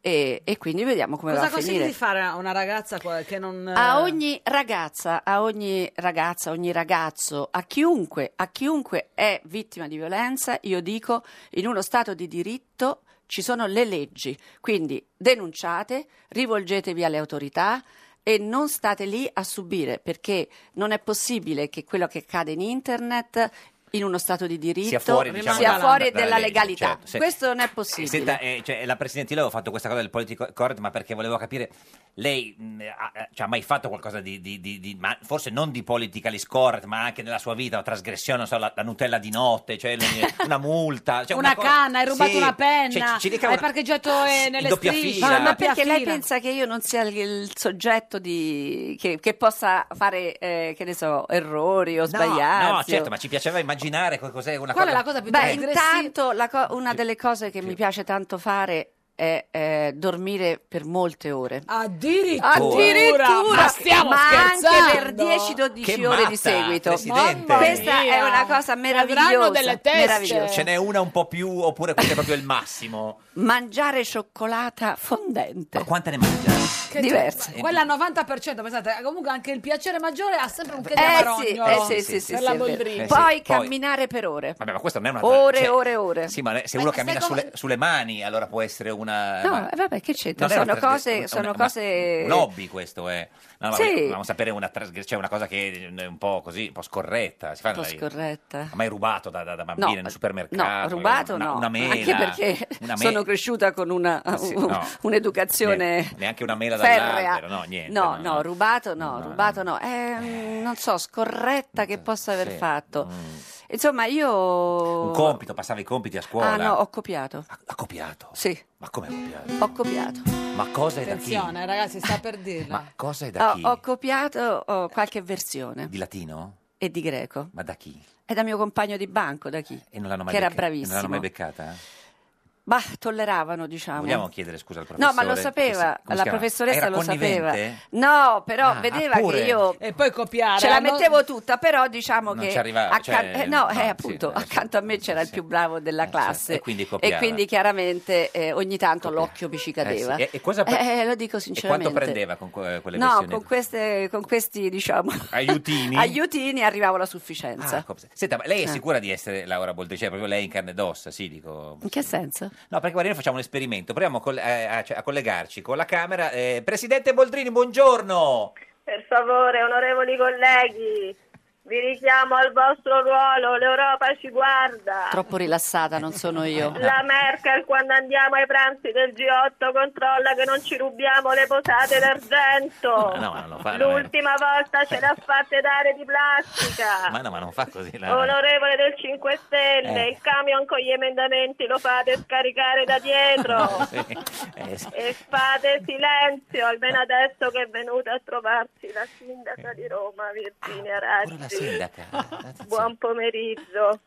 Speaker 13: e, e quindi vediamo come
Speaker 1: Cosa
Speaker 13: va a
Speaker 1: consigli
Speaker 13: finire.
Speaker 1: di fare a una ragazza qua- che non...
Speaker 13: A
Speaker 1: eh,
Speaker 13: ogni ragazza, a ogni ragazza, a ogni ragazzo, a chiunque, a chiunque è vittima di violenza, io dico in uno stato di diritto ci sono le leggi, quindi denunciate, rivolgetevi alle autorità e non state lì a subire perché non è possibile che quello che accade in internet in uno stato di diritto
Speaker 2: Sia fuori, diciamo,
Speaker 13: sia
Speaker 2: dalla-
Speaker 13: fuori
Speaker 2: dalla
Speaker 13: della
Speaker 2: legge,
Speaker 13: legalità.
Speaker 2: certo, sì.
Speaker 13: Questo non è possibile.
Speaker 2: Senta, eh, cioè, la Presidente, io avevo fatto questa cosa del politico correct, ma perché volevo capire, lei mh, ha, ha- cioè, ha mai fatto qualcosa di, di- di- di- ma forse non di politically correct, ma anche nella sua vita, una trasgressione, non so, la, la Nutella di notte, cioè, l- una multa. cioè,
Speaker 1: una
Speaker 2: cosa-
Speaker 1: canna, hai rubato
Speaker 2: Sì,
Speaker 1: una penna,
Speaker 2: cioè, ci- ci dica
Speaker 1: hai
Speaker 2: una-
Speaker 1: parcheggiato eh, nelle
Speaker 2: doppia
Speaker 1: strisce.
Speaker 2: fila. Ma- ma
Speaker 13: perché lei
Speaker 1: fila.
Speaker 13: pensa che io non sia il- il soggetto di, che, che possa fare, eh, che ne so, errori o sbagliarsi?
Speaker 2: No, certo,
Speaker 13: o-
Speaker 2: ma ci piaceva immaginare co- cos'è una
Speaker 13: Qual è
Speaker 2: cosa...
Speaker 13: la cosa più
Speaker 2: Eh,
Speaker 13: Beh, intanto la co- una delle cose che mi piace tanto fare è eh, dormire per molte ore.
Speaker 1: Addirittura,
Speaker 13: Addirittura!
Speaker 1: ma stiamo
Speaker 13: Ma
Speaker 1: scherzando?
Speaker 13: anche per 10-12
Speaker 2: Che
Speaker 13: ore
Speaker 2: matta,
Speaker 13: di seguito.
Speaker 2: Presidente.
Speaker 13: Questa
Speaker 1: Mamma
Speaker 13: è
Speaker 1: mia.
Speaker 13: una cosa meravigliosa.
Speaker 1: Avranno delle teste.
Speaker 13: meravigliosa.
Speaker 2: Ce n'è una un po' più, oppure questo è proprio il massimo?
Speaker 13: Mangiare cioccolata fondente. Ma
Speaker 2: quanta ne mangia?
Speaker 1: Che-
Speaker 13: Diverse.
Speaker 1: ma Quella 90%, pensate, comunque anche il piacere maggiore ha sempre un che
Speaker 13: Eh sì,
Speaker 1: amarognolo.
Speaker 13: eh sì, sì, sì,
Speaker 1: per
Speaker 13: sì,
Speaker 1: la
Speaker 13: è vero.
Speaker 1: Boldrini.
Speaker 2: Eh sì,
Speaker 13: Poi
Speaker 2: poi-
Speaker 13: camminare per ore.
Speaker 2: Vabbè, ma questa non è una...
Speaker 13: Ore,
Speaker 2: cioè-
Speaker 13: ore, ore.
Speaker 2: Sì, ma se uno
Speaker 13: Beh,
Speaker 2: cammina
Speaker 13: sai come-
Speaker 2: sulle, sulle mani, allora può essere una...
Speaker 13: No,
Speaker 2: ma-
Speaker 13: eh, vabbè, che c'entra?
Speaker 2: Non è una
Speaker 13: Sono
Speaker 2: trasgress-
Speaker 13: cose,
Speaker 2: un-
Speaker 13: sono
Speaker 2: una-
Speaker 13: cose...
Speaker 2: Un hobby questo è. No, ma
Speaker 13: Sì.
Speaker 2: volevamo sapere una trasgressione, cioè una cosa che è un po' così, un po' scorretta. Si fa
Speaker 13: Un po'
Speaker 2: nella-
Speaker 13: scorretta.
Speaker 2: Ha mai rubato da, da, da bambina in un supermercato?
Speaker 13: No, rubato
Speaker 2: una,
Speaker 13: no.
Speaker 2: Una mela.
Speaker 13: Anche perché
Speaker 2: una mela-
Speaker 13: sono cresciuta con una,
Speaker 2: Sì,
Speaker 13: un-
Speaker 2: no.
Speaker 13: un'educazione
Speaker 2: Neanche una mela
Speaker 13: ferrea.
Speaker 2: dall'albero, no, niente.
Speaker 13: No, no, rubato no, rubato no. Eh, non so, scorretta che possa aver
Speaker 2: Eh, sì. Mm.
Speaker 13: fatto. Insomma, io...
Speaker 2: Un compito, passava i compiti a scuola.
Speaker 13: Ah no, ho copiato.
Speaker 2: Ha copiato?
Speaker 13: Sì.
Speaker 2: Ma come ha copiato?
Speaker 13: Ho copiato.
Speaker 2: Ma cosa è da chi?
Speaker 1: Attenzione, ragazzi, sta per dirla.
Speaker 2: Ma cosa è da
Speaker 13: Ho,
Speaker 2: chi?
Speaker 13: Oh, ho copiato oh, qualche versione.
Speaker 2: Di latino?
Speaker 13: E di greco.
Speaker 2: Ma da chi?
Speaker 13: È da mio compagno di banco, da chi?
Speaker 2: E non l'hanno mai
Speaker 13: Che era
Speaker 2: becca- e Non l'hanno mai
Speaker 13: bravissimo.
Speaker 2: beccata?
Speaker 13: Bah, tolleravano, diciamo.
Speaker 2: Vogliamo chiedere scusa al
Speaker 13: No,
Speaker 2: professore?
Speaker 13: ma lo sapeva,
Speaker 2: Che si- come si
Speaker 13: la
Speaker 2: chiama?
Speaker 13: professoressa
Speaker 2: Era
Speaker 13: lo sapeva.
Speaker 2: connivente?
Speaker 13: No, però
Speaker 2: Ah,
Speaker 13: vedeva
Speaker 2: pure?
Speaker 13: che io
Speaker 1: E poi copiare.
Speaker 13: ce la
Speaker 1: no?
Speaker 13: mettevo tutta, però diciamo
Speaker 2: Non
Speaker 13: che
Speaker 2: ci arrivava,
Speaker 13: accan-
Speaker 2: cioè,
Speaker 13: eh, no,
Speaker 2: no,
Speaker 13: eh,
Speaker 2: sì,
Speaker 13: appunto, accanto a me c'era il più bravo della classe.
Speaker 2: Eh, e quindi copiava.
Speaker 13: quindi chiaramente eh, ogni tanto l'occhio mi ci cadeva.
Speaker 2: Eh sì, e- e cosa pre-
Speaker 13: Eh, lo dico
Speaker 2: E quanto
Speaker 13: sinceramente.
Speaker 2: prendeva con que- eh, quelle
Speaker 13: No,
Speaker 2: versioni?
Speaker 13: con, queste, con questi, diciamo,
Speaker 2: Aiutini?
Speaker 13: aiutini arrivavo alla sufficienza.
Speaker 2: Ah, com- Senta, ma lei è
Speaker 13: Eh.
Speaker 2: sicura di essere Laura Boldrini? Cioè, proprio lei in carne ed ossa, sì, dico...
Speaker 13: In che senso?
Speaker 2: No, perché guarda, noi facciamo un esperimento. Proviamo a coll- eh, a, cioè, a collegarci con la Camera. Eh, Presidente Boldrini, buongiorno!
Speaker 21: Per favore, onorevoli colleghi,
Speaker 20: Vi richiamo al vostro ruolo, l'Europa ci guarda.
Speaker 13: Troppo rilassata, non sono io.
Speaker 20: La Merkel quando andiamo ai pranzi del G8 controlla che non ci rubiamo le posate d'argento.
Speaker 2: No, ma non fa-
Speaker 20: L'ultima volta ce l'ha fatte dare di plastica.
Speaker 2: Ma no, ma non fa così. la-
Speaker 20: Oh, Onorevole del 5 Stelle,
Speaker 2: Eh.
Speaker 20: il camion con gli emendamenti lo fate scaricare da dietro.
Speaker 2: Sì, eh, sì.
Speaker 20: E fate silenzio, almeno adesso che è venuta a trovarsi la sindaca di Roma, Virginia
Speaker 2: Ah, La
Speaker 20: Raggi.
Speaker 2: sindaca. Ah,
Speaker 20: Buon pomeriggio.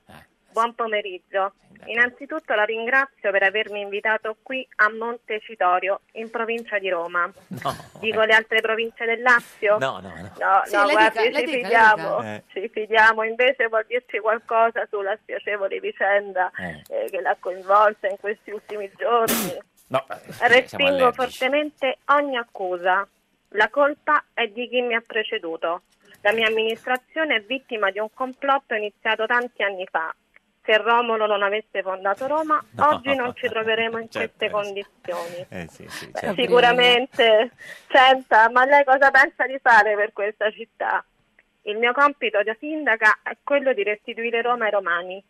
Speaker 20: Buon pomeriggio. Innanzitutto la ringrazio per avermi invitato qui a Montecitorio, in provincia di Roma.
Speaker 2: No.
Speaker 20: Dico le altre province del Lazio?
Speaker 2: No, no, no.
Speaker 20: No,
Speaker 2: Sì,
Speaker 20: no,
Speaker 2: la
Speaker 20: guardi,
Speaker 2: dica, la
Speaker 20: ci
Speaker 2: dica, la
Speaker 20: fidiamo,
Speaker 2: dica. Eh.
Speaker 20: ci fidiamo, invece vuol dirci qualcosa sulla spiacevole vicenda
Speaker 2: Eh.
Speaker 20: eh, che l'ha coinvolta in questi ultimi giorni.
Speaker 2: No, eh, siamo
Speaker 20: Respingo
Speaker 2: allergici.
Speaker 20: fortemente ogni accusa. La colpa è di chi mi ha preceduto. La mia amministrazione è vittima di un complotto iniziato tanti anni fa. Se Romolo non avesse fondato Roma,
Speaker 2: No.
Speaker 20: oggi non ci troveremo in
Speaker 2: Certo.
Speaker 20: queste condizioni.
Speaker 2: Eh, sì, sì,
Speaker 20: Beh,
Speaker 2: certo.
Speaker 20: Sicuramente. Senta, ma lei cosa pensa di fare per questa città? Il mio compito da sindaca è quello di restituire Roma ai romani.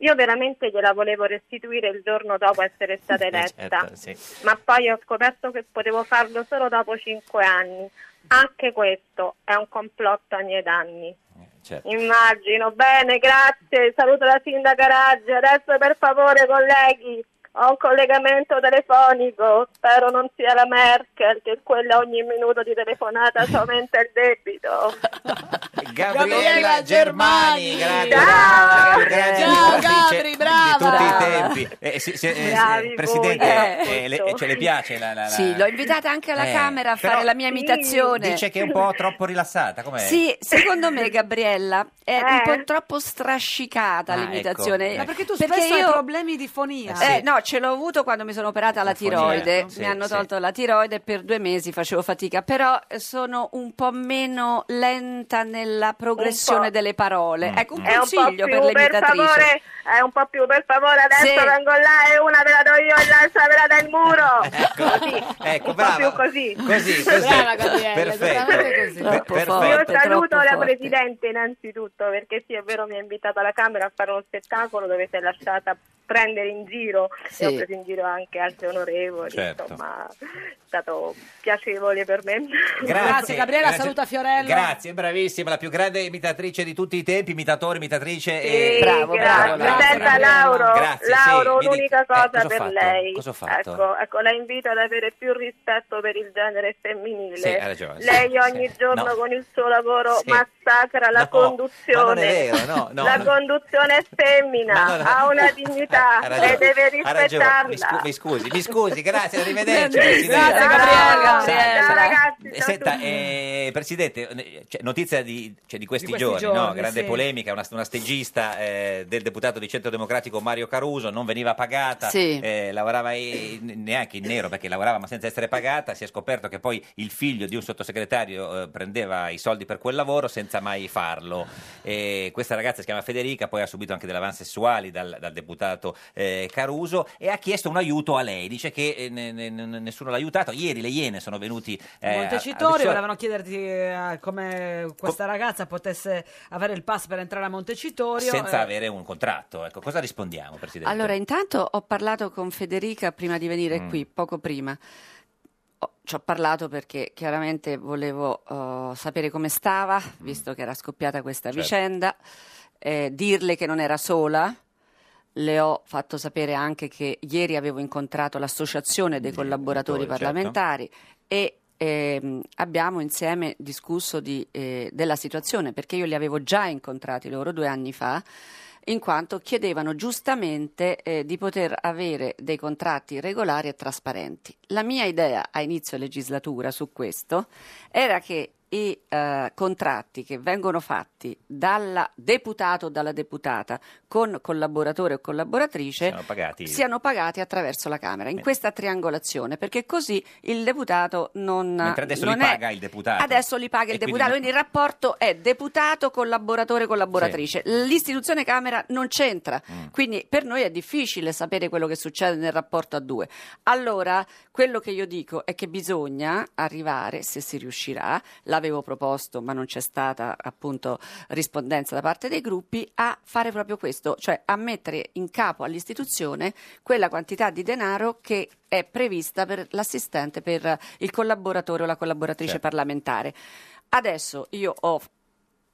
Speaker 20: Io veramente gliela volevo restituire il giorno dopo essere stata
Speaker 2: Eh,
Speaker 20: eletta,
Speaker 2: certo, sì.
Speaker 20: ma poi ho scoperto che potevo farlo solo dopo cinque anni. Anche questo è un complotto a miei danni.
Speaker 2: certo.
Speaker 20: Immagino, bene, grazie, saluto la sindaca Raggi, adesso per favore colleghi, ho un collegamento telefonico, spero non sia la Merkel che quella ogni minuto di telefonata ci aumenta il debito.
Speaker 4: Gabriella Germani, grazie.
Speaker 2: Ciao,
Speaker 4: grazie,
Speaker 2: Ciao,
Speaker 4: Gabri,
Speaker 2: brava. Tutti i tempi. Eh, sì, sì, eh, sì,
Speaker 13: Bravi
Speaker 2: eh,
Speaker 13: voi,
Speaker 2: Presidente,
Speaker 13: eh.
Speaker 2: eh,
Speaker 20: Esatto.
Speaker 2: le, eh, cioè, le piace la... la, la...
Speaker 13: Sì, l'ho invitata anche alla
Speaker 2: Eh,
Speaker 13: Camera a
Speaker 2: però
Speaker 13: fare la mia imitazione.
Speaker 2: Dice che è un po' eh. troppo rilassata, com'è?
Speaker 13: Sì, secondo me Gabriella è un
Speaker 20: Eh.
Speaker 13: po' troppo strascicata
Speaker 2: Ah,
Speaker 13: l'imitazione.
Speaker 2: ecco, Ma
Speaker 1: perché tu spesso hai problemi di fonia.
Speaker 13: Eh, no, ce l'ho avuto quando mi sono operata la
Speaker 1: fonia,
Speaker 13: tiroide,
Speaker 1: no? Sì,
Speaker 13: mi hanno
Speaker 1: sì.
Speaker 13: tolto la tiroide e per due mesi facevo fatica, però eh, sono un po' meno lenta nella progressione delle
Speaker 2: Mm.
Speaker 13: parole. Ecco, un
Speaker 20: È un po'
Speaker 13: consiglio
Speaker 20: più,
Speaker 13: per le
Speaker 20: per
Speaker 13: imitatrici.
Speaker 20: favore, è un po' più, per favore, adesso
Speaker 13: Sì.
Speaker 20: vengo là e una ve la do io e l'altra ve la dà il muro.
Speaker 2: Ecco,
Speaker 20: un
Speaker 2: brava.
Speaker 20: po' più così.
Speaker 2: Così, così.
Speaker 20: Brava, Gabriella,
Speaker 2: perfetto.
Speaker 20: esattamente
Speaker 2: Per- perfetto.
Speaker 20: Io saluto la
Speaker 13: forte.
Speaker 20: Presidente innanzitutto perché sì è vero mi ha invitato alla Camera a fare uno spettacolo dove si è lasciata prendere in giro
Speaker 13: Sì.
Speaker 20: e ho preso in giro anche altri onorevoli,
Speaker 2: Certo.
Speaker 20: insomma è stato piacevole per me.
Speaker 2: Grazie, Gabriela, grazie. saluta
Speaker 20: Fiorello.
Speaker 2: Grazie, bravissima, la più grande imitatrice di tutti i tempi, imitatore, imitatrice. eh,
Speaker 20: Sì,
Speaker 2: bravo, bravo,
Speaker 20: grazie.
Speaker 2: bravo.
Speaker 20: Senta,
Speaker 2: bravo.
Speaker 20: Lauro,
Speaker 2: Grazie, sì,
Speaker 20: Lauro,
Speaker 2: mi dica,
Speaker 20: un'unica
Speaker 2: eh,
Speaker 20: cosa
Speaker 2: cosa ho
Speaker 20: per
Speaker 2: fatto?
Speaker 20: lei.
Speaker 2: Cosa ho fatto?
Speaker 20: Ecco, ecco, la invito ad avere più rispetto per il genere femminile.
Speaker 2: Sì, ha ragione, sì,
Speaker 20: lei ogni
Speaker 2: sì,
Speaker 20: giorno
Speaker 2: no.
Speaker 20: con il suo lavoro
Speaker 2: Sì.
Speaker 20: massacra la
Speaker 2: No,
Speaker 20: conduzione.
Speaker 2: ma non è vero, no, no,
Speaker 20: la
Speaker 2: no.
Speaker 20: conduzione è femmina,
Speaker 2: Ma non è-
Speaker 20: ha una dignità,
Speaker 2: Ha
Speaker 20: lei
Speaker 2: ragione,
Speaker 20: deve
Speaker 2: ha ragione. Mi,
Speaker 20: rispettarla.
Speaker 2: scu- mi scusi, mi scusi, Eh, grazie, arrivederci.
Speaker 4: Grazie,
Speaker 2: Presidente.
Speaker 4: Gabriella.
Speaker 2: Salve,
Speaker 4: Ciao,
Speaker 2: salve.
Speaker 4: ragazzi,
Speaker 2: Eh, Senta, eh, Presidente, eh, c'è notizia di, cioè, di questi,
Speaker 4: Di questi
Speaker 2: no?
Speaker 4: giorni,
Speaker 2: grande
Speaker 4: sì.
Speaker 2: polemica, una, una stagista eh, del deputato di Centro Democratico Mario Caruso, non veniva pagata,
Speaker 13: Sì.
Speaker 2: eh, lavorava i- neanche in nero perché lavorava ma senza essere pagata, si è scoperto che poi il figlio di un sottosegretario eh, prendeva i soldi per quel lavoro senza mai farlo. E questa ragazza si chiama Federica, poi ha subito anche delle avance sessuali dal, dal deputato eh, Caruso e ha chiesto un aiuto a lei. Dice che eh, ne- ne- ne- nessuno l'ha aiutato. Ieri le Iene sono venuti eh, a- a
Speaker 1: Montecitorio
Speaker 2: Riccione.
Speaker 1: volevano chiederti eh, come questa ragazza potesse avere il pass per entrare a Montecitorio.
Speaker 2: senza
Speaker 1: eh.
Speaker 2: avere un contratto. Ecco, cosa rispondiamo, Presidente?
Speaker 13: Allora, intanto ho parlato con Federica prima di venire
Speaker 2: Mm.
Speaker 13: qui, poco prima. Ho- Ci ho parlato perché chiaramente volevo eh, sapere come stava, visto che era scoppiata questa
Speaker 21: Certo.
Speaker 13: vicenda, eh, dirle che non era sola. Le ho fatto sapere anche che ieri avevo incontrato l'associazione dei collaboratori
Speaker 21: certo.
Speaker 13: parlamentari e ehm, abbiamo insieme discusso di, eh, della situazione perché io li avevo già incontrati loro due anni fa in quanto chiedevano giustamente eh, di poter avere dei contratti regolari e trasparenti. La mia idea a inizio legislatura su questo era che i eh, contratti che vengono fatti dal deputato o dalla deputata con collaboratore o collaboratrice
Speaker 2: Siamo pagati.
Speaker 13: siano pagati attraverso la Camera, in questa triangolazione, perché così il deputato non,
Speaker 2: Mentre adesso li
Speaker 13: non è-
Speaker 2: paga il deputato.
Speaker 13: Adesso li paga il
Speaker 2: E quindi
Speaker 13: deputato,
Speaker 2: non-
Speaker 13: quindi, il rapporto è deputato, collaboratore, collaboratrice. L'istituzione Camera non c'entra,
Speaker 2: Mm.
Speaker 13: quindi per noi è difficile sapere quello che succede nel rapporto a due. Allora, quello che io dico è che bisogna arrivare, se si riuscirà, la l'avevo proposto, ma non c'è stata appunto rispondenza da parte dei gruppi, a fare proprio questo, cioè a mettere in capo all'istituzione quella quantità di denaro che è prevista per l'assistente, per il collaboratore o la collaboratrice
Speaker 2: Certo.
Speaker 13: parlamentare. Adesso io ho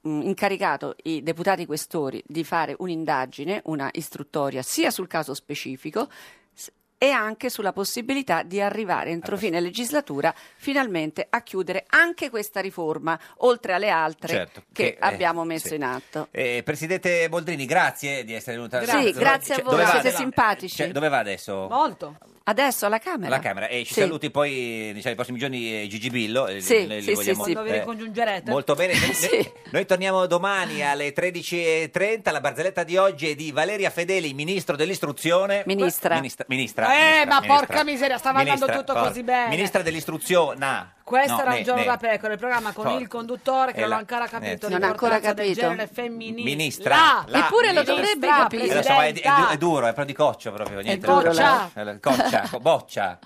Speaker 13: mh, incaricato i deputati questori di fare un'indagine, una istruttoria sia sul caso specifico s- e anche sulla possibilità di arrivare entro fine legislatura finalmente a chiudere anche questa riforma, oltre alle altre
Speaker 2: Certo,
Speaker 13: che,
Speaker 2: che, eh,
Speaker 13: abbiamo messo
Speaker 2: sì.
Speaker 13: in atto.
Speaker 2: Eh, Presidente Boldrini, grazie di essere venuta.
Speaker 13: Sì, grazie a
Speaker 2: Cioè,
Speaker 13: voi,
Speaker 2: dove va-
Speaker 13: siete
Speaker 2: dove-
Speaker 13: simpatici.
Speaker 2: cioè, dove va adesso?
Speaker 13: Molto. Adesso alla Camera.
Speaker 2: La Camera. E ci
Speaker 13: Sì.
Speaker 2: saluti poi diciamo, i prossimi giorni eh, Gigi Billo. eh,
Speaker 13: Sì,
Speaker 2: le- le
Speaker 13: sì, sì,
Speaker 2: vogliamo-
Speaker 13: sì.
Speaker 1: Quando
Speaker 2: eh,
Speaker 1: vi ricongiungerete.
Speaker 2: Molto bene, noi, noi- noi torniamo domani alle 13.30. La barzelletta di oggi è di Valeria Fedeli, ministro dell'istruzione.
Speaker 1: Ministra.
Speaker 2: Ministra. ministra,
Speaker 1: Eh,
Speaker 2: ministra,
Speaker 1: ma
Speaker 2: ministra.
Speaker 1: porca miseria, stava andando
Speaker 2: Ministra,
Speaker 1: tutto
Speaker 2: porca-
Speaker 1: così bene.
Speaker 2: Ministra dell'istruzione.
Speaker 1: Questo
Speaker 2: No,
Speaker 1: era
Speaker 2: ne-
Speaker 1: un giorno
Speaker 2: ne-
Speaker 1: da pecora, il programma con
Speaker 2: Torto.
Speaker 1: il conduttore che
Speaker 2: Eh,
Speaker 1: non
Speaker 2: la-
Speaker 1: ha ancora capito
Speaker 2: eh, Non ha
Speaker 1: l'importanza
Speaker 13: ancora
Speaker 1: del
Speaker 13: capito.
Speaker 1: genere femminile.
Speaker 2: Ministra.
Speaker 1: La-
Speaker 2: La-
Speaker 1: Eppure lo
Speaker 2: ministra.
Speaker 1: dovrebbe
Speaker 2: Eh,
Speaker 1: capire.
Speaker 2: lo so, ma è, è du- è
Speaker 1: Presidenta.
Speaker 2: duro, è proprio di coccio proprio. Niente,
Speaker 1: duro,
Speaker 2: coccia.
Speaker 1: la-
Speaker 2: Eh, coccia, co- boccia.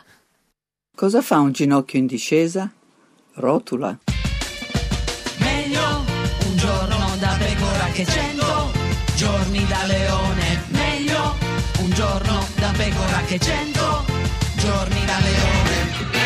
Speaker 21: Cosa fa un ginocchio in discesa? Rotula.
Speaker 4: Meglio un giorno da pecora che cento giorni da leone. Meglio un giorno da pecora che cento giorni da leone.